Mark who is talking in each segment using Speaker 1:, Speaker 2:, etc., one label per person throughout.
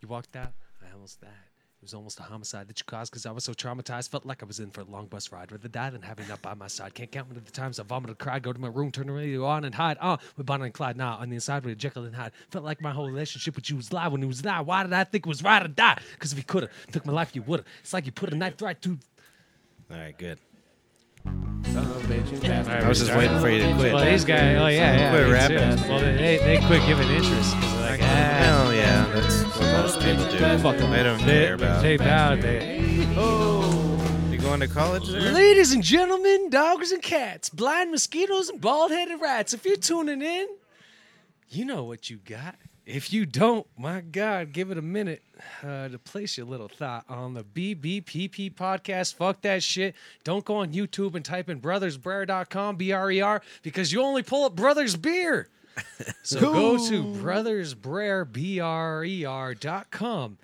Speaker 1: You walked out. I almost died. It was almost a homicide that you caused because I was so traumatized. Felt like I was in for a long bus ride. Rather die than having that by my side. Can't count one of the times I vomited, cried, go to my room, turn the radio on, and hide. Ah, with Bonnie and Clyde. Nah, on the inside with Jekyll and Hyde. Felt like my whole relationship with you was lie when it was lie. Why did I think it was right or die? Because if you could have took my life, you would have. It's like you put a knife right through.
Speaker 2: All right, good.
Speaker 3: Son of a bitch, you bastard.
Speaker 2: I was just waiting for you to quit.
Speaker 3: Well, these guys, oh yeah, yeah.
Speaker 2: Quit
Speaker 3: me too.
Speaker 2: rapping.
Speaker 3: Well, they, they, they quit giving interest. 'cause they're like, ah,
Speaker 2: Hell yeah, that's what most people do.
Speaker 3: fuck 'em.
Speaker 2: They don't
Speaker 3: They-
Speaker 2: care about.
Speaker 3: They bowed. They,
Speaker 2: You going to college there?
Speaker 1: Ladies and gentlemen, dogs and cats, blind mosquitoes and bald headed rats, if you're tuning in, you know what you got. If you don't, my God, give it a minute uh, to place your little thought on the BBPP podcast. Fuck that shit. Don't go on YouTube and type in brothersbrer.com, B R E R, because you only pull up Brothers Beer. So go to brothersbrer, B R E R.com.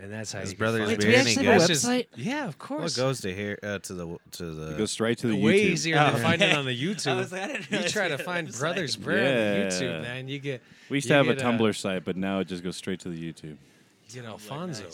Speaker 1: And that's how
Speaker 2: Is
Speaker 1: you can
Speaker 2: Brothers
Speaker 1: find
Speaker 2: Beer
Speaker 1: it.
Speaker 2: any good?
Speaker 1: That's just- Yeah, of
Speaker 2: What
Speaker 1: course
Speaker 2: goes to here uh, to the to the?
Speaker 4: Go straight to the
Speaker 1: way
Speaker 4: YouTube.
Speaker 1: easier to find it on the YouTube.
Speaker 5: like, I didn't
Speaker 1: you
Speaker 5: realize
Speaker 1: try
Speaker 5: you
Speaker 1: to
Speaker 5: had a
Speaker 1: find
Speaker 5: website.
Speaker 1: Brothers Brer on the
Speaker 4: Yeah.
Speaker 1: YouTube, man. You get
Speaker 4: We used
Speaker 1: you
Speaker 4: to have a
Speaker 1: get, uh,
Speaker 4: Tumblr site, but now it just goes straight to the YouTube.
Speaker 1: you know Alfonso.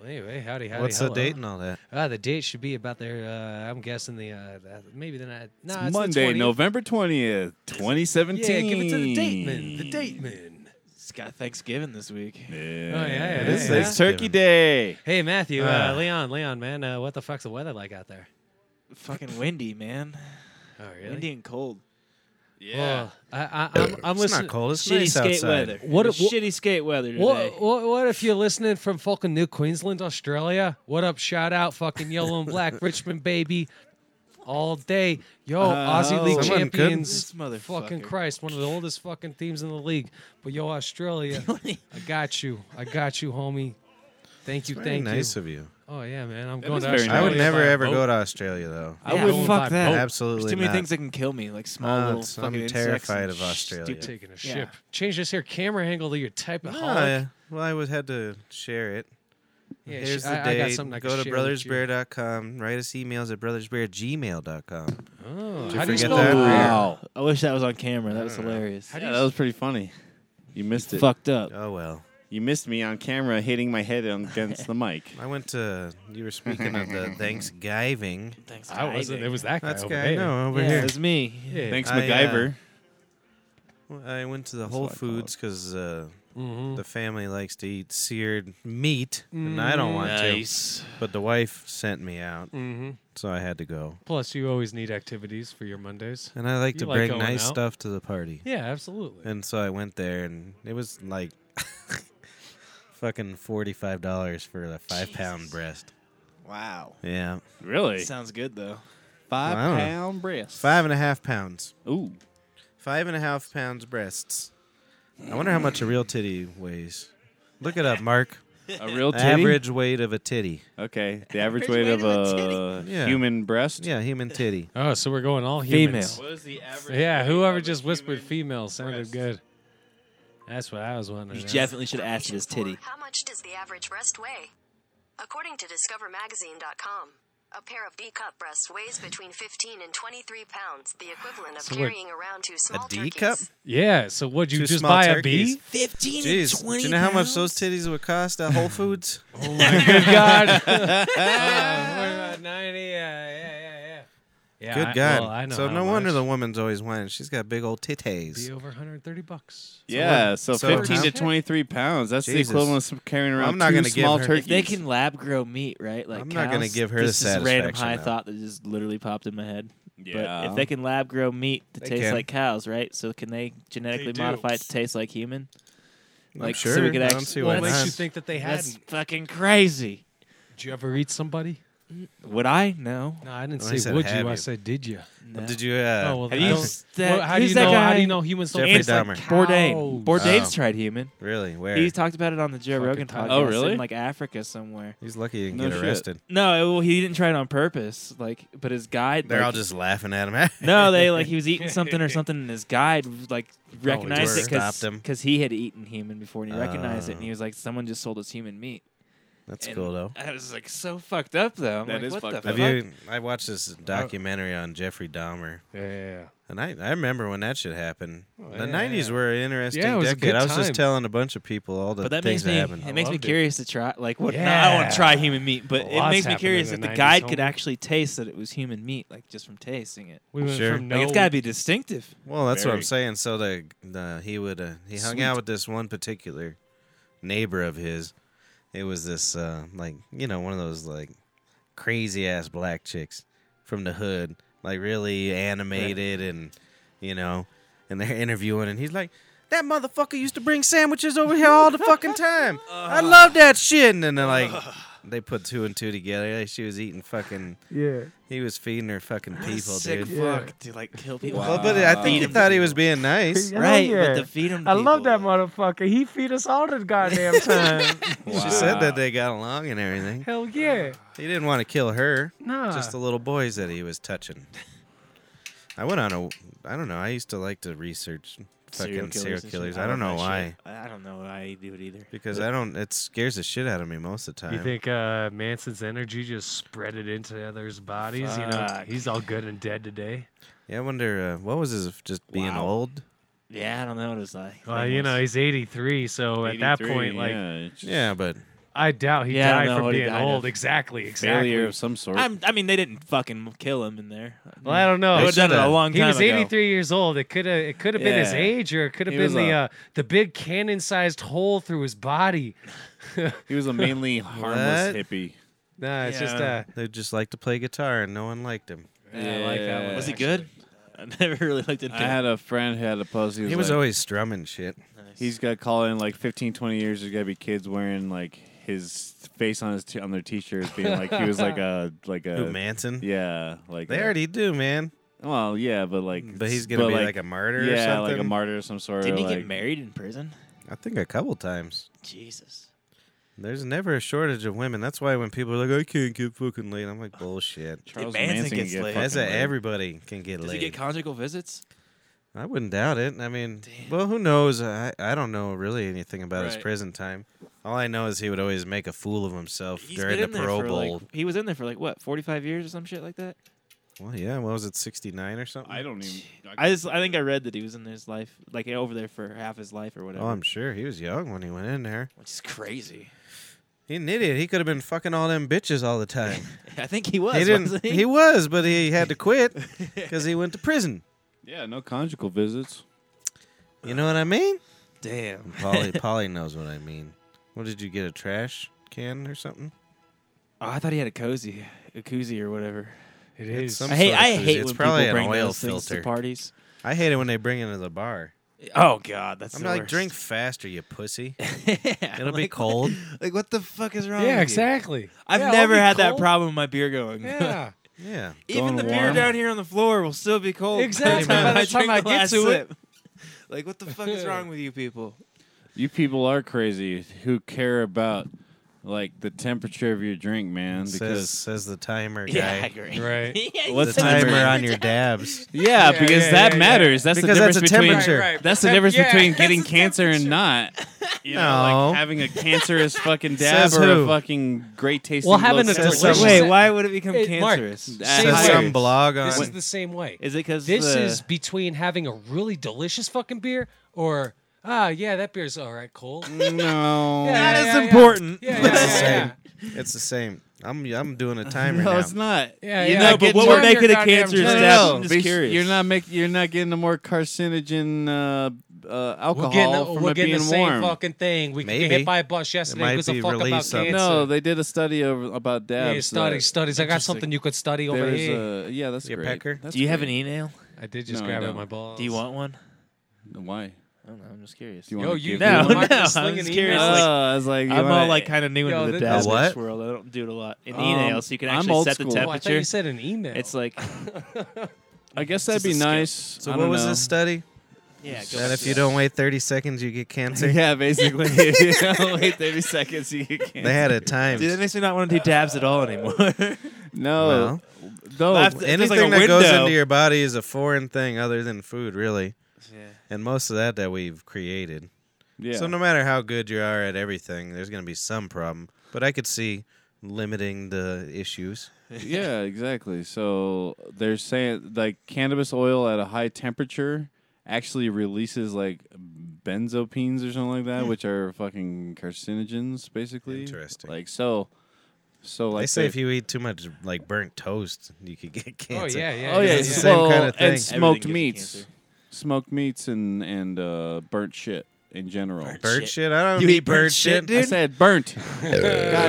Speaker 1: Well, anyway, howdy, howdy.
Speaker 2: What's the
Speaker 1: hello.
Speaker 2: date and all that?
Speaker 1: Uh, the date should be about there. Uh, I'm guessing the uh, that- maybe the night. No, Uh, it's the
Speaker 4: Monday,
Speaker 1: 20th.
Speaker 4: November 20th, 2017.
Speaker 1: Yeah, give it to the date man. The date man. Oh,
Speaker 5: It's got Thanksgiving this week.
Speaker 4: Yeah.
Speaker 1: yeah, yeah,
Speaker 4: This
Speaker 1: yeah.
Speaker 4: is Turkey Day.
Speaker 1: Hey Matthew, uh,
Speaker 2: Ah.
Speaker 1: Leon, Leon, man, uh, what the fuck's the weather like out there?
Speaker 5: Fucking windy, man.
Speaker 1: Oh
Speaker 5: Windy
Speaker 1: really?
Speaker 5: and cold.
Speaker 1: Well, I, I, I'm, I'm
Speaker 2: it's
Speaker 1: listening.
Speaker 2: not cold. It's
Speaker 5: shitty
Speaker 2: nice
Speaker 5: skate
Speaker 2: outside.
Speaker 5: weather.
Speaker 1: What
Speaker 5: What
Speaker 1: a- wha-
Speaker 5: shitty skate weather today.
Speaker 1: What, what, what if you're listening from fucking New Queensland, Australia? What up? Shout out fucking yellow and black Richmond baby all day. Yo, Aussie
Speaker 4: Oh.
Speaker 1: League
Speaker 2: Uh, Someone could-
Speaker 1: champions.
Speaker 5: This motherfucker.
Speaker 1: Fucking Christ, one of the oldest fucking teams in the league. But yo, Australia, I got you. I got you, homie. Thank you,
Speaker 2: Very
Speaker 1: thank
Speaker 2: nice
Speaker 1: you.
Speaker 2: of you.
Speaker 1: Oh yeah, man. I'm going
Speaker 4: is
Speaker 1: to
Speaker 4: very
Speaker 1: Australia.
Speaker 2: I would
Speaker 4: Nice.
Speaker 2: never
Speaker 1: by
Speaker 2: ever
Speaker 1: boat.
Speaker 2: go to Australia though.
Speaker 5: I
Speaker 1: Yeah,
Speaker 5: would
Speaker 1: going by
Speaker 5: fuck that.
Speaker 1: boat.
Speaker 2: Absolutely
Speaker 5: There's too many
Speaker 2: not.
Speaker 5: things that can kill me, like small
Speaker 2: Uh,
Speaker 5: little
Speaker 2: it's-
Speaker 5: fucking
Speaker 2: I'm
Speaker 5: insects
Speaker 2: terrified
Speaker 5: and
Speaker 2: of Australia.
Speaker 5: stupid-
Speaker 1: Taking a
Speaker 5: Yeah.
Speaker 1: ship. Change this here camera angle that you're typing.
Speaker 2: No, I- well, I would had to share it.
Speaker 1: Yeah,
Speaker 2: Here's
Speaker 1: sh-
Speaker 2: the
Speaker 1: I, I
Speaker 2: date.
Speaker 1: got something I can
Speaker 2: Go to
Speaker 1: share with you.
Speaker 2: brothersbear.com. Write us emails at brothersbear@gmail.com.
Speaker 1: Oh,
Speaker 2: you
Speaker 1: how do you
Speaker 2: forget
Speaker 1: spell
Speaker 2: that?
Speaker 5: Wow. I wish that was on camera. That was hilarious.
Speaker 4: Yeah, that was pretty funny. You missed it.
Speaker 5: Fucked up.
Speaker 2: Oh well.
Speaker 4: You missed me on camera hitting my head on- against the mic.
Speaker 2: I went to. You were speaking of the Thanksgiving.
Speaker 5: Thanks.
Speaker 1: I wasn't. It was that guy
Speaker 2: That's
Speaker 1: over
Speaker 2: guy.
Speaker 1: there.
Speaker 2: No, over
Speaker 5: yeah,
Speaker 2: here.
Speaker 5: It was me.
Speaker 1: Yeah.
Speaker 4: Thanks,
Speaker 2: I, uh,
Speaker 4: MacGyver.
Speaker 2: Well, I went to the Whole
Speaker 4: what I call it.
Speaker 2: Foods because uh,
Speaker 1: Mhm.
Speaker 2: the family likes to eat seared meat, and I
Speaker 1: Mm.
Speaker 2: don't want to. But the wife sent me out,
Speaker 1: Mm-hmm.
Speaker 2: so I had to go.
Speaker 1: Plus, you always need activities for your Mondays.
Speaker 2: And I like
Speaker 1: You
Speaker 2: to
Speaker 1: like
Speaker 2: bring
Speaker 1: going
Speaker 2: nice
Speaker 1: out?
Speaker 2: stuff to the party.
Speaker 1: Yeah, absolutely.
Speaker 2: And so I went there, and it was like fucking forty-five dollars for a five-pound breast.
Speaker 5: Wow.
Speaker 2: Yeah,
Speaker 4: Really?
Speaker 5: Sounds good though.
Speaker 4: Five
Speaker 2: Wow.
Speaker 4: pound breast.
Speaker 2: five and a half pounds.
Speaker 4: Ooh.
Speaker 2: Five and a half pounds breasts. I wonder how much a real titty weighs. Look it up, Mark.
Speaker 4: A real titty?
Speaker 2: Average weight of a titty.
Speaker 4: Okay. The average weight of a
Speaker 2: Yeah.
Speaker 4: human breast.
Speaker 2: Yeah, human titty.
Speaker 1: oh, so we're going all
Speaker 5: Female.
Speaker 1: humans.
Speaker 4: What is the average?
Speaker 1: Yeah,
Speaker 4: weight
Speaker 1: whoever
Speaker 4: of a
Speaker 1: just whispered
Speaker 4: human-
Speaker 1: female sounded
Speaker 4: breast.
Speaker 1: good. That's what I was wondering.
Speaker 5: You definitely should ask this titty.
Speaker 6: How much does the average breast weigh? According to DiscoverMagazine.com, a pair of D cup breasts weighs between 15 and 23 pounds, the equivalent of
Speaker 1: So we're-
Speaker 6: carrying around two small
Speaker 2: A D
Speaker 6: turkeys.
Speaker 2: cup?
Speaker 1: yeah, so would you
Speaker 2: Two
Speaker 1: just
Speaker 2: small
Speaker 1: buy
Speaker 2: turkeys.
Speaker 1: a bee?
Speaker 5: Fifteen
Speaker 2: Jeez, do you know how much those titties would cost at Whole Foods?
Speaker 1: Good God. uh, what about 90? Yeah, yeah, yeah, yeah. Yeah, I-
Speaker 2: Good God!
Speaker 1: well, I know
Speaker 2: so
Speaker 1: how
Speaker 2: no wonder
Speaker 1: much.
Speaker 2: the woman's always whining. She's got big old
Speaker 1: Be
Speaker 2: titties.
Speaker 1: over 130 bucks.
Speaker 4: Yeah, so,
Speaker 2: so
Speaker 4: 15
Speaker 2: how-
Speaker 4: to 23 pounds. That's
Speaker 2: Jesus.
Speaker 4: the equivalent of carrying around
Speaker 2: I'm not
Speaker 4: two
Speaker 2: gonna give
Speaker 4: small
Speaker 2: her-
Speaker 4: turkeys.
Speaker 5: If they can lab grow meat, right? Like
Speaker 2: I'm not gonna
Speaker 5: cows,
Speaker 2: give her
Speaker 5: this
Speaker 2: the
Speaker 5: is a random
Speaker 2: satisfaction,
Speaker 5: high
Speaker 2: though.
Speaker 5: thought that just literally popped in my head.
Speaker 4: yeah.
Speaker 5: But if they can lab grow meat to
Speaker 2: They
Speaker 5: taste
Speaker 2: can.
Speaker 5: like cows, right? So can they genetically
Speaker 1: do.
Speaker 5: modify it to taste like human?
Speaker 2: I'm
Speaker 5: Like
Speaker 2: sure.
Speaker 5: so we could
Speaker 2: I
Speaker 5: actually.
Speaker 2: don't see why
Speaker 1: What
Speaker 2: not.
Speaker 1: makes you think that they
Speaker 5: That's
Speaker 1: hadn't?
Speaker 5: fucking crazy.
Speaker 1: Did you ever eat somebody?
Speaker 5: Would I? No.
Speaker 1: No, I didn't
Speaker 2: Well, I
Speaker 1: say
Speaker 2: said
Speaker 1: would
Speaker 2: have
Speaker 1: you. I
Speaker 2: you.
Speaker 1: said did you.
Speaker 5: no.
Speaker 2: Did you? Uh,
Speaker 1: Oh, well,
Speaker 5: Have
Speaker 1: I
Speaker 5: you
Speaker 1: don't-
Speaker 5: s- that-
Speaker 1: well, how do
Speaker 5: who's
Speaker 1: you
Speaker 5: that
Speaker 1: know? How do you
Speaker 5: guy?
Speaker 1: know humans don't?
Speaker 2: Jeffrey
Speaker 1: It's like
Speaker 2: Dahmer.
Speaker 5: Bourdain.
Speaker 1: cows.
Speaker 5: Bourdain's
Speaker 2: Oh.
Speaker 5: tried human.
Speaker 2: really? Where?
Speaker 5: He talked about it on the Joe
Speaker 1: Fucking
Speaker 5: Rogan
Speaker 1: time.
Speaker 5: podcast.
Speaker 4: Oh, really?
Speaker 5: In like Africa somewhere.
Speaker 2: He's lucky he didn't
Speaker 4: No
Speaker 2: get
Speaker 4: shit.
Speaker 2: arrested.
Speaker 5: No, it- well, he didn't try it on purpose. Like, but his guide.
Speaker 2: They're
Speaker 5: like,
Speaker 2: all just laughing at him.
Speaker 5: No, they like he was eating something or something, and his guide like recognized
Speaker 2: were.
Speaker 5: it
Speaker 2: Stopped him.
Speaker 5: because he had eaten human before, and he recognized it, and
Speaker 2: Oh.
Speaker 5: he was like, "Someone just sold us human meat."
Speaker 2: That's
Speaker 5: And
Speaker 2: cool though.
Speaker 5: I was like, so fucked up though. I'm
Speaker 4: That
Speaker 5: like,
Speaker 4: is
Speaker 5: what
Speaker 4: fucked
Speaker 5: the
Speaker 4: up.
Speaker 5: fuck?
Speaker 2: Have you? I watched this documentary on Jeffrey Dahmer,
Speaker 1: Yeah, yeah, yeah.
Speaker 2: And I, I remember when that shit happened. the '90s were an interesting
Speaker 1: Oh, Yeah, it was a
Speaker 2: decade.
Speaker 1: good
Speaker 2: I was
Speaker 1: time.
Speaker 2: just telling a bunch of people all the
Speaker 5: But that
Speaker 2: things
Speaker 5: makes me
Speaker 2: that happened.
Speaker 5: it makes me
Speaker 1: loved it.
Speaker 5: curious to try like what no, I don't want
Speaker 1: Yeah.
Speaker 5: to try human meat, but
Speaker 1: A
Speaker 5: it
Speaker 1: lot's
Speaker 5: makes me
Speaker 1: happened
Speaker 5: curious
Speaker 1: in
Speaker 5: if
Speaker 1: the
Speaker 5: the
Speaker 1: 90s,
Speaker 5: guide could
Speaker 1: homie.
Speaker 5: actually taste that it was human meat, like just from tasting it.
Speaker 1: We went
Speaker 2: Sure.
Speaker 1: from no.
Speaker 5: Like it's got to be distinctive.
Speaker 2: Well, that's what I'm
Speaker 4: Very.
Speaker 2: saying. So the, the he would uh, he hung out with this one particular neighbor of his. It was this uh, like you know one of those like crazy ass black chicks from the hood, like really animated and you know, and they're interviewing and he's like. That motherfucker used to bring sandwiches over here all the fucking time. I love that shit. And then they're like, they put two and two together. Like, She was eating fucking.
Speaker 7: Yeah.
Speaker 2: He was feeding her fucking people,
Speaker 5: Sick
Speaker 2: dude.
Speaker 5: fuck to like kill people.
Speaker 2: Well, but I think he thought he was being nice.
Speaker 7: Hell
Speaker 5: right,
Speaker 7: yeah.
Speaker 5: but to feed them.
Speaker 7: I love that motherfucker. He feed us all the goddamn time.
Speaker 2: She said that they got along and everything.
Speaker 7: Hell yeah.
Speaker 2: He didn't want to kill her,
Speaker 7: Nah.
Speaker 2: just the little boys that he was touching. I went on a, I don't know. I used to like to research fucking serial killers. I don't know why,
Speaker 5: I don't know why I do it either.
Speaker 2: because I don't. It scares the shit out of me most of the time.
Speaker 7: You think uh, Manson's energy just spread it into others' bodies? You know,
Speaker 5: Fuck.
Speaker 7: he's all good and dead today.
Speaker 2: yeah, I wonder uh, what was his just being
Speaker 5: Wow.
Speaker 2: old.
Speaker 5: Yeah, I don't know what it's like.
Speaker 7: Well, you know, he's 83, so at that point, like,
Speaker 4: yeah, it's just
Speaker 2: Yeah, but
Speaker 7: I doubt he
Speaker 5: Yeah, I don't know
Speaker 7: died from
Speaker 5: what he
Speaker 7: being
Speaker 5: died
Speaker 7: old.
Speaker 5: of.
Speaker 7: Exactly, exactly.
Speaker 4: failure of some sort.
Speaker 5: I'm, I mean, they didn't fucking kill him in there.
Speaker 7: Well, I don't know.
Speaker 5: They would have done it a
Speaker 2: should've.
Speaker 5: long
Speaker 7: He
Speaker 5: time
Speaker 7: was
Speaker 5: ago.
Speaker 7: 83 years old. It could have it could have been his
Speaker 5: Yeah.
Speaker 7: age, or it could have
Speaker 4: He
Speaker 7: been
Speaker 4: was
Speaker 7: the
Speaker 4: a-
Speaker 7: uh, the big cannon sized hole through his body.
Speaker 4: he was a mainly harmless
Speaker 2: What?
Speaker 4: hippie.
Speaker 7: Nah, it's just uh,
Speaker 5: Yeah.
Speaker 2: they just like to play guitar and no one liked him.
Speaker 4: Yeah, I like that one.
Speaker 5: Was he good? I never really looked into
Speaker 4: I had a friend who had a pussy.
Speaker 2: He was always strumming shit.
Speaker 4: He's got to call in like 15, 20 years. There's gonna be kids wearing like his face on his t- on their t-shirts, being like he was like a like a
Speaker 2: Who Manson?
Speaker 4: yeah like
Speaker 2: They
Speaker 4: a-
Speaker 2: already do, man.
Speaker 4: well yeah, but like
Speaker 2: But he's gonna be like, a martyr or
Speaker 4: yeah
Speaker 2: something.
Speaker 4: like a martyr of some sort.
Speaker 5: Didn't
Speaker 4: or,
Speaker 5: he
Speaker 4: like,
Speaker 5: get married in prison?
Speaker 2: I think a couple times.
Speaker 5: Jesus.
Speaker 2: There's never a shortage of women. That's why when people are like, I can't get fucking laid, I'm like, bullshit.
Speaker 4: Charles
Speaker 5: Manson
Speaker 4: Manson can
Speaker 5: gets
Speaker 4: get
Speaker 5: laid.
Speaker 2: That's
Speaker 4: fucking
Speaker 2: a,
Speaker 4: laid.
Speaker 2: everybody can get
Speaker 5: Does
Speaker 2: laid.
Speaker 5: he get conjugal visits?
Speaker 2: I wouldn't doubt it. I mean, well, who knows? I, I don't know really anything about his
Speaker 5: Right.
Speaker 2: prison time. All I know is he would always make a fool of himself
Speaker 5: He's
Speaker 2: during
Speaker 5: been
Speaker 2: the
Speaker 5: in there
Speaker 2: Pro
Speaker 5: for
Speaker 2: Bowl.
Speaker 5: like he was in there for like what, 45 years or some shit like that?
Speaker 2: Well, yeah, what was it, 69 or something?
Speaker 4: I don't even.
Speaker 5: I just I think I read that he was in his life like over there for half his life or whatever.
Speaker 2: Oh, I'm sure he was young when he went in there.
Speaker 5: which is crazy.
Speaker 2: He an idiot. He could have been fucking all them bitches all the time.
Speaker 5: I think he was.
Speaker 2: he didn't.
Speaker 5: wasn't
Speaker 2: He was, but he had to quit because he went to prison.
Speaker 4: yeah, no conjugal visits.
Speaker 2: You know what I mean?
Speaker 5: Damn.
Speaker 2: Polly, Polly knows what I mean. What did you get? A trash can or something?
Speaker 5: Oh, I thought he had a cozy, a koozie or whatever.
Speaker 7: it
Speaker 2: It's
Speaker 7: is.
Speaker 2: some-
Speaker 5: I hate.
Speaker 2: sort of
Speaker 5: I
Speaker 2: koozie.
Speaker 5: hate
Speaker 2: It's
Speaker 5: when
Speaker 2: probably an
Speaker 5: people bring
Speaker 2: oil
Speaker 5: those things to
Speaker 2: filter.
Speaker 5: parties.
Speaker 2: I hate it when they bring it to the bar.
Speaker 5: Oh God, that's.
Speaker 2: I'm
Speaker 5: the
Speaker 2: like,
Speaker 5: worst.
Speaker 2: drink faster, you pussy.
Speaker 5: Yeah,
Speaker 2: It'll be
Speaker 5: like,
Speaker 2: cold.
Speaker 5: Like what the fuck is wrong? with
Speaker 1: yeah,
Speaker 5: you?
Speaker 1: exactly.
Speaker 5: I've
Speaker 1: Yeah, I'll
Speaker 5: never
Speaker 1: be
Speaker 5: had that
Speaker 1: cold.
Speaker 5: problem with my beer going.
Speaker 1: Yeah.
Speaker 2: Yeah.
Speaker 5: Even
Speaker 4: Going
Speaker 5: the beer
Speaker 4: warm.
Speaker 5: down here on the floor will still be cold.
Speaker 1: Exactly, by the time
Speaker 5: drink
Speaker 1: I
Speaker 5: the
Speaker 1: get
Speaker 5: last
Speaker 1: to it.
Speaker 5: sip. Like what the fuck is wrong with you people?
Speaker 4: You people are crazy who care about like the temperature of your drink, man.
Speaker 2: says,
Speaker 4: Because
Speaker 2: says the timer guy.
Speaker 5: Yeah, I agree.
Speaker 1: Right.
Speaker 2: The
Speaker 4: what's
Speaker 2: timer on your dabs.
Speaker 1: Yeah,
Speaker 4: Yeah, because
Speaker 1: yeah,
Speaker 4: that
Speaker 1: yeah,
Speaker 4: matters. That's
Speaker 2: Because
Speaker 4: the
Speaker 2: that's
Speaker 4: difference
Speaker 2: a
Speaker 4: between
Speaker 2: temperature.
Speaker 1: Right, right.
Speaker 4: that's the
Speaker 1: Tem-
Speaker 4: difference
Speaker 1: yeah,
Speaker 4: between
Speaker 1: that's
Speaker 4: getting
Speaker 1: the
Speaker 4: cancer and not. You know,
Speaker 2: No.
Speaker 4: like having a cancerous fucking dab
Speaker 2: Says
Speaker 4: or
Speaker 2: who?
Speaker 4: a fucking great tasting.
Speaker 1: Well, having a
Speaker 4: low
Speaker 2: Says
Speaker 4: temperature.
Speaker 2: some-
Speaker 5: Wait, why would it become
Speaker 1: Hey, Mark,
Speaker 5: cancerous?
Speaker 4: That-
Speaker 2: Says
Speaker 1: Same
Speaker 2: some
Speaker 1: way.
Speaker 2: blog on.
Speaker 1: This is the same way.
Speaker 5: Is it because
Speaker 1: This is between having a really delicious fucking beer or ah yeah that beer's all right cool.
Speaker 4: Mm. No,
Speaker 1: That is
Speaker 5: important.
Speaker 1: Yeah, yeah,
Speaker 2: It's the
Speaker 1: yeah, yeah.
Speaker 2: same. It's the same. I'm I'm doing a timer
Speaker 4: no,
Speaker 2: now.
Speaker 4: it's not.
Speaker 1: Yeah,
Speaker 4: You're
Speaker 1: yeah.
Speaker 4: not
Speaker 5: No, but
Speaker 4: getting
Speaker 5: what
Speaker 4: more-
Speaker 5: we're making a
Speaker 1: your goddamn
Speaker 5: cancerous
Speaker 1: drink. No,
Speaker 5: dab.
Speaker 4: no,
Speaker 5: I'm
Speaker 4: no.
Speaker 5: just curious.
Speaker 4: You're not making. You're not getting a more carcinogen uh, uh,
Speaker 1: We're
Speaker 4: alcohol
Speaker 1: getting, the-
Speaker 4: from
Speaker 1: we're
Speaker 4: it
Speaker 1: getting
Speaker 4: being
Speaker 1: the same
Speaker 4: warm.
Speaker 1: fucking thing. We could get
Speaker 2: Maybe.
Speaker 1: hit by a bus
Speaker 2: It
Speaker 1: yesterday.
Speaker 2: might
Speaker 1: It was a
Speaker 2: be
Speaker 1: fuck about
Speaker 2: released
Speaker 1: cancer.
Speaker 2: something.
Speaker 4: No, they did a study over, about dabs.
Speaker 1: yeah, study,
Speaker 4: that
Speaker 1: studies. I got
Speaker 5: Interesting.
Speaker 1: something you could study over
Speaker 4: there's
Speaker 1: here.
Speaker 4: a- yeah, that's
Speaker 2: You a
Speaker 4: great.
Speaker 2: pecker?
Speaker 4: That's
Speaker 5: Do you have an
Speaker 4: great.
Speaker 5: email?
Speaker 1: I did just
Speaker 4: No, I
Speaker 1: grab it with
Speaker 4: don't.
Speaker 1: my balls.
Speaker 5: Do you want one?
Speaker 4: Why?
Speaker 5: I don't know. I'm just curious.
Speaker 4: Do you
Speaker 1: Yo,
Speaker 4: want
Speaker 1: you-
Speaker 4: to give
Speaker 5: no,
Speaker 4: me
Speaker 5: no.
Speaker 4: one?
Speaker 1: Mark
Speaker 5: I'm
Speaker 1: is slinging
Speaker 5: just
Speaker 1: emails?
Speaker 5: curious.
Speaker 4: Oh,
Speaker 5: like,
Speaker 4: I was like, you
Speaker 5: I'm
Speaker 4: wanna-
Speaker 5: all like kind of new
Speaker 1: Yo,
Speaker 5: into
Speaker 1: the-
Speaker 5: the
Speaker 1: the
Speaker 5: dab
Speaker 2: what?
Speaker 5: world. I don't do it a lot in
Speaker 4: Um,
Speaker 5: email, so you can
Speaker 4: I'm
Speaker 5: actually
Speaker 4: old
Speaker 5: set the
Speaker 4: school.
Speaker 1: Oh, I thought you
Speaker 5: temperature.
Speaker 1: said an email.
Speaker 5: it's like
Speaker 4: I guess that'd
Speaker 5: It's
Speaker 4: be
Speaker 5: just a skill.
Speaker 4: nice.
Speaker 2: So
Speaker 4: I
Speaker 2: what
Speaker 4: don't
Speaker 2: was
Speaker 4: know.
Speaker 2: this study?
Speaker 5: yeah. go
Speaker 2: That
Speaker 5: back to
Speaker 2: if you don't wait 30 seconds, you get cancer.
Speaker 4: Yeah, basically.
Speaker 5: If you don't wait 30 seconds, you can't.
Speaker 2: They had it timed.
Speaker 5: Dude, that makes me not want to do dabs at all anymore.
Speaker 4: no, no.
Speaker 5: Laugh- It's just like
Speaker 2: Anything
Speaker 5: a
Speaker 2: that goes
Speaker 5: window.
Speaker 2: into your body is a foreign thing other than food, really.
Speaker 5: yeah.
Speaker 2: And most of that that we've created.
Speaker 4: yeah.
Speaker 2: So no matter how good you are at everything, there's going to be some problem. But I could see limiting the issues.
Speaker 4: yeah, exactly. So they're saying like cannabis oil at a high temperature actually releases like benzopenes or something like that, which are fucking carcinogens, basically.
Speaker 2: Interesting.
Speaker 4: Like so, so like
Speaker 2: they say
Speaker 4: the-
Speaker 2: if you eat too much like burnt toast, you could get
Speaker 1: Oh
Speaker 2: cancer.
Speaker 1: yeah, yeah.
Speaker 4: oh yeah,
Speaker 2: it's the same
Speaker 4: well,
Speaker 2: kind of thing.
Speaker 4: and smoked
Speaker 5: gives you
Speaker 4: meats,
Speaker 5: cancer.
Speaker 4: smoked meats and and uh, burnt shit in general.
Speaker 2: Bird
Speaker 5: Shit.
Speaker 2: shit. I don't
Speaker 5: You
Speaker 2: eat,
Speaker 5: eat
Speaker 2: bird,
Speaker 5: bird
Speaker 2: shit,
Speaker 5: shit,
Speaker 4: I
Speaker 2: dude.
Speaker 4: said burnt. God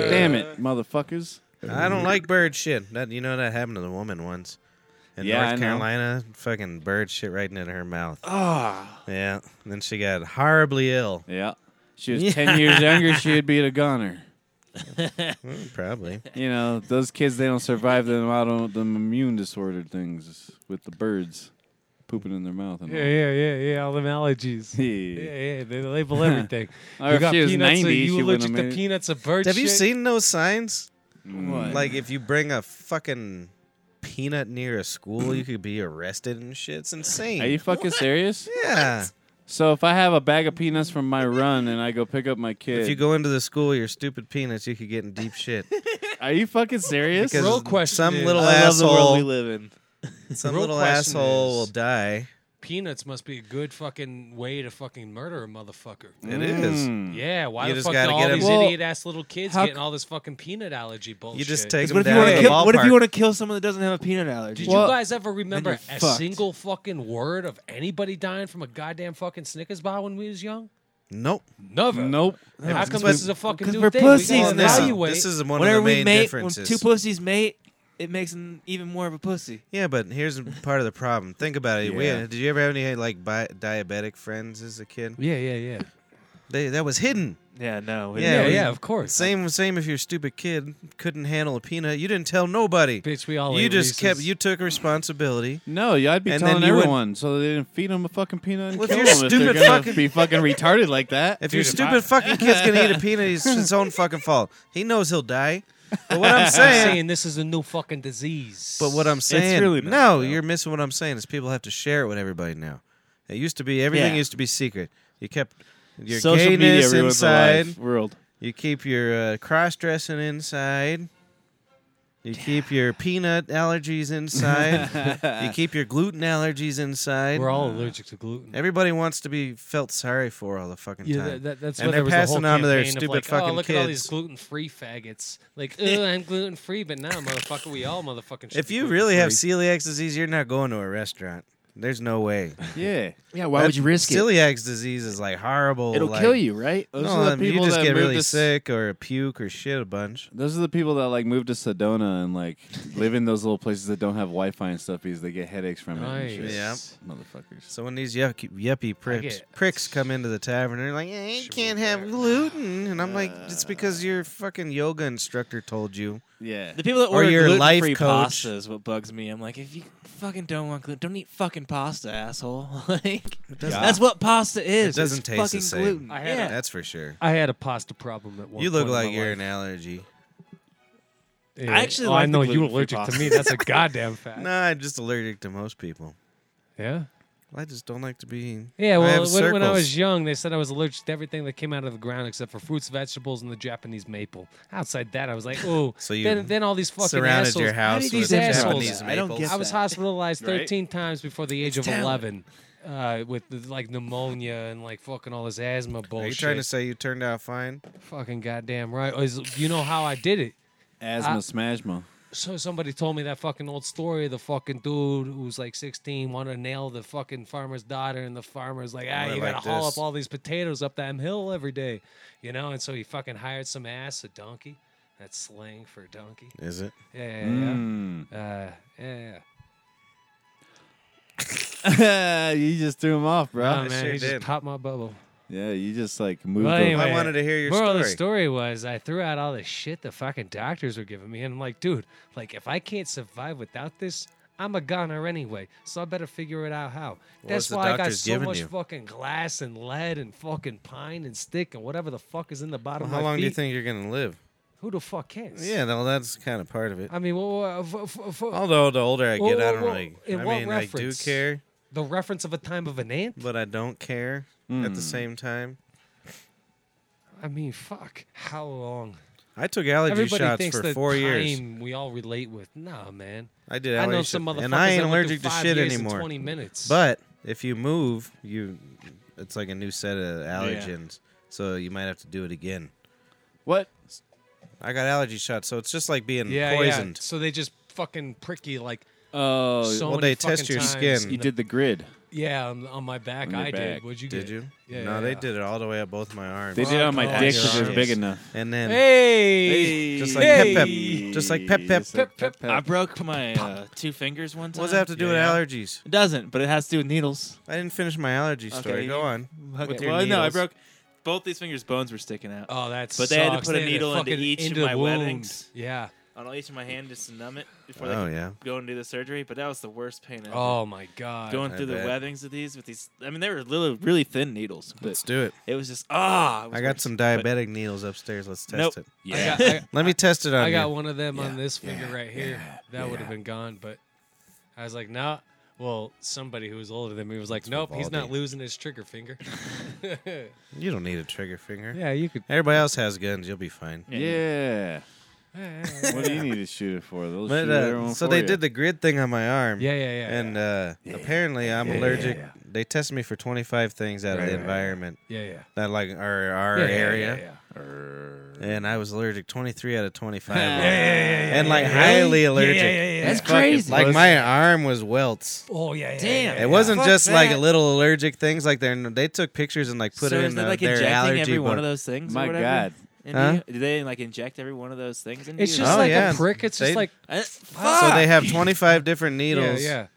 Speaker 4: damn it, motherfuckers.
Speaker 2: I don't like bird shit. That you know that happened to the woman once in
Speaker 4: Yeah, I
Speaker 2: North
Speaker 4: know.
Speaker 2: Carolina. Fucking bird shit right into her mouth. Ah. Yeah. And then she got horribly ill.
Speaker 4: Yeah, she was ten years younger. She'd be a goner.
Speaker 2: Probably.
Speaker 4: you know, those kids they don't survive them auto them immune disorder things with the birds pooping in their mouth and
Speaker 3: Yeah, yeah, yeah, yeah. All them allergies.
Speaker 4: all.
Speaker 3: Yeah, yeah. They label everything.
Speaker 4: Or
Speaker 3: You
Speaker 4: if she was
Speaker 1: uh,
Speaker 3: peanuts, are
Speaker 4: 90,
Speaker 3: you
Speaker 4: she wouldn't
Speaker 3: allergic
Speaker 4: have
Speaker 3: to
Speaker 4: made it.
Speaker 3: peanuts or bird
Speaker 2: Have you
Speaker 3: shit?
Speaker 2: seen those signs?
Speaker 4: What?
Speaker 2: Like if you bring a fucking peanut near a school, you could be arrested and shit. It's insane.
Speaker 4: Are you fucking serious?
Speaker 2: yeah.
Speaker 4: So if I have a bag of peanuts from my run and I go pick up my kid,
Speaker 2: If you go into the school, with your stupid peanuts, you could get in deep shit.
Speaker 4: are you fucking serious?
Speaker 2: Because
Speaker 1: Real question
Speaker 2: some
Speaker 1: is-
Speaker 2: little
Speaker 5: I love the world we
Speaker 2: asshole,
Speaker 5: live in.
Speaker 2: some
Speaker 1: Real
Speaker 2: little
Speaker 1: question
Speaker 2: asshole
Speaker 1: is-
Speaker 2: will die.
Speaker 1: Peanuts must be a good fucking way to fucking murder a motherfucker.
Speaker 2: It is.
Speaker 4: Mm.
Speaker 1: Yeah, why
Speaker 2: You
Speaker 1: the
Speaker 2: just
Speaker 1: fuck
Speaker 2: gotta
Speaker 1: do all
Speaker 2: get 'em-
Speaker 1: these
Speaker 5: Well,
Speaker 1: idiot ass little kids
Speaker 5: how
Speaker 1: getting all this fucking peanut allergy bullshit?
Speaker 2: You just take
Speaker 5: 'Cause
Speaker 2: them
Speaker 5: what if you
Speaker 2: down
Speaker 5: want
Speaker 2: to
Speaker 5: to
Speaker 2: the
Speaker 5: kill? What if
Speaker 2: ballpark.
Speaker 5: you want to kill someone that doesn't have a peanut allergy?
Speaker 1: Did
Speaker 4: Well,
Speaker 1: you guys ever remember
Speaker 5: you're
Speaker 1: a
Speaker 5: fucked.
Speaker 1: single fucking word of anybody dying from a goddamn fucking Snickers bar when we was young?
Speaker 2: Nope.
Speaker 1: Never.
Speaker 4: Nope.
Speaker 1: How come
Speaker 2: we-
Speaker 1: this is a fucking
Speaker 5: 'cause
Speaker 1: new
Speaker 5: we're
Speaker 1: thing? We gotta
Speaker 5: pussies now.
Speaker 2: this,
Speaker 1: evaluate.
Speaker 2: this is one
Speaker 5: Whenever
Speaker 2: of the
Speaker 5: we
Speaker 2: main
Speaker 5: mate, when
Speaker 2: differences.
Speaker 5: two pussies mate, it makes them even more of a pussy.
Speaker 2: yeah, but here's part of the problem. Think about it. We
Speaker 4: Yeah.
Speaker 2: did you ever have any like bi- diabetic friends as a kid?
Speaker 1: yeah, yeah, yeah.
Speaker 2: They, that was hidden.
Speaker 5: Yeah, no.
Speaker 2: Yeah,
Speaker 1: Yeah,
Speaker 2: we-
Speaker 1: yeah, of course.
Speaker 2: Same, same. If your stupid kid couldn't handle a peanut, you didn't tell nobody.
Speaker 1: Bitch, we all
Speaker 2: you
Speaker 1: ate
Speaker 2: just kept.
Speaker 1: Reese's.
Speaker 2: You took responsibility.
Speaker 4: No, yeah, I'd be
Speaker 2: And then
Speaker 4: telling
Speaker 2: you would-
Speaker 4: everyone so they didn't feed them a fucking peanut and
Speaker 2: Well, if
Speaker 4: kill
Speaker 2: you're
Speaker 4: 'em if they're
Speaker 2: stupid
Speaker 4: gonna
Speaker 2: fucking-
Speaker 4: be fucking retarded like that.
Speaker 2: If your
Speaker 7: Dude, if
Speaker 2: stupid
Speaker 7: I-
Speaker 2: fucking kid's gonna eat a peanut, it's his own fucking fault. He knows he'll die. But what I'm
Speaker 1: I'm
Speaker 2: saying,
Speaker 1: saying this is a new fucking disease.
Speaker 2: but what I'm saying,
Speaker 5: really not,
Speaker 2: no,
Speaker 5: though.
Speaker 2: you're missing what I'm saying. Is people have to share it with everybody now. It used to be everything
Speaker 5: Yeah.
Speaker 2: used to be secret. You kept your
Speaker 4: Social media
Speaker 2: gayness
Speaker 4: ruins the life
Speaker 2: inside.
Speaker 4: world.
Speaker 2: You keep your uh, cross dressing inside. You keep your peanut allergies inside. you keep your gluten allergies inside.
Speaker 1: we're all allergic to gluten.
Speaker 2: Everybody wants to be felt sorry for all the fucking
Speaker 1: Yeah,
Speaker 2: time.
Speaker 1: that, that, that's
Speaker 2: and
Speaker 1: what
Speaker 2: they're
Speaker 1: there was
Speaker 2: passing
Speaker 1: a whole
Speaker 2: on to their
Speaker 1: campaign of
Speaker 2: stupid
Speaker 1: like,
Speaker 2: fucking
Speaker 1: oh, look
Speaker 2: kids.
Speaker 1: at all these gluten free faggots. Like, oh, I'm gluten free, but now, motherfucker, we all motherfucking. Should
Speaker 2: If
Speaker 1: be
Speaker 2: you really have
Speaker 1: gluten-free.
Speaker 2: celiac disease, you're not going to a restaurant. There's no way.
Speaker 4: Yeah.
Speaker 8: Yeah, why would you risk it?
Speaker 2: Celiac disease is like horrible.
Speaker 8: It'll
Speaker 2: like-
Speaker 8: kill you, right?
Speaker 4: Those
Speaker 2: no,
Speaker 4: are the
Speaker 2: I mean,
Speaker 4: people
Speaker 2: you just
Speaker 4: that
Speaker 2: get
Speaker 4: moved
Speaker 2: really
Speaker 4: us-
Speaker 2: sick or puke or shit a bunch.
Speaker 4: Those are the people that like move to Sedona and like live in those little places that don't have Wi-Fi and stuff because they get headaches from it. And shit.
Speaker 2: Nice.
Speaker 4: motherfuckers.
Speaker 2: So when these yucky, yuppie pricks,
Speaker 1: get-
Speaker 2: pricks come into the tavern, they're like, eh, "You can't have gluten," and I'm like,
Speaker 1: Uh.
Speaker 2: "It's because your fucking yoga instructor told you."
Speaker 4: Yeah.
Speaker 5: The people that
Speaker 2: Or
Speaker 5: order
Speaker 2: your life
Speaker 5: gluten-free
Speaker 2: coach.
Speaker 5: pasta is what bugs me. I'm like, if you fucking don't want gluten, don't eat fucking pasta, asshole. like, that's what pasta is.
Speaker 2: doesn't
Speaker 5: It's
Speaker 2: taste the
Speaker 5: fucking
Speaker 2: same.
Speaker 5: gluten.
Speaker 1: I had
Speaker 5: yeah.
Speaker 2: That's for sure.
Speaker 1: I had a pasta problem at one.
Speaker 2: You look
Speaker 1: point in my
Speaker 2: like you're
Speaker 1: life.
Speaker 2: an allergy.
Speaker 1: Yeah.
Speaker 5: I actually
Speaker 1: Oh,
Speaker 5: like
Speaker 1: I
Speaker 5: the
Speaker 1: know you
Speaker 5: gluten-free
Speaker 1: allergic to
Speaker 5: pasta.
Speaker 1: me. That's a goddamn fact.
Speaker 2: No, I'm just allergic to most people.
Speaker 1: Yeah.
Speaker 2: I just don't like to be.
Speaker 1: Yeah,
Speaker 2: I have
Speaker 1: well, when, when I
Speaker 2: circles.
Speaker 1: was young, they said I was allergic to everything that came out of the ground except for fruits, vegetables, and the Japanese maple. Outside that, I was like, oh.
Speaker 2: So you
Speaker 1: then, then all these fucking
Speaker 2: surrounded
Speaker 1: assholes.
Speaker 2: your house
Speaker 5: did
Speaker 2: with
Speaker 5: these
Speaker 2: Japanese
Speaker 1: assholes-
Speaker 2: maples.
Speaker 5: I don't get
Speaker 1: I was
Speaker 5: that.
Speaker 1: hospitalized
Speaker 4: Right?
Speaker 1: 13 times before the age of
Speaker 5: talent.
Speaker 1: 11 uh, with like pneumonia and like fucking all this asthma bullshit.
Speaker 2: Are you trying to say you turned out fine?
Speaker 1: fucking goddamn right? Is- you know how I did it?
Speaker 4: Asthma, smashma.
Speaker 1: So somebody told me that fucking old story of the fucking dude who was like 16, wanted to nail the fucking farmer's daughter, and the farmer's like, ah,
Speaker 2: Went
Speaker 1: you
Speaker 2: like
Speaker 1: gotta haul
Speaker 2: this.
Speaker 1: up all these potatoes up that hill every day, you know? And so he fucking hired some ass, a donkey. That's slang for a donkey.
Speaker 2: Is it?
Speaker 1: Yeah, yeah,
Speaker 2: Hmm.
Speaker 4: Mm.
Speaker 1: yeah. Uh, yeah, yeah.
Speaker 4: you just threw him off, bro.
Speaker 1: Oh, man,
Speaker 2: sure
Speaker 1: he
Speaker 2: did.
Speaker 1: just popped my bubble.
Speaker 4: Yeah, you just like moved.
Speaker 1: Well,
Speaker 4: the-
Speaker 1: anyway.
Speaker 2: I wanted to hear your
Speaker 1: Moral
Speaker 2: story.
Speaker 1: of the story was I threw out all the shit the fucking doctors were giving me, and I'm like, dude, like if I can't survive without this, I'm a goner anyway, so I better figure it out how. That's
Speaker 2: was the
Speaker 1: why I got
Speaker 2: doctors
Speaker 1: so
Speaker 2: giving
Speaker 1: much
Speaker 2: you?
Speaker 1: fucking glass and lead and fucking pine and stick and whatever the fuck is in the bottom
Speaker 2: How
Speaker 1: of my
Speaker 2: long do you
Speaker 1: feet.
Speaker 2: think you're gonna live?
Speaker 1: Who the fuck cares?
Speaker 2: Yeah, no, that's kind of part of it.
Speaker 1: I mean, well, well, f- f- f-
Speaker 2: Although the older I get,
Speaker 1: Well,
Speaker 2: I
Speaker 1: well,
Speaker 2: don't
Speaker 1: well,
Speaker 2: really.
Speaker 1: in
Speaker 2: I
Speaker 1: what
Speaker 2: mean, I do
Speaker 1: reference?
Speaker 2: care,
Speaker 1: the reference of a time of an ant.
Speaker 2: but I don't
Speaker 5: Hmm.
Speaker 2: care at the same time.
Speaker 1: I mean, fuck. How long?
Speaker 2: I took allergy
Speaker 1: Everybody
Speaker 2: shots
Speaker 1: thinks
Speaker 2: for
Speaker 1: that
Speaker 2: four
Speaker 1: pain
Speaker 2: years.
Speaker 1: we all relate with. Nah, man.
Speaker 2: I did
Speaker 1: I
Speaker 2: allergy
Speaker 1: know some
Speaker 2: shit,
Speaker 1: motherfuckers
Speaker 2: and I
Speaker 1: that
Speaker 2: ain't
Speaker 1: went
Speaker 2: allergic
Speaker 1: through
Speaker 2: to
Speaker 1: five
Speaker 2: shit
Speaker 1: years in
Speaker 2: anymore.
Speaker 1: Twenty minutes.
Speaker 2: But if you move, you it's like a new set of allergens, so you might have to do it again.
Speaker 4: What?
Speaker 2: I got allergy shots, so it's just like being
Speaker 1: yeah,
Speaker 2: poisoned.
Speaker 1: yeah. So they just fucking prick you like
Speaker 4: Oh,
Speaker 1: so
Speaker 2: well,
Speaker 1: many
Speaker 2: they test
Speaker 1: fucking
Speaker 2: your
Speaker 1: times.
Speaker 2: skin.
Speaker 4: you did the grid.
Speaker 1: Yeah, on, on my back.
Speaker 4: On your
Speaker 1: I
Speaker 4: back.
Speaker 1: did. What'd you
Speaker 2: Did
Speaker 1: get?
Speaker 2: you?
Speaker 1: Yeah,
Speaker 2: no, they
Speaker 1: yeah.
Speaker 2: did it all the way up both my arms.
Speaker 4: They did it on my
Speaker 1: God.
Speaker 4: dick because it was
Speaker 2: Yes.
Speaker 4: big enough.
Speaker 2: and then
Speaker 1: Hey,
Speaker 2: Just like
Speaker 1: hey.
Speaker 2: pep, pep. Just like pep, pep.
Speaker 4: Just like
Speaker 1: Pep,
Speaker 5: I broke my uh, two fingers one time.
Speaker 2: What does that have to do
Speaker 5: Yeah.
Speaker 2: with allergies?
Speaker 5: It doesn't, but it has to do with needles.
Speaker 2: I didn't finish my allergy story.
Speaker 5: Okay.
Speaker 2: Go on.
Speaker 5: Okay.
Speaker 2: With your
Speaker 5: Well, no, I
Speaker 2: needles.
Speaker 5: broke both these fingers. Bones were sticking out.
Speaker 1: Oh, that's.
Speaker 5: But they had to put a needle into each of my
Speaker 1: wound.
Speaker 5: weddings.
Speaker 1: Yeah.
Speaker 5: on each of my hand just to numb it before
Speaker 2: Oh,
Speaker 5: they could
Speaker 2: yeah.
Speaker 5: go and do the surgery. But that was the worst pain. Ever.
Speaker 1: Oh my god.
Speaker 5: going
Speaker 2: I
Speaker 5: through the
Speaker 2: bet.
Speaker 5: webbings of these with these. I mean, they were little, really thin needles, but
Speaker 2: Let's do it.
Speaker 5: it was just ah. it was
Speaker 2: I got
Speaker 5: worse.
Speaker 2: some diabetic needles upstairs. Let's test
Speaker 5: Nope.
Speaker 2: it.
Speaker 1: I
Speaker 4: Yeah.
Speaker 1: got, I,
Speaker 2: Let me test it on
Speaker 1: I got
Speaker 2: you.
Speaker 1: one of them on
Speaker 5: Yeah,
Speaker 1: this finger right here. that would have been gone, but I was like, nah. Well, somebody who was older than me was like, nope, he's not
Speaker 2: Vivaldi.
Speaker 1: losing his trigger finger.
Speaker 2: You don't need a trigger finger.
Speaker 3: Yeah, you could.
Speaker 2: Everybody else has guns. You'll be fine.
Speaker 5: Yeah.
Speaker 4: Yeah.
Speaker 1: yeah,
Speaker 4: What do you need to shoot it for? They'll
Speaker 2: But,
Speaker 4: shoot
Speaker 2: uh,
Speaker 4: everyone
Speaker 2: so
Speaker 4: for
Speaker 2: they
Speaker 4: you.
Speaker 2: did the grid thing on my arm.
Speaker 1: yeah, yeah.
Speaker 2: And uh, apparently I'm allergic. They tested me for 25 things out of the environment
Speaker 1: yeah, yeah.
Speaker 2: that like our our
Speaker 1: Yeah, yeah,
Speaker 2: area,
Speaker 1: yeah, yeah.
Speaker 2: and I was allergic 23 out of 25,
Speaker 5: Yeah,
Speaker 2: of them. and like highly allergic.
Speaker 5: That's crazy.
Speaker 2: Like my arm was welts.
Speaker 1: Oh yeah, yeah.
Speaker 5: Damn.
Speaker 1: yeah,
Speaker 2: It wasn't
Speaker 5: Fuck
Speaker 2: just like
Speaker 5: that.
Speaker 2: little allergic things. Like they they took pictures and like put
Speaker 5: so
Speaker 2: it
Speaker 5: is
Speaker 2: in
Speaker 5: they,
Speaker 2: the,
Speaker 5: like
Speaker 2: their
Speaker 5: injecting
Speaker 2: allergy
Speaker 5: every one
Speaker 2: book.
Speaker 5: of those things. or
Speaker 4: My
Speaker 5: whatever
Speaker 4: God.
Speaker 5: into
Speaker 2: Huh?
Speaker 5: you? Do they like inject every one of those things into
Speaker 1: It's
Speaker 5: you?
Speaker 1: just
Speaker 2: Oh,
Speaker 1: like
Speaker 2: yeah.
Speaker 1: a prick. It's just
Speaker 2: They-
Speaker 1: like
Speaker 5: Uh,
Speaker 2: So they
Speaker 5: fuck!
Speaker 2: have 25 different needles
Speaker 1: Yeah, yeah.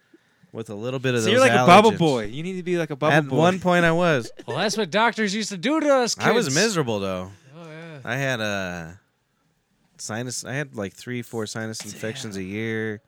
Speaker 2: with a little bit of
Speaker 5: So
Speaker 2: those
Speaker 5: you're like a bubble
Speaker 2: allergens.
Speaker 5: boy. You need to be like a bubble
Speaker 2: At
Speaker 5: boy.
Speaker 2: one point, I was.
Speaker 1: Well, that's what doctors used to do to us. Kids.
Speaker 2: I was miserable though.
Speaker 1: Oh yeah.
Speaker 2: I had a sinus. I had like three, four sinus infections a year.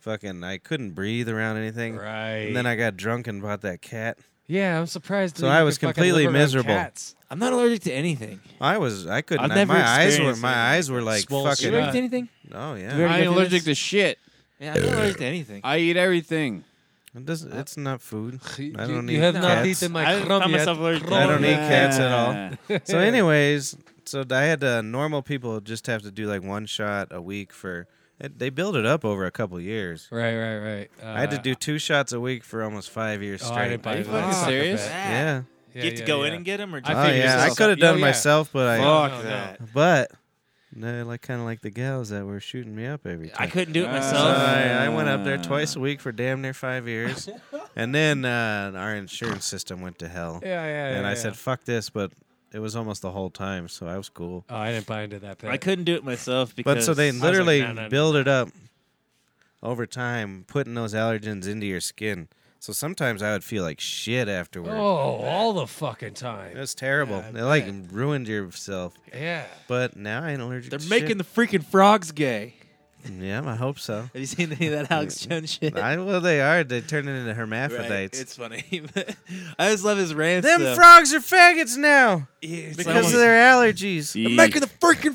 Speaker 2: Fucking, I couldn't breathe around anything.
Speaker 1: Right.
Speaker 2: And then I got drunk and bought that cat.
Speaker 1: yeah, I'm surprised.
Speaker 2: So
Speaker 1: that
Speaker 2: I
Speaker 1: you
Speaker 2: was
Speaker 1: can fucking
Speaker 2: completely
Speaker 1: live around
Speaker 2: miserable.
Speaker 1: Cats.
Speaker 5: I'm not allergic to anything.
Speaker 2: I was. I couldn't.
Speaker 5: I've never
Speaker 2: my eyes were.
Speaker 5: experienced
Speaker 2: My
Speaker 5: anything.
Speaker 2: eyes were like
Speaker 1: Swole
Speaker 5: You
Speaker 2: fucking.
Speaker 1: shit.
Speaker 5: allergic to anything?
Speaker 2: Oh yeah.
Speaker 5: Very-
Speaker 4: I ain't
Speaker 5: Ready to go through
Speaker 4: allergic
Speaker 5: this?
Speaker 4: to shit.
Speaker 5: Yeah, I'm not allergic to anything.
Speaker 4: I eat everything.
Speaker 2: It doesn't, it's not food. I
Speaker 1: You-
Speaker 2: don't
Speaker 1: you
Speaker 2: eat
Speaker 1: have not
Speaker 2: cats.
Speaker 1: eaten my
Speaker 5: I didn't
Speaker 1: crumb
Speaker 5: find
Speaker 1: yet.
Speaker 5: myself allergic to
Speaker 2: I don't
Speaker 1: Crumb.
Speaker 2: eat cats at all.
Speaker 4: Yeah.
Speaker 2: So, anyways, so I had to, normal people just have to do like one shot a week for. It, they build it up over a couple years.
Speaker 1: Right, right, right. Uh,
Speaker 2: I had to do two shots a week for almost five years
Speaker 1: Oh,
Speaker 2: straight.
Speaker 1: I didn't buy
Speaker 4: Are you
Speaker 1: that.
Speaker 4: fucking
Speaker 1: Fuck
Speaker 4: serious?
Speaker 1: that.
Speaker 2: yeah.
Speaker 1: Yeah,
Speaker 5: you have to
Speaker 1: yeah,
Speaker 5: go in
Speaker 1: yeah.
Speaker 5: and get them, or
Speaker 1: I
Speaker 5: just
Speaker 2: Oh
Speaker 1: figured
Speaker 2: yeah, I
Speaker 1: so.
Speaker 2: could have done
Speaker 1: Oh, yeah.
Speaker 2: myself, but I.
Speaker 1: No,
Speaker 5: fuck
Speaker 1: no, no.
Speaker 5: that.
Speaker 2: But no, like kind of like the gals that were shooting me up every time.
Speaker 5: I couldn't do it
Speaker 4: Uh,
Speaker 2: So
Speaker 5: myself.
Speaker 2: I, I went up there
Speaker 1: Uh.
Speaker 2: twice a week for damn near five years, and then uh, our insurance system went to hell.
Speaker 1: Yeah, yeah, yeah.
Speaker 2: and I
Speaker 1: yeah.
Speaker 2: said, "Fuck this," but it was almost the whole time, so I was cool.
Speaker 1: "Oh, I didn't buy into that." Thing.
Speaker 5: I couldn't do it myself because
Speaker 2: But so they
Speaker 5: I was
Speaker 2: literally
Speaker 5: like, "Nah, nah, nah."
Speaker 2: build it up over time, putting those allergens into your skin. So sometimes I would feel like shit afterward.
Speaker 1: Oh, all the fucking
Speaker 2: It
Speaker 1: time.
Speaker 2: was terrible.
Speaker 1: Yeah, I
Speaker 2: it like
Speaker 1: bet.
Speaker 2: ruined yourself.
Speaker 1: Yeah.
Speaker 2: But now I ain't allergic.
Speaker 5: They're
Speaker 2: to
Speaker 5: making the freaking frogs gay.
Speaker 2: the. Yeah, I hope so.
Speaker 5: Have you seen any of that Alex Jones shit?
Speaker 2: I, well, they are. They turn it into
Speaker 5: Right,
Speaker 2: hermaphrodites.
Speaker 5: It's uh, funny. but I just love his rants.
Speaker 2: Them
Speaker 5: though.
Speaker 2: frogs are faggots now
Speaker 5: Yeah, it's
Speaker 2: because
Speaker 5: like-
Speaker 2: of their allergies.
Speaker 5: They're making the freaking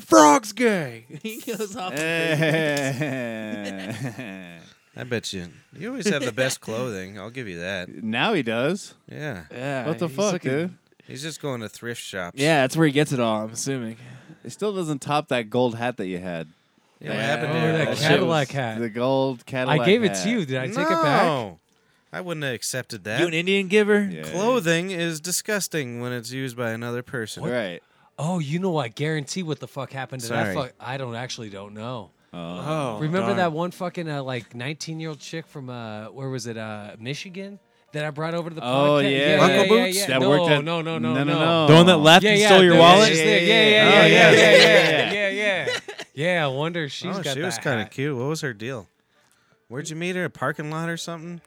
Speaker 5: frogs gay. he goes off.
Speaker 2: I bet you. You always have the best clothing. I'll give you that.
Speaker 4: now he does.
Speaker 2: Yeah.
Speaker 5: yeah,
Speaker 4: What the
Speaker 5: he's
Speaker 4: fuck,
Speaker 5: looking-
Speaker 4: dude?
Speaker 2: He's just going to thrift shops.
Speaker 5: Yeah, that's where he gets it all. I'm assuming.
Speaker 4: It still doesn't top that gold hat that you had.
Speaker 2: You know what happened
Speaker 1: Oh,
Speaker 2: there?
Speaker 1: that
Speaker 4: shit was-
Speaker 1: Cadillac hat.
Speaker 4: The gold Cadillac.
Speaker 1: I gave it
Speaker 4: hat.
Speaker 1: to you. Did I
Speaker 2: no,
Speaker 1: take it back?
Speaker 2: I wouldn't have accepted
Speaker 5: You an
Speaker 2: that.
Speaker 5: Indian giver?
Speaker 4: Yeah.
Speaker 2: Clothing is disgusting when it's used by another person.
Speaker 4: Right.
Speaker 1: Oh, you know I guarantee what the fuck happened to
Speaker 2: Sorry.
Speaker 1: that. Fuck, I don't actually don't know.
Speaker 5: Oh,
Speaker 1: Remember
Speaker 5: darn.
Speaker 1: that one fucking uh, like 19 year old chick from uh, where was it? Uh, Michigan that I brought over to the
Speaker 4: Oh,
Speaker 1: podcast.
Speaker 4: yeah.
Speaker 1: yeah,
Speaker 4: Uncle
Speaker 1: yeah,
Speaker 4: Boots?
Speaker 1: yeah.
Speaker 4: That
Speaker 1: no,
Speaker 4: worked at-
Speaker 1: no, no, no, no,
Speaker 4: No, no, no.
Speaker 5: The one that left
Speaker 1: Yeah,
Speaker 5: and
Speaker 1: yeah,
Speaker 5: stole your
Speaker 1: the-
Speaker 5: wallet.
Speaker 1: Yeah, yeah, yeah, yeah, yeah,
Speaker 2: Oh,
Speaker 1: yeah,
Speaker 2: yeah.
Speaker 1: yeah, yeah, yeah, yeah. Yeah, I wonder if she's
Speaker 2: oh,
Speaker 1: got
Speaker 2: she was
Speaker 1: that
Speaker 2: kind of
Speaker 1: hat.
Speaker 2: cute. What was her deal? Where'd you meet her? A parking lot or something?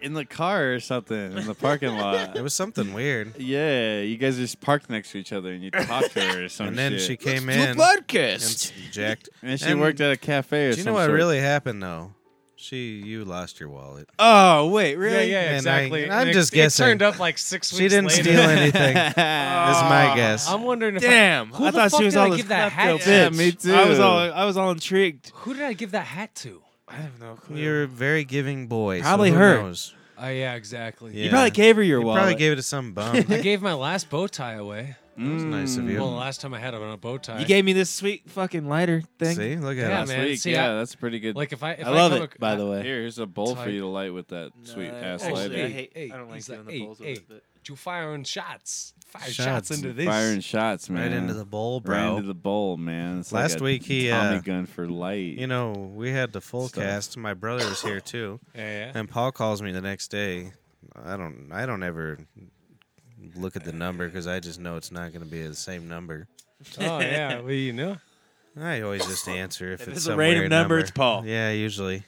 Speaker 4: In the car or something in the parking lot.
Speaker 2: It was something weird.
Speaker 4: Yeah, you guys just parked next to each other and you talked to her or some
Speaker 2: and then
Speaker 4: Oh, shit.
Speaker 2: she came
Speaker 5: The
Speaker 2: in
Speaker 5: podcast.
Speaker 2: and jacked.
Speaker 4: and she
Speaker 2: and-
Speaker 4: worked at a cafe or
Speaker 2: Do you know
Speaker 4: some
Speaker 2: what
Speaker 4: sort.
Speaker 2: really happened though? She, you lost your wallet.
Speaker 5: Oh wait, really?
Speaker 1: Yeah, yeah,
Speaker 2: And I-
Speaker 1: exactly.
Speaker 2: and I'm
Speaker 1: it-
Speaker 2: just
Speaker 1: it
Speaker 2: guessing.
Speaker 1: turned up like six weeks
Speaker 2: She didn't
Speaker 1: later. Ah,
Speaker 2: steal anything. is my guess.
Speaker 1: I'm wondering if I-
Speaker 5: Damn!
Speaker 1: Who
Speaker 5: I
Speaker 1: the
Speaker 5: thought
Speaker 1: fuck
Speaker 5: she was
Speaker 1: did I
Speaker 5: all this
Speaker 1: give that
Speaker 5: klepto
Speaker 1: hat to?
Speaker 5: bitch.
Speaker 4: Yeah, me too.
Speaker 5: I was all I was all intrigued.
Speaker 1: who did I give that hat to?
Speaker 5: I have no clue.
Speaker 2: You're a very giving boy. so
Speaker 5: Probably
Speaker 2: who
Speaker 5: her.
Speaker 2: knows?
Speaker 1: Oh yeah, exactly.
Speaker 2: Yeah.
Speaker 5: You probably gave her your
Speaker 2: You
Speaker 5: wallet.
Speaker 2: probably gave it to some bum.
Speaker 1: I gave my last bow tie away.
Speaker 2: That was nice
Speaker 4: Mm,
Speaker 2: of you.
Speaker 1: Well, the last time I had it on a bow tie.
Speaker 5: You gave me this sweet fucking lighter thing.
Speaker 2: See, look
Speaker 1: Yeah,
Speaker 2: at
Speaker 4: Last
Speaker 2: us.
Speaker 1: man,
Speaker 4: week,
Speaker 1: see,
Speaker 4: yeah,
Speaker 1: I-
Speaker 4: that's pretty good.
Speaker 1: like if I if
Speaker 5: I love
Speaker 1: come
Speaker 5: it,
Speaker 1: ac-
Speaker 5: by the
Speaker 1: I-
Speaker 5: way.
Speaker 4: Here, here's a bowl for
Speaker 1: Tight.
Speaker 4: you to light with that sweet ass
Speaker 1: actually,
Speaker 4: light.
Speaker 1: actually, I
Speaker 4: Hey,
Speaker 1: hate- I don't like doing the bowls with it, You firing shots. Fire shots,
Speaker 2: Shots.
Speaker 1: into this.
Speaker 4: Firing shots, man.
Speaker 2: Right into the bowl, bro.
Speaker 4: Right into the bowl, man. It's
Speaker 2: Last
Speaker 4: like a
Speaker 2: week he,
Speaker 4: Tommy
Speaker 2: uh,
Speaker 4: gun for light.
Speaker 2: You know, we had the full
Speaker 4: Stuff.
Speaker 2: cast. My brother was here too,
Speaker 1: Yeah, yeah.
Speaker 2: and Paul calls me the next day. I don't, I don't ever look at the number because I just know it's not going to be the same number.
Speaker 3: Oh yeah, well you know.
Speaker 2: I always just answer if,
Speaker 5: If
Speaker 2: it's,
Speaker 5: it's a
Speaker 2: some
Speaker 5: random
Speaker 2: weird
Speaker 5: number, it's Paul.
Speaker 2: Yeah, usually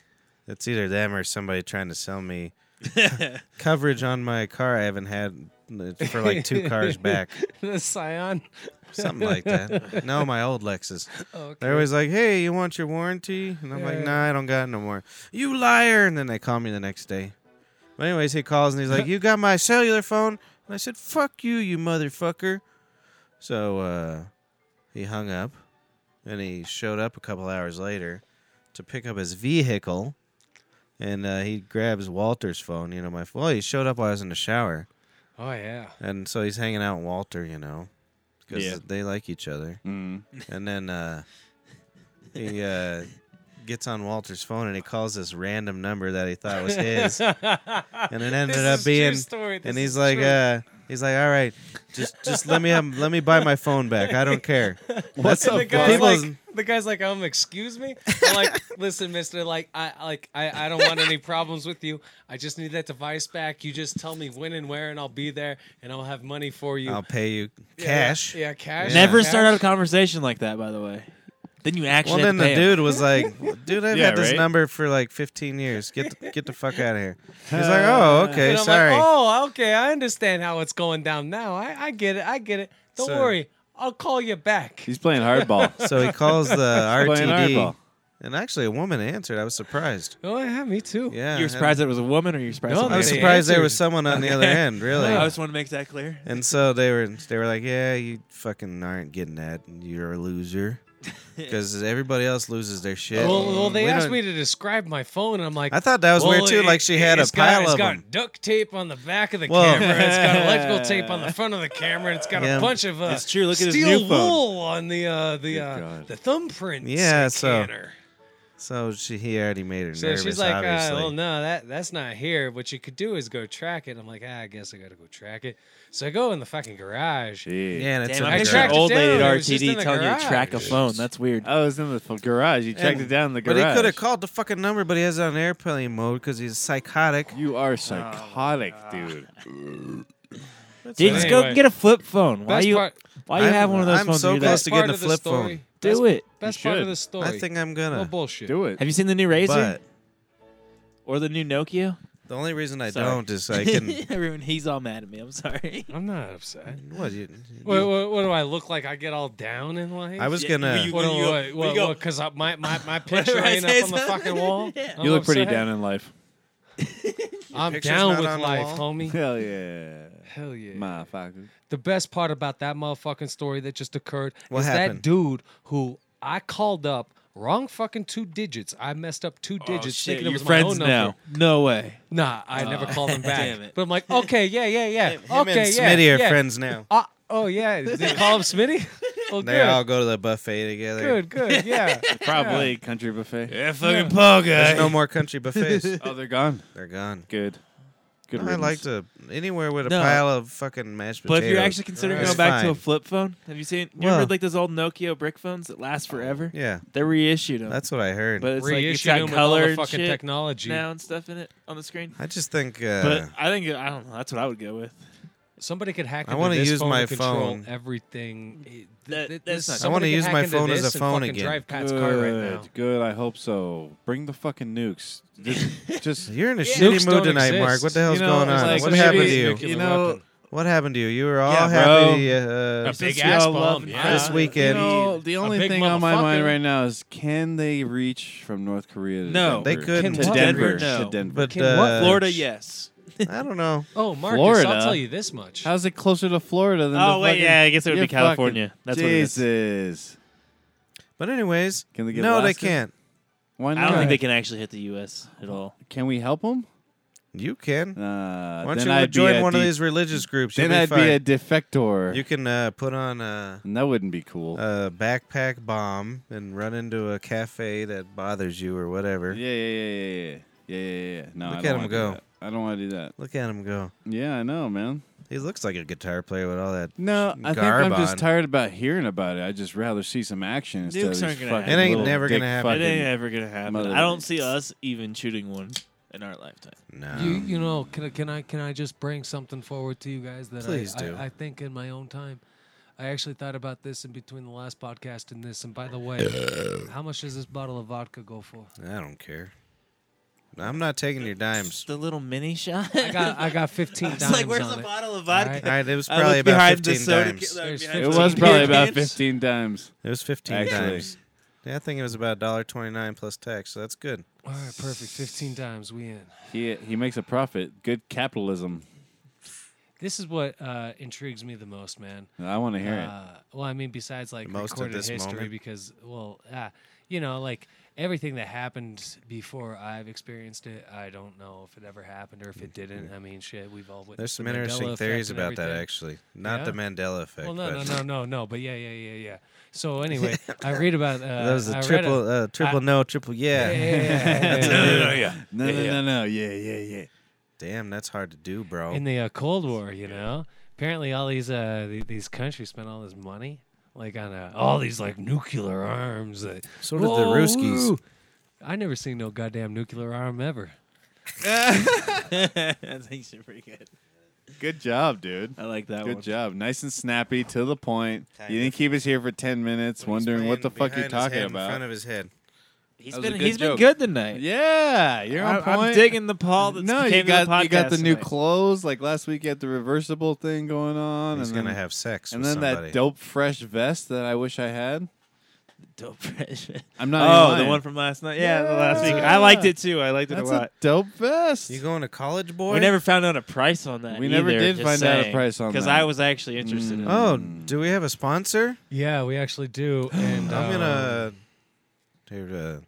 Speaker 2: it's either them or somebody trying to sell me coverage on my car I haven't had uh, for like two cars back,
Speaker 1: the Scion.
Speaker 2: something like that. No, my old Lexus.
Speaker 1: Okay.
Speaker 2: They're always like, "Hey, you want your warranty?" And I'm like,
Speaker 1: Yeah.
Speaker 2: "Nah, I don't got no more." You liar! And then they call me the next day. But anyways, he calls and he's like, "You got my cellular phone?" And I said, "Fuck you, you motherfucker." So uh, he hung up, and he showed up a couple hours later to pick up his vehicle, and uh, he grabs Walter's phone. You know, my well, he showed up while I was in the shower,
Speaker 1: Oh yeah.
Speaker 2: and so he's hanging out with Walter. You know, because
Speaker 4: Yeah.
Speaker 2: they like each other.
Speaker 4: Mm.
Speaker 2: And then uh, he uh, gets on Walter's phone and he calls this random number that he thought was his, and it ended up being. And he's like, uh, he's like, all right, just just let me have, let me buy my phone back. I don't care.
Speaker 4: What's
Speaker 1: And
Speaker 4: up,
Speaker 1: the guy's
Speaker 2: People's-
Speaker 1: like, the guy's like, um, excuse me. I'm like, listen, Mister, like, I, like, I, I don't want any problems with you. I just need that device back. You just tell me when and where, and I'll be there, and I'll have money for you.
Speaker 2: I'll pay you
Speaker 1: Yeah,
Speaker 2: cash.
Speaker 1: Yeah, cash.
Speaker 5: Um, Never
Speaker 1: cash.
Speaker 5: start out a conversation like that, by the way. Then you actually.
Speaker 2: Well,
Speaker 5: have
Speaker 2: then
Speaker 5: to
Speaker 2: the
Speaker 5: pay him.
Speaker 2: dude was like, "Dude, I've
Speaker 4: Yeah,
Speaker 2: had this
Speaker 4: right?
Speaker 2: number for like 15 years. Get the, get the fuck out of here." He's like, "Oh, okay,
Speaker 1: And I'm
Speaker 2: sorry."
Speaker 1: like, oh, okay, I understand how it's going down now. I, I get it. I get it. Don't
Speaker 2: So-
Speaker 1: worry, I'll call you back.
Speaker 4: He's playing hardball.
Speaker 2: So he calls the
Speaker 4: playing
Speaker 2: RTD,
Speaker 4: hardball.
Speaker 2: and actually, a woman answered. I was surprised.
Speaker 1: oh yeah, me too.
Speaker 2: Yeah,
Speaker 5: You were
Speaker 2: and-
Speaker 5: surprised that it was a woman, or you were surprised?
Speaker 1: No,
Speaker 5: someone
Speaker 2: I was
Speaker 5: else?
Speaker 1: they
Speaker 2: surprised there was
Speaker 1: answered.
Speaker 2: someone on the other end, really.
Speaker 5: I just want to make that clear.
Speaker 2: and so they were they were like, "Yeah, you fucking aren't getting that. and You're a loser." Because everybody else loses their shit.
Speaker 1: Well, well, they
Speaker 2: We
Speaker 1: asked
Speaker 2: don't-
Speaker 1: me to describe my phone, and I'm like,
Speaker 2: I thought that was
Speaker 1: well,
Speaker 2: weird too.
Speaker 1: it-
Speaker 2: like she
Speaker 1: it-
Speaker 2: had a
Speaker 1: it's got-
Speaker 2: pile of
Speaker 1: It's
Speaker 2: them.
Speaker 1: got duct tape on the back of the
Speaker 2: Well-
Speaker 1: camera. It's got electrical tape on the front of the camera. and It's got
Speaker 2: Yeah.
Speaker 1: a bunch of uh,
Speaker 5: It's true, look at his
Speaker 1: steel
Speaker 5: new phone.
Speaker 1: wool on the uh, the
Speaker 4: Good
Speaker 1: uh,
Speaker 4: God.
Speaker 1: the thumbprint.
Speaker 2: Yeah, so-
Speaker 1: scanner.
Speaker 2: So she, he already made her
Speaker 1: So
Speaker 2: nervous.
Speaker 1: she's like, uh,
Speaker 2: obviously.
Speaker 1: "Well, no, that that's not here. What you could do is go track it." I'm like, ah, "I guess I gotta go track it." So I go in the fucking garage.
Speaker 4: Shit.
Speaker 2: yeah, and it's
Speaker 5: Damn,
Speaker 2: in
Speaker 1: I
Speaker 5: I
Speaker 2: the
Speaker 5: picture
Speaker 1: tracked
Speaker 5: an
Speaker 1: it
Speaker 2: garage.
Speaker 5: old lady
Speaker 1: down. It
Speaker 5: at
Speaker 1: was just in
Speaker 5: RTD
Speaker 1: the
Speaker 5: telling you to track a
Speaker 1: garage.
Speaker 5: phone. That's weird.
Speaker 4: Oh, it was in the f- garage. You checked
Speaker 2: And-
Speaker 4: it down in the
Speaker 2: But
Speaker 4: garage.
Speaker 2: he could have called the fucking number, but he has it on airplane mode because he's psychotic.
Speaker 4: You
Speaker 1: Oh
Speaker 4: are psychotic, dude.
Speaker 5: Dude, just
Speaker 1: Anyway.
Speaker 5: go get a flip phone. Why
Speaker 1: Best
Speaker 5: you?
Speaker 1: part-
Speaker 5: why you
Speaker 2: I'm-
Speaker 5: have one of those
Speaker 2: I'm
Speaker 5: phones?
Speaker 2: so
Speaker 5: to do
Speaker 2: close
Speaker 5: that?
Speaker 2: to getting
Speaker 1: part
Speaker 2: a
Speaker 1: of the
Speaker 2: flip
Speaker 1: story.
Speaker 2: phone.
Speaker 1: Best-
Speaker 5: Do it.
Speaker 1: Best
Speaker 4: You
Speaker 1: part of
Speaker 4: should.
Speaker 1: the story.
Speaker 2: I think uh, I'm
Speaker 1: no
Speaker 2: gonna.
Speaker 1: bullshit.
Speaker 4: Do it.
Speaker 5: Have you seen the new Razor
Speaker 2: But
Speaker 5: or the new Nokia?
Speaker 2: the only reason I
Speaker 5: Sorry.
Speaker 2: don't is I can.
Speaker 5: Everyone, he's all mad at me. I'm sorry.
Speaker 1: I'm not upset.
Speaker 2: what you?
Speaker 1: What, what, what do I look like? I get all down in life.
Speaker 2: I was
Speaker 5: Yeah,
Speaker 2: gonna.
Speaker 5: will you-
Speaker 1: What? do-
Speaker 5: you go-
Speaker 1: What?
Speaker 5: you
Speaker 1: What?
Speaker 5: go-
Speaker 1: what, Because my my my picture
Speaker 5: Whatever I
Speaker 1: ain't
Speaker 5: say
Speaker 1: up on the
Speaker 5: is-
Speaker 1: fucking wall.
Speaker 5: Yeah.
Speaker 1: I'm
Speaker 4: You look pretty
Speaker 1: upset.
Speaker 4: down in life.
Speaker 1: I'm
Speaker 2: picture's
Speaker 1: down
Speaker 2: not
Speaker 1: with
Speaker 2: on the
Speaker 1: life,
Speaker 2: wall?
Speaker 1: homie.
Speaker 4: Hell yeah.
Speaker 1: Hell yeah.
Speaker 4: Motherfucker.
Speaker 1: The best part about that motherfucking story that just occurred
Speaker 2: What
Speaker 1: is
Speaker 2: happened?
Speaker 1: that dude who I called up wrong fucking two digits. I messed up two digits thinking it
Speaker 5: You're
Speaker 1: was my
Speaker 5: Oh, friends
Speaker 1: own
Speaker 5: now.
Speaker 1: number.
Speaker 5: No way.
Speaker 1: Nah, I never called him back.
Speaker 5: Damn it.
Speaker 1: But I'm like, okay, yeah, yeah, yeah.
Speaker 2: Him
Speaker 1: okay,
Speaker 2: and
Speaker 1: yeah.
Speaker 2: Smitty are
Speaker 1: yeah.
Speaker 2: friends now.
Speaker 1: Uh, oh yeah, did they call him Smitty? Well,
Speaker 2: They
Speaker 1: good.
Speaker 2: all go to the buffet together.
Speaker 1: good, good, yeah.
Speaker 4: Probably country buffet.
Speaker 5: Yeah, fucking Paul guy.
Speaker 2: There's no more country buffets.
Speaker 4: Oh, they're gone.
Speaker 2: They're gone.
Speaker 4: Good. Good.
Speaker 2: I
Speaker 4: riddance.
Speaker 2: like to anywhere with a
Speaker 5: No.
Speaker 2: pile of fucking mashed
Speaker 5: But
Speaker 2: potatoes.
Speaker 5: if you're actually considering
Speaker 2: It's
Speaker 5: going back to
Speaker 2: fine.
Speaker 5: a flip phone, have you seen? You
Speaker 2: Well-
Speaker 5: remember like those old Nokia brick phones that last forever?
Speaker 2: yeah,
Speaker 5: They reissued them,
Speaker 2: that's what I heard.
Speaker 5: but it's like it's
Speaker 1: Reissued
Speaker 5: got
Speaker 1: him with all
Speaker 5: color
Speaker 1: the
Speaker 5: and
Speaker 1: fucking
Speaker 5: shit
Speaker 1: technology.
Speaker 5: now and stuff in it on the screen.
Speaker 2: I just think uh,
Speaker 5: But I think I don't know. That's what I would go with.
Speaker 1: Somebody could hack.
Speaker 2: I
Speaker 1: into
Speaker 2: wanna
Speaker 1: this
Speaker 2: use
Speaker 1: phone
Speaker 2: my
Speaker 1: to control
Speaker 2: phone.
Speaker 1: Everything. It-
Speaker 5: That-
Speaker 1: th-
Speaker 5: that's
Speaker 1: this-
Speaker 5: not-
Speaker 2: I wanna
Speaker 1: somebody could
Speaker 2: use
Speaker 1: hack
Speaker 2: my
Speaker 1: into
Speaker 2: phone as
Speaker 1: this
Speaker 2: a
Speaker 1: and
Speaker 2: phone
Speaker 1: fucking
Speaker 2: again.
Speaker 1: Drive Pat's
Speaker 4: good.
Speaker 1: car right now.
Speaker 4: Good. I hope so. Bring the fucking nukes. Just, just
Speaker 2: you're in a
Speaker 1: Nukes
Speaker 2: shitty
Speaker 1: don't
Speaker 2: mood tonight,
Speaker 1: exist.
Speaker 2: Mark. What the hell's
Speaker 4: You know,
Speaker 2: going
Speaker 4: it's
Speaker 2: on?
Speaker 4: like
Speaker 2: what
Speaker 4: maybe-
Speaker 2: happened to you?
Speaker 1: nuclear
Speaker 4: you know,
Speaker 1: weapon.
Speaker 2: What happened to you? You were all
Speaker 4: Yeah,
Speaker 2: happy uh,
Speaker 1: a big
Speaker 5: we
Speaker 1: ass
Speaker 5: all love
Speaker 1: bomb.
Speaker 5: him.
Speaker 1: Yeah.
Speaker 2: this weekend.
Speaker 4: You know, the only
Speaker 1: big
Speaker 4: thing on my mind
Speaker 1: motherfucker.
Speaker 4: right now is can they reach from North Korea to
Speaker 5: No.
Speaker 4: Denver?
Speaker 2: They couldn't.
Speaker 4: To
Speaker 1: Can what?
Speaker 4: Denver.
Speaker 5: Denver, no.
Speaker 4: To Denver.
Speaker 2: but
Speaker 1: Can-
Speaker 2: uh,
Speaker 1: what
Speaker 5: Florida, yes.
Speaker 2: I don't know.
Speaker 1: Oh, Marcus, I'll
Speaker 4: Florida?
Speaker 1: tell you this much.
Speaker 4: How's it closer to Florida than
Speaker 5: Oh
Speaker 4: to
Speaker 5: wait,
Speaker 4: fucking-
Speaker 5: yeah, I guess it would be
Speaker 4: You're fucking-
Speaker 5: California. That's what it is.
Speaker 4: Jesus.
Speaker 2: But anyways,
Speaker 4: Can they get
Speaker 2: no, they
Speaker 4: Alaska?
Speaker 2: can't.
Speaker 4: Why
Speaker 5: I
Speaker 4: not?
Speaker 5: don't think they can actually hit the U.S. at all.
Speaker 4: Can we help them?
Speaker 2: You can.
Speaker 4: Uh,
Speaker 2: Why don't
Speaker 4: then
Speaker 2: you
Speaker 4: I'd be
Speaker 2: join
Speaker 4: a
Speaker 2: one of
Speaker 4: de-
Speaker 2: these religious groups? You'll
Speaker 4: Then I'd
Speaker 2: fine.
Speaker 4: be a defector.
Speaker 2: You Uh, can uh, put on a,
Speaker 4: and that wouldn't be cool.
Speaker 2: a backpack bomb and run into a cafe that bothers you or whatever.
Speaker 4: yeah, yeah, yeah, yeah, yeah, yeah, yeah, yeah. No,
Speaker 2: Look
Speaker 4: I don't
Speaker 2: at him
Speaker 4: wanna do
Speaker 2: go.
Speaker 4: that. I don't want to do that.
Speaker 2: Look at him go.
Speaker 4: Yeah, I know, man.
Speaker 2: He looks like a guitar player with all that.
Speaker 4: No, I think
Speaker 2: Garb
Speaker 4: I'm just
Speaker 2: on.
Speaker 4: tired about hearing about it. I just rather see some action instead
Speaker 5: Nukes
Speaker 4: of
Speaker 5: aren't
Speaker 4: these
Speaker 5: gonna
Speaker 4: fucking
Speaker 5: happen. It ain't
Speaker 4: little
Speaker 2: never gonna
Speaker 4: dick
Speaker 2: happen.
Speaker 5: It ain't
Speaker 4: fucking-
Speaker 5: ever gonna happen.
Speaker 4: mother
Speaker 5: I don't
Speaker 4: bitch.
Speaker 5: see us even shooting one in our lifetime.
Speaker 2: No.
Speaker 1: You you know can I can I can I just bring something forward to you guys that I-
Speaker 2: Please
Speaker 1: I,
Speaker 2: do.
Speaker 1: I think in my own time. I actually thought about this in between the last podcast and this. And by the way, how much does this bottle of vodka go for?
Speaker 2: I don't care. I'm not taking your dimes.
Speaker 5: The little mini shot.
Speaker 1: I got I got 15
Speaker 5: It's
Speaker 1: dimes
Speaker 5: like, where's
Speaker 1: on
Speaker 5: the
Speaker 1: it.
Speaker 5: bottle of
Speaker 1: All
Speaker 5: vodka?
Speaker 1: right?
Speaker 2: All right, it was
Speaker 5: I
Speaker 2: probably
Speaker 5: look
Speaker 2: about
Speaker 5: behind the
Speaker 2: 15
Speaker 5: soda
Speaker 2: dimes.
Speaker 5: ca- uh,
Speaker 1: There's
Speaker 5: behind
Speaker 4: It
Speaker 5: the
Speaker 4: was
Speaker 5: beer
Speaker 4: probably about
Speaker 5: cans.
Speaker 4: 15 dimes.
Speaker 2: It was 15
Speaker 4: Actually.
Speaker 2: dimes. Yeah, I think it was about $1.29 plus tax, so that's good.
Speaker 1: All right, perfect. 15 dimes. We in.
Speaker 4: He he makes a profit. Good capitalism.
Speaker 1: This is what uh, intrigues me the most, man.
Speaker 4: I want to hear
Speaker 5: Ah,
Speaker 4: it.
Speaker 1: Uh, well, I mean, besides like
Speaker 2: The most at
Speaker 1: recorded
Speaker 2: this
Speaker 1: history,
Speaker 2: moment?
Speaker 1: because well, uh, you know, like everything that happened before I've experienced it, I don't know if it ever happened or if it didn't. I mean, shit, we've all witnessed.
Speaker 2: There's some
Speaker 1: the Mandela
Speaker 2: interesting
Speaker 1: effect
Speaker 2: theories
Speaker 1: and
Speaker 2: about that,
Speaker 1: everything.
Speaker 2: actually. Not
Speaker 1: Yeah?
Speaker 2: the Mandela effect.
Speaker 1: Well, no, no,
Speaker 2: but
Speaker 1: no, no, no, but yeah, yeah, yeah, yeah. So anyway, I read about uh,
Speaker 2: That was the
Speaker 1: I read a-
Speaker 2: triple, uh, triple
Speaker 1: I-
Speaker 2: no, triple yeah.
Speaker 1: Yeah, yeah, yeah, yeah, yeah.
Speaker 4: No, no, no, no. Yeah, yeah, yeah.
Speaker 2: Damn, that's hard to do, bro.
Speaker 1: in the uh, Cold War, you know. Apparently, all these uh, th- these countries spent all this money, like on uh, all these like nuclear arms. That,
Speaker 2: So did the
Speaker 1: Whoa,
Speaker 2: Ruskies.
Speaker 1: woo. I never seen no goddamn nuclear arm ever.
Speaker 5: I think she's pretty good.
Speaker 4: Good job, dude.
Speaker 5: I like that
Speaker 4: Good
Speaker 5: one.
Speaker 4: job. Nice and snappy, to the point.
Speaker 2: Kind
Speaker 4: You didn't
Speaker 2: of.
Speaker 4: keep us here for 10 minutes
Speaker 2: He's
Speaker 4: wondering what the
Speaker 2: playing
Speaker 4: fuck you're
Speaker 2: behind his
Speaker 4: talking
Speaker 2: head In
Speaker 4: about.
Speaker 2: front of his head.
Speaker 5: He's
Speaker 4: That was a
Speaker 5: been
Speaker 4: good
Speaker 5: he's been
Speaker 4: joke.
Speaker 5: good tonight.
Speaker 4: yeah, you're on
Speaker 5: I'm,
Speaker 4: point.
Speaker 5: I'm digging the Paul that's
Speaker 4: no, you
Speaker 5: came to
Speaker 4: got
Speaker 5: the
Speaker 4: you got
Speaker 5: podcast
Speaker 4: the new
Speaker 5: tonight.
Speaker 4: clothes. Like last week, you had the reversible thing going on.
Speaker 2: He's
Speaker 4: and
Speaker 2: going to
Speaker 4: then-
Speaker 2: have sex
Speaker 4: And
Speaker 2: with
Speaker 4: then
Speaker 2: somebody.
Speaker 4: that dope fresh vest that I wish I had.
Speaker 5: Dope fresh.
Speaker 4: I'm not. even
Speaker 5: Oh, the
Speaker 4: lying.
Speaker 5: one from last night. Yeah, the
Speaker 4: Yeah.
Speaker 5: last week. I liked it too. I liked it
Speaker 4: That's
Speaker 5: a lot.
Speaker 4: a dope vest.
Speaker 2: you going to college, boy?
Speaker 5: We never found out a price on that.
Speaker 4: We never
Speaker 5: either,
Speaker 4: did
Speaker 5: just
Speaker 4: find out a
Speaker 5: saying,
Speaker 4: price on that.
Speaker 5: I was actually interested. in it.
Speaker 2: Oh,
Speaker 4: Mm.
Speaker 2: do we have a sponsor?
Speaker 1: Yeah, we actually do. And
Speaker 2: I'm
Speaker 1: um,
Speaker 2: gonna here, uh,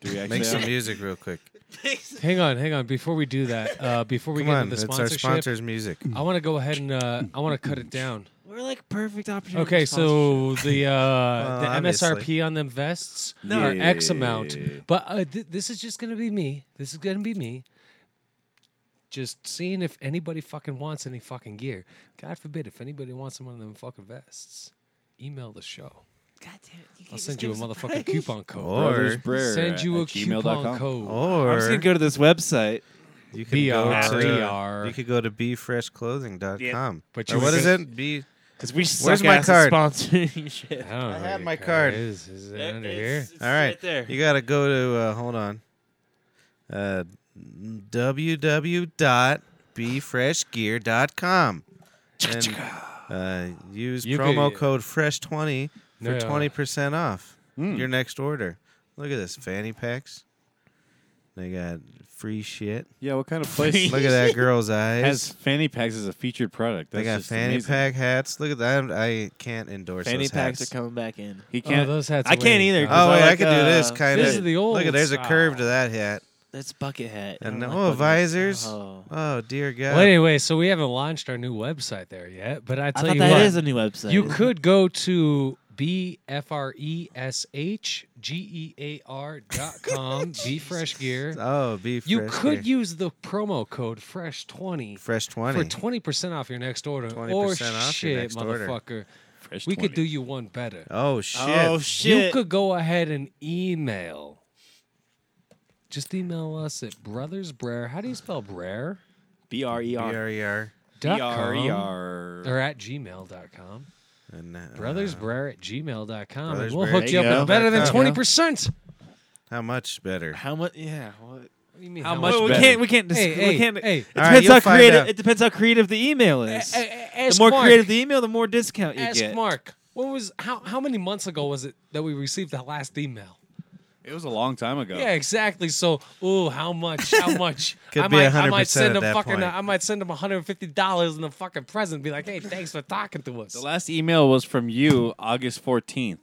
Speaker 4: Do we actually
Speaker 2: make some
Speaker 4: have-
Speaker 2: music real quick.
Speaker 1: um, hang on, hang on. Before we do that, uh, before we
Speaker 2: Come
Speaker 1: get
Speaker 2: on,
Speaker 1: into the
Speaker 2: it's our
Speaker 1: sponsorship,
Speaker 2: sponsor's music.
Speaker 1: I want to go ahead and uh, I want to cut it down.
Speaker 5: We're like perfect opportunity.
Speaker 1: Okay, so the uh, the
Speaker 2: obviously.
Speaker 1: MSRP on them vests
Speaker 5: No.
Speaker 1: are X amount,
Speaker 4: Yeah.
Speaker 1: but uh, th- this is just gonna be me. This is gonna be me. Just seeing if anybody fucking wants any fucking gear. God forbid if anybody wants one of them fucking vests. Email the show.
Speaker 5: God damn it, you
Speaker 1: I'll
Speaker 5: can't
Speaker 1: send
Speaker 5: just
Speaker 1: you a
Speaker 5: give us
Speaker 1: motherfucking
Speaker 5: price.
Speaker 1: coupon code.
Speaker 2: Or
Speaker 4: Brothers Brer
Speaker 1: send you
Speaker 4: at
Speaker 1: a
Speaker 4: gmail.com.
Speaker 1: coupon code.
Speaker 5: I'm just
Speaker 2: or
Speaker 5: gonna go to this website.
Speaker 2: you could go
Speaker 1: BRER.
Speaker 2: to you could go to befreshclothing.com.
Speaker 1: But
Speaker 2: Or
Speaker 1: you
Speaker 2: what
Speaker 1: would
Speaker 2: is
Speaker 1: go-
Speaker 2: it? Be
Speaker 5: Because we
Speaker 2: Where's
Speaker 5: suck
Speaker 2: my
Speaker 5: ass
Speaker 2: card?
Speaker 5: at sponsoring shit.
Speaker 1: I don't know
Speaker 2: I
Speaker 1: where
Speaker 2: had
Speaker 1: your
Speaker 2: my card.
Speaker 1: Is, is it
Speaker 5: There-
Speaker 1: under
Speaker 5: it's-
Speaker 1: here?
Speaker 5: it's
Speaker 2: all right.
Speaker 5: right there.
Speaker 2: You gotta go to uh, hold on. Uh, www.befreshgear.com and uh, use
Speaker 1: You
Speaker 2: promo
Speaker 1: could-
Speaker 2: code fresh twenty for
Speaker 1: Yeah.
Speaker 2: twenty percent off
Speaker 1: Hmm.
Speaker 2: your next order. Look at this fanny packs. They got free shit.
Speaker 4: Yeah, what kind of place
Speaker 2: Look at that girl's eyes.
Speaker 4: has fanny packs as a featured product?
Speaker 2: they
Speaker 4: That's
Speaker 2: got
Speaker 4: just
Speaker 2: fanny
Speaker 4: amazing.
Speaker 2: pack hats. Look at that. I can't endorse
Speaker 5: Fanny
Speaker 2: those
Speaker 5: packs
Speaker 2: hats.
Speaker 5: are coming back in.
Speaker 4: He
Speaker 1: Oh,
Speaker 4: can't.
Speaker 1: those hats
Speaker 5: I can't
Speaker 1: wait.
Speaker 5: either.
Speaker 1: Uh,
Speaker 2: Oh,
Speaker 5: I
Speaker 2: wait, I
Speaker 5: like,
Speaker 2: could do this
Speaker 5: uh,
Speaker 2: kind
Speaker 1: this
Speaker 2: of.
Speaker 1: is the old
Speaker 2: Look at there's a curve to that hat.
Speaker 5: That's bucket hat. I
Speaker 2: And no
Speaker 5: don't like bucket hats.
Speaker 2: visors.
Speaker 5: Oh.
Speaker 2: Oh dear God.
Speaker 1: Well, anyway, so we haven't launched our new website there yet, but I
Speaker 5: I
Speaker 1: tell
Speaker 5: thought
Speaker 1: you
Speaker 5: that
Speaker 1: what,
Speaker 5: is a new website.
Speaker 1: you
Speaker 5: isn't it?
Speaker 1: could go to b f r e s h g e a r dot com, be fresh gear.
Speaker 2: Oh, be fresh.
Speaker 1: You could
Speaker 2: Gear.
Speaker 1: use the promo code fresh twenty
Speaker 2: fresh twenty.
Speaker 1: for twenty percent off your next order.
Speaker 2: 20%
Speaker 1: or
Speaker 2: off your
Speaker 1: shit,
Speaker 2: next order.
Speaker 1: motherfucker, we could do you one better.
Speaker 2: oh shit.
Speaker 5: Oh
Speaker 1: You
Speaker 5: shit!
Speaker 1: could go ahead and email. Just email us at brothers Brer. How do you spell Brer?
Speaker 5: B R E R.
Speaker 2: BRER.
Speaker 1: Dot
Speaker 4: E
Speaker 1: com,
Speaker 4: BRER.
Speaker 1: or at gmail.com.
Speaker 2: And, uh,
Speaker 1: Brothers Brer at gmail.com.
Speaker 2: Brothers
Speaker 1: And we'll
Speaker 2: Brer.
Speaker 1: hook you up
Speaker 5: There you
Speaker 1: with better than
Speaker 2: go. There you
Speaker 1: 20%.
Speaker 2: How much better?
Speaker 5: How much? Yeah. What?
Speaker 1: What do you mean?
Speaker 5: How much?
Speaker 1: better?
Speaker 5: we can't. We can't. Dis-
Speaker 1: Hey,
Speaker 5: we
Speaker 1: hey,
Speaker 5: can't.
Speaker 1: hey.
Speaker 5: It
Speaker 2: All right,
Speaker 5: depends
Speaker 2: you'll
Speaker 5: how
Speaker 2: find
Speaker 5: creative.
Speaker 2: out.
Speaker 5: It depends how creative the email is.
Speaker 1: A- a- ask
Speaker 5: the more
Speaker 1: Mark.
Speaker 5: creative the email, the more discount you
Speaker 1: Ask
Speaker 5: get.
Speaker 1: Mark. What was how how many months ago was it that we received the last email?
Speaker 4: It was a long time
Speaker 2: Oh.
Speaker 4: ago.
Speaker 1: Yeah, exactly. So, ooh, how much? How much?
Speaker 2: Could
Speaker 1: I
Speaker 2: be
Speaker 1: might, I might
Speaker 2: 100%
Speaker 1: send
Speaker 2: at
Speaker 1: him
Speaker 2: that
Speaker 1: fucking.
Speaker 2: point.
Speaker 1: I might send him one hundred and fifty dollars in a fucking present. and Be like, hey, thanks for talking to us.
Speaker 4: The last email was from you, August 14th.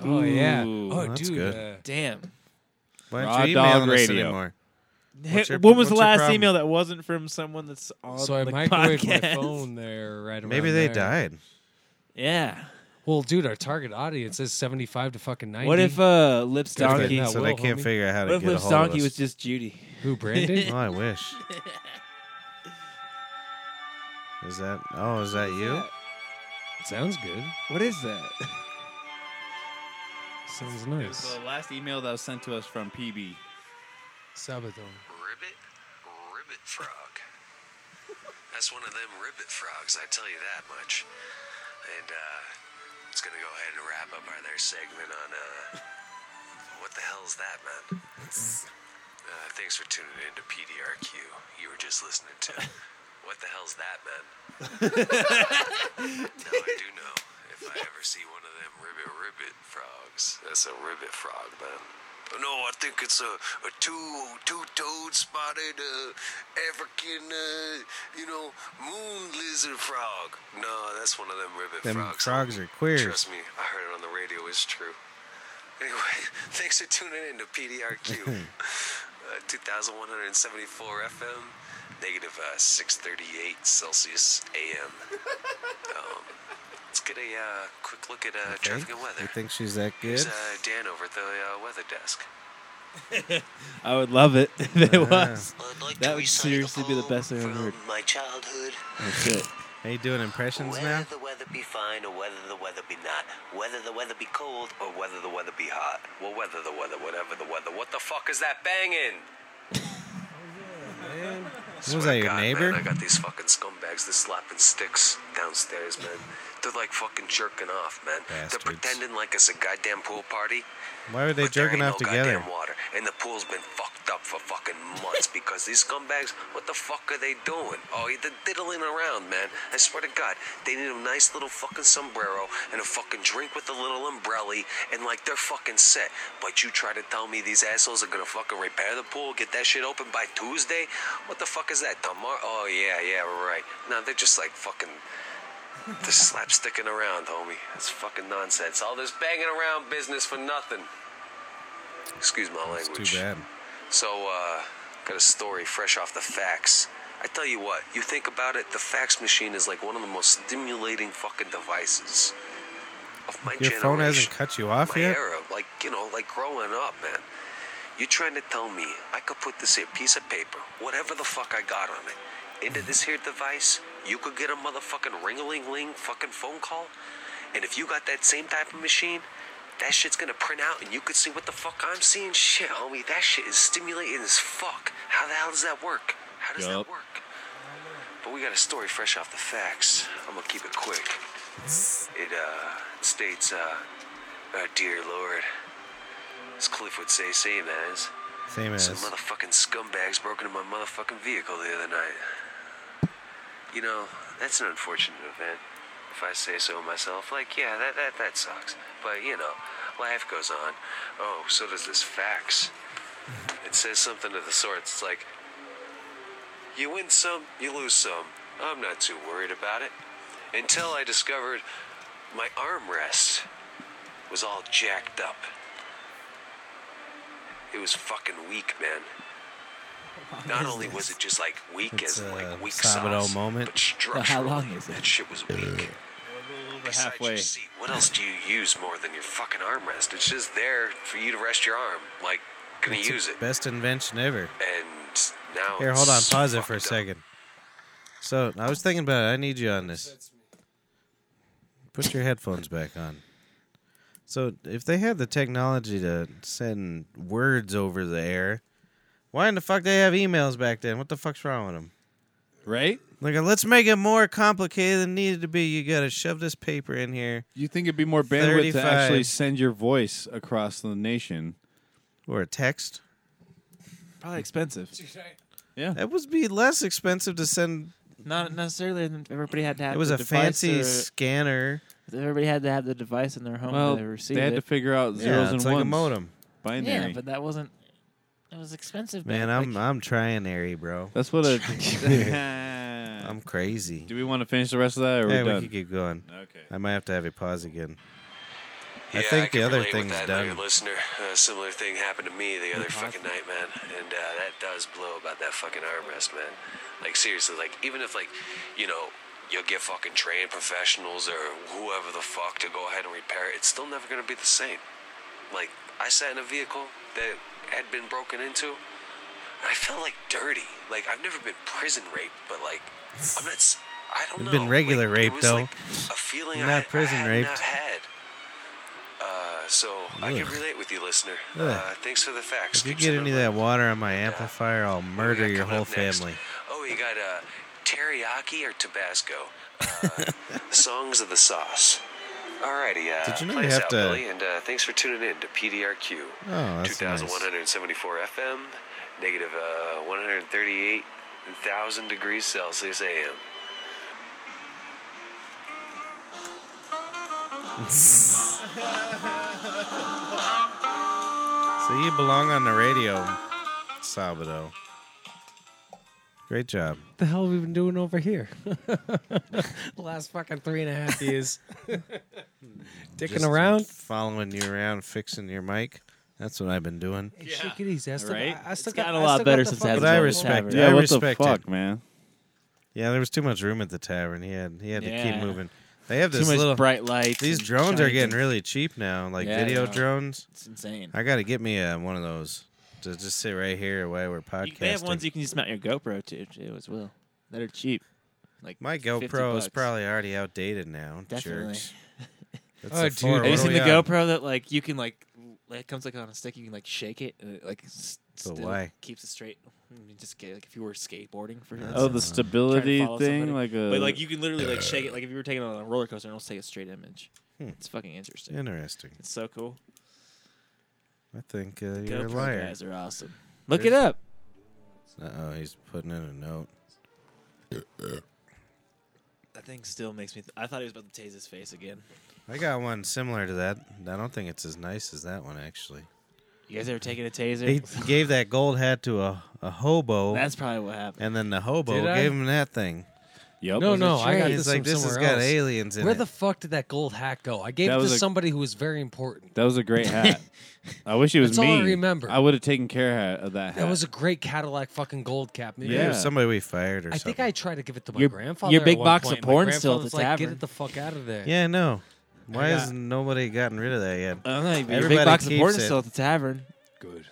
Speaker 1: oh yeah.
Speaker 5: Ooh,
Speaker 1: oh
Speaker 2: that's
Speaker 1: dude.
Speaker 2: good.
Speaker 1: uh,
Speaker 5: Damn.
Speaker 2: Why
Speaker 4: Raw
Speaker 2: aren't you
Speaker 4: Dog
Speaker 2: emailing us
Speaker 4: Radio.
Speaker 2: anymore? What's your-
Speaker 5: when was
Speaker 2: what's
Speaker 5: the
Speaker 2: your
Speaker 5: last
Speaker 2: problem?
Speaker 5: email that wasn't from someone that's on
Speaker 1: So I
Speaker 5: the
Speaker 1: microwaved my
Speaker 5: podcast?
Speaker 1: phone there right around
Speaker 2: Maybe they
Speaker 1: there.
Speaker 2: died.
Speaker 5: Yeah.
Speaker 1: Well, dude, our target audience is 75 to fucking 90.
Speaker 5: What if uh, Lips
Speaker 1: Good for
Speaker 5: Donkey?
Speaker 1: that
Speaker 2: so
Speaker 1: will,
Speaker 2: they can't
Speaker 1: homie.
Speaker 2: figure out how
Speaker 5: What
Speaker 2: to
Speaker 5: if
Speaker 2: get a
Speaker 5: Lips
Speaker 2: hold of
Speaker 5: Donkey
Speaker 2: us.
Speaker 5: was just Judy?
Speaker 1: Who, Brandon?
Speaker 2: Oh, I wish. Is that? Oh, is that you?
Speaker 1: Sounds good.
Speaker 5: What is that?
Speaker 1: Sounds
Speaker 4: It was
Speaker 1: nice.
Speaker 4: the last email that was sent to us from PB.
Speaker 1: Sabaton.
Speaker 8: Ribbit? Ribbit frog. That's one of them ribbit frogs, I tell you that much. And uh, it's going to go ahead and wrap up our their segment on uh, what the hell's that, man? Uh, thanks for tuning in to PDRQ. You were just listening to What the Hell's That, Man? now I do know if I ever see one of them ribbit ribbit frogs, that's a ribbit frog, man. No, I think it's a, a two two toed spotted uh, African, uh, you know, moon lizard frog. No, that's one of them ribbit
Speaker 2: Them
Speaker 8: frogs.
Speaker 2: frogs are queer.
Speaker 8: Trust me, I heard it on the radio. It's true. Anyway, thanks for tuning in to PDRQ, uh, 2174 FM, negative uh, 638 Celsius AM. Um, let's get a uh, quick look at uh,
Speaker 2: Okay.
Speaker 8: traffic and
Speaker 2: eh? You
Speaker 8: weather.
Speaker 2: think she's that
Speaker 8: Here's
Speaker 2: good?
Speaker 8: uh, Dan over at the uh, weather desk.
Speaker 5: I would love it if it was.
Speaker 8: I'd like
Speaker 5: to That would recite a seriously be the poem best thing I've from heard.
Speaker 8: my childhood.
Speaker 5: That's it.
Speaker 2: Are you doing impressions now?
Speaker 8: the weather be fine or whether the weather be not, whether the weather be cold or whether the weather be hot, well, whether the weather, whatever the weather, what the fuck is that banging?
Speaker 2: What was that your neighbor?
Speaker 8: Man, I got these fucking scumbags that's slapping sticks downstairs, man. They're like fucking jerking off, man.
Speaker 2: Bastards.
Speaker 8: They're pretending like it's a goddamn pool party.
Speaker 2: Why were they
Speaker 8: but there
Speaker 2: jerking
Speaker 8: ain't
Speaker 2: off
Speaker 8: no
Speaker 2: together?
Speaker 8: Goddamn water. And the pool's been fucked up for fucking months because these scumbags, what the fuck are they doing? Oh, they're diddling around, man. I swear to God, they need a nice little fucking sombrero and a fucking drink with a little umbrella, and like they're fucking set. But you try to tell me these assholes are gonna fucking repair the pool, get that shit open by Tuesday? What the fuck is that, tomorrow? Oh, yeah, yeah, right. No, they're just like fucking. They're slapsticking around, homie. That's fucking nonsense. All this banging around business for nothing. Excuse my
Speaker 2: It's
Speaker 8: language.
Speaker 2: too bad.
Speaker 8: So, uh, got a story fresh off the facts. I tell you what, you think about it, the fax machine is like one of the most stimulating fucking devices of my
Speaker 2: Your
Speaker 8: generation.
Speaker 2: phone hasn't cut you off
Speaker 8: my
Speaker 2: yet.
Speaker 8: era, like you know, like growing up, man. You're trying to tell me I could put this here piece of paper, whatever the fuck I got on it, into this here device? You could get a motherfucking ring-a-ling-ling fucking phone call? And if you got that same type of machine, that shit's gonna print out and you could see what the fuck I'm seeing? Shit, homie, that shit is stimulating as fuck. How the hell does that work? How does
Speaker 4: Yup.
Speaker 8: that work? But we got a story fresh off the facts. I'm gonna keep it quick. It uh, states, uh, uh, dear lord, as Cliff would say, same as.
Speaker 2: Same
Speaker 8: Some
Speaker 2: as.
Speaker 8: motherfucking scumbags broke into my motherfucking vehicle the other night. You know, that's an unfortunate event, if I say so myself. Like, yeah, that, that, that sucks. But, you know, life goes on. Oh, so does this fax. It says something to the sort. It's like, you win some, you lose some. I'm not too worried about it. Until I discovered my armrest was all jacked up. It was fucking weak, man. Not only was it just like weak
Speaker 2: It's
Speaker 8: as in,
Speaker 2: a
Speaker 8: like weak
Speaker 2: Sabado
Speaker 8: sauce,
Speaker 2: moment.
Speaker 8: but structurally,
Speaker 5: long is it?
Speaker 8: that shit was weak. Besides your
Speaker 4: halfway.
Speaker 8: seat, what else do you use more than your fucking armrest? It's just there for you to rest your arm. Like, gonna
Speaker 2: It's the
Speaker 8: use it.
Speaker 2: Best invention ever.
Speaker 8: And now
Speaker 2: Here, hold on.
Speaker 8: it's
Speaker 2: Pause it for a
Speaker 8: fucked up.
Speaker 2: second. So I was thinking about it. I need you on this. Put your headphones back on. So if they had the technology to send words over the air, why in the fuck they have emails back then? What the fuck's wrong with them?
Speaker 4: Right?
Speaker 2: Like, uh, let's make it more complicated than needed to be. You gotta shove this paper in here,
Speaker 4: You think it'd be more bandwidth to
Speaker 2: 35.
Speaker 4: actually send your voice across the nation?
Speaker 2: or a text.
Speaker 5: Probably expensive.
Speaker 2: That would be less expensive to send.
Speaker 5: Not necessarily. that Everybody had to have.
Speaker 2: It was
Speaker 5: the
Speaker 2: a
Speaker 5: device
Speaker 2: fancy
Speaker 5: or-
Speaker 2: scanner.
Speaker 5: everybody had to have the device in their home
Speaker 4: Well,
Speaker 5: to receive
Speaker 4: they had
Speaker 5: it.
Speaker 4: to figure out zeros
Speaker 2: Yeah,
Speaker 4: and
Speaker 2: it's
Speaker 4: ones.
Speaker 2: like a modem.
Speaker 4: Binary.
Speaker 5: yeah, but that wasn't. It was expensive.
Speaker 2: Man,
Speaker 5: back-
Speaker 2: I'm
Speaker 5: like,
Speaker 2: I'm trying airy, bro.
Speaker 4: That's what a.
Speaker 2: I'm crazy.
Speaker 4: Do we want to finish the rest of that, or
Speaker 2: Yeah,
Speaker 4: we're
Speaker 2: we
Speaker 4: done?
Speaker 2: could keep going.
Speaker 4: okay.
Speaker 2: I might have to have you pause again. I
Speaker 8: Yeah,
Speaker 2: think
Speaker 8: can
Speaker 2: the other
Speaker 8: relate with
Speaker 2: thing's
Speaker 8: that,
Speaker 2: done.
Speaker 8: dear listener, a similar thing happened to me the other fucking night, man, and uh, that does blow about that fucking armrest, man. Like seriously, like even if like, you know, you'll get fucking trained professionals or whoever the fuck to go ahead and repair it, it's still never gonna be the same. Like I sat in a vehicle that had been broken into. and I felt like dirty. Like I've never been prison raped, but like I'm not. s- I don't
Speaker 2: You've
Speaker 8: know.
Speaker 2: been regular
Speaker 8: like, it
Speaker 2: raped,
Speaker 8: was,
Speaker 2: though.
Speaker 8: Like, a feeling
Speaker 2: You're
Speaker 8: I,
Speaker 2: not prison
Speaker 8: I had
Speaker 2: raped.
Speaker 8: Not had. Uh, so I can
Speaker 2: Ugh.
Speaker 8: relate with you, listener.
Speaker 2: Ugh.
Speaker 8: Uh, thanks for the facts.
Speaker 2: If you
Speaker 8: Keeps it
Speaker 2: get any of that
Speaker 8: up.
Speaker 2: water on my amplifier, I'll
Speaker 8: What we
Speaker 2: murder
Speaker 8: got
Speaker 2: your
Speaker 8: coming
Speaker 2: whole
Speaker 8: up next?
Speaker 2: family.
Speaker 8: Oh, you got uh, teriyaki or Tabasco? Uh, songs of the sauce. Alrighty, uh,
Speaker 2: Did you know
Speaker 8: play
Speaker 2: you
Speaker 8: us
Speaker 2: have
Speaker 8: out,
Speaker 2: to-
Speaker 8: Billy, and uh, thanks for tuning in to PDRQ.
Speaker 2: Oh, that's nice.
Speaker 8: 2,174 FM, negative uh, 138,000 degrees Celsius AM.
Speaker 2: So you belong on the radio, Sabado. Great job.
Speaker 1: What the hell have we been doing over here? the last fucking three and a half years. Dicking
Speaker 2: Just
Speaker 1: around.
Speaker 2: following you around, fixing your mic. That's what I've been doing.
Speaker 1: Hey, shake it easy. I still,
Speaker 5: Right?
Speaker 1: I, I still
Speaker 5: It's
Speaker 1: got,
Speaker 5: gotten a
Speaker 1: I
Speaker 5: lot
Speaker 1: still
Speaker 5: better
Speaker 1: got the
Speaker 5: since
Speaker 1: fucking-
Speaker 5: Hazard's
Speaker 2: But I
Speaker 5: on the
Speaker 2: respect
Speaker 5: tavern.
Speaker 2: it.
Speaker 4: Yeah,
Speaker 2: I
Speaker 4: what the
Speaker 2: respect
Speaker 4: fuck,
Speaker 2: it.
Speaker 4: man?
Speaker 2: Yeah, there was too much room at the tavern. He had he had to
Speaker 5: Yeah.
Speaker 2: keep moving. They have
Speaker 5: Too
Speaker 2: this
Speaker 5: much
Speaker 2: little.
Speaker 5: bright lights.
Speaker 2: These
Speaker 5: and
Speaker 2: drones are
Speaker 5: shiny
Speaker 2: getting
Speaker 5: things.
Speaker 2: really cheap now, like
Speaker 5: Yeah, I
Speaker 2: video
Speaker 5: know.
Speaker 2: drones.
Speaker 5: It's insane.
Speaker 2: I got to get me uh one of those to just sit right here while we're
Speaker 5: You,
Speaker 2: podcasting.
Speaker 5: they have ones you can just mount your GoPro to too as well. That are cheap. Like
Speaker 2: My
Speaker 5: 50
Speaker 2: GoPro is
Speaker 5: bucks.
Speaker 2: probably already outdated now.
Speaker 5: Definitely.
Speaker 2: Jerks. That's
Speaker 1: Oh,
Speaker 2: the
Speaker 1: dude.
Speaker 2: four.
Speaker 1: Have
Speaker 5: Have you
Speaker 2: What are
Speaker 5: seen
Speaker 2: we
Speaker 5: the
Speaker 2: on?
Speaker 5: GoPro that like you can like l- it comes like on a stick you can like shake it and it like s-
Speaker 2: But
Speaker 5: still
Speaker 2: why?
Speaker 5: keeps it straight. You just get like if you were skateboarding for
Speaker 4: Oh, the
Speaker 5: instance. Try to
Speaker 4: stability
Speaker 5: follow
Speaker 4: thing,
Speaker 5: somebody.
Speaker 4: like a
Speaker 2: Uh,
Speaker 5: but like you can literally like shake it like if you were taking it on a roller coaster and it'll take a straight image.
Speaker 2: Hmm.
Speaker 5: It's fucking interesting.
Speaker 2: Interesting.
Speaker 5: It's so cool.
Speaker 2: I think uh, you're a
Speaker 5: GoPro
Speaker 2: liar.
Speaker 5: guys are awesome. Look it up.
Speaker 2: Uh oh, he's putting in a note.
Speaker 5: That thing still makes me. Th- I thought he was about to tase his face again.
Speaker 2: I got one similar to that. I don't think it's as nice as that one actually.
Speaker 5: You guys ever taken a taser?
Speaker 2: He gave that gold hat to a, a hobo,
Speaker 5: That's probably what happened.
Speaker 2: and then the hobo
Speaker 1: Did I?
Speaker 2: gave him that thing.
Speaker 4: Yep.
Speaker 1: No,
Speaker 4: Was it
Speaker 1: no, I got
Speaker 2: He's
Speaker 1: this
Speaker 2: like,
Speaker 1: like,
Speaker 2: "This has
Speaker 1: somewhere
Speaker 2: got
Speaker 1: else.
Speaker 2: aliens in
Speaker 1: Where
Speaker 2: it."
Speaker 1: the fuck did that gold hat go? I gave
Speaker 4: That
Speaker 1: it to
Speaker 4: was a-
Speaker 1: somebody who was very important.
Speaker 4: That was a great hat. I wish it was
Speaker 1: That's all
Speaker 4: me.
Speaker 1: I remember.
Speaker 4: I would have taken care of that hat.
Speaker 1: That was a great Cadillac fucking gold cap. Maybe
Speaker 2: Maybe it
Speaker 4: Yeah.
Speaker 2: was somebody we fired or
Speaker 1: I
Speaker 2: something.
Speaker 1: think I tried to give it to my
Speaker 5: Your-
Speaker 1: grandfather.
Speaker 5: your big
Speaker 1: at one
Speaker 5: box of
Speaker 1: point, and my
Speaker 5: porn's still at
Speaker 1: grandfather's
Speaker 5: the
Speaker 1: like,
Speaker 5: tavern.
Speaker 1: Get it the fuck out of there.
Speaker 2: Yeah, I know. Why
Speaker 1: got-
Speaker 2: has nobody gotten rid of that yet?
Speaker 5: I don't know. your
Speaker 2: Everybody
Speaker 5: big box of
Speaker 2: keeps
Speaker 5: porn
Speaker 2: it.
Speaker 5: is still at the tavern.
Speaker 1: Good.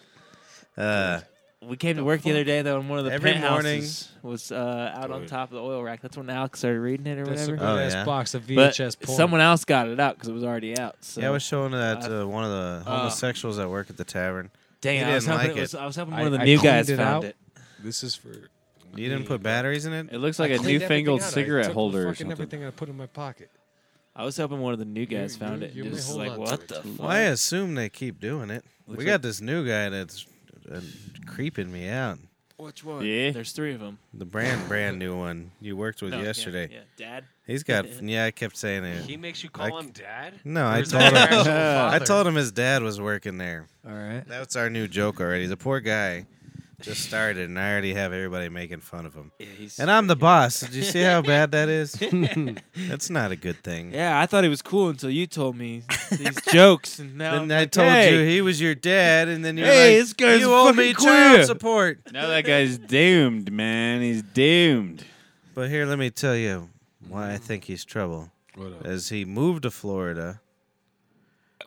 Speaker 2: Uh,
Speaker 5: We came to work the other day though, and one of the
Speaker 2: Every
Speaker 5: penthouses was uh, out on top of the oil rack. That's when Alex started reading it or
Speaker 1: That's a
Speaker 5: whatever.
Speaker 1: good
Speaker 2: Oh,
Speaker 1: ass
Speaker 2: yeah.
Speaker 1: box of
Speaker 5: but
Speaker 1: VHS porn.
Speaker 5: someone else got it out because it was already out. So
Speaker 2: yeah, I was showing that to one of the
Speaker 5: Uh,
Speaker 2: homosexuals that work at the tavern.
Speaker 5: dang,
Speaker 2: he
Speaker 5: I was
Speaker 2: didn't
Speaker 5: hoping
Speaker 2: like
Speaker 5: it was,
Speaker 2: it.
Speaker 5: I was hoping
Speaker 1: I-
Speaker 5: one of the
Speaker 1: I
Speaker 5: new
Speaker 1: cleaned
Speaker 5: guys
Speaker 1: it out.
Speaker 5: found it.
Speaker 1: This is for.
Speaker 2: You didn't put batteries in it.
Speaker 4: It looks like a newfangled cigarette holder or something.
Speaker 1: Everything I put in my pocket.
Speaker 5: I was hoping one of the new guys
Speaker 1: you-
Speaker 5: found it.
Speaker 1: you
Speaker 5: and
Speaker 1: may
Speaker 5: just was
Speaker 1: hold
Speaker 5: like,
Speaker 1: on to
Speaker 5: what
Speaker 1: it.
Speaker 5: the? Fuck?
Speaker 2: Well, I assume they keep doing it. we got this new guy that's uh, creeping me out.
Speaker 5: Which one?
Speaker 4: Yeah.
Speaker 5: There's three of them.
Speaker 2: The brand brand new one you worked with yesterday.
Speaker 5: Oh, Yeah, Dad.
Speaker 2: He's got. Yeah, I kept saying it.
Speaker 7: He makes you call
Speaker 2: I-
Speaker 7: him dad?
Speaker 2: no, I
Speaker 7: Where's
Speaker 2: told
Speaker 7: that
Speaker 2: him.
Speaker 7: actual
Speaker 2: I
Speaker 7: father?
Speaker 2: told him his dad was working there.
Speaker 1: All right.
Speaker 2: That's our new joke already. The poor guy just started, and I already have everybody making fun of him.
Speaker 5: Yeah, he's.
Speaker 2: And I'm the boss. Did you see how bad that is? That's not a good thing.
Speaker 5: yeah, I thought he was cool until you told me these jokes, and now
Speaker 2: Then
Speaker 5: i
Speaker 2: I told you he was your dad, and then you're
Speaker 5: Hey,
Speaker 2: like,
Speaker 5: this guy's
Speaker 2: "You owe me
Speaker 5: fucking
Speaker 2: child
Speaker 5: queer."
Speaker 2: support."
Speaker 4: Now that guy's doomed, man. He's doomed.
Speaker 2: But here, let me tell you why I
Speaker 5: Mm.
Speaker 2: think he's trouble.
Speaker 1: What up?
Speaker 2: Is he moved to Florida,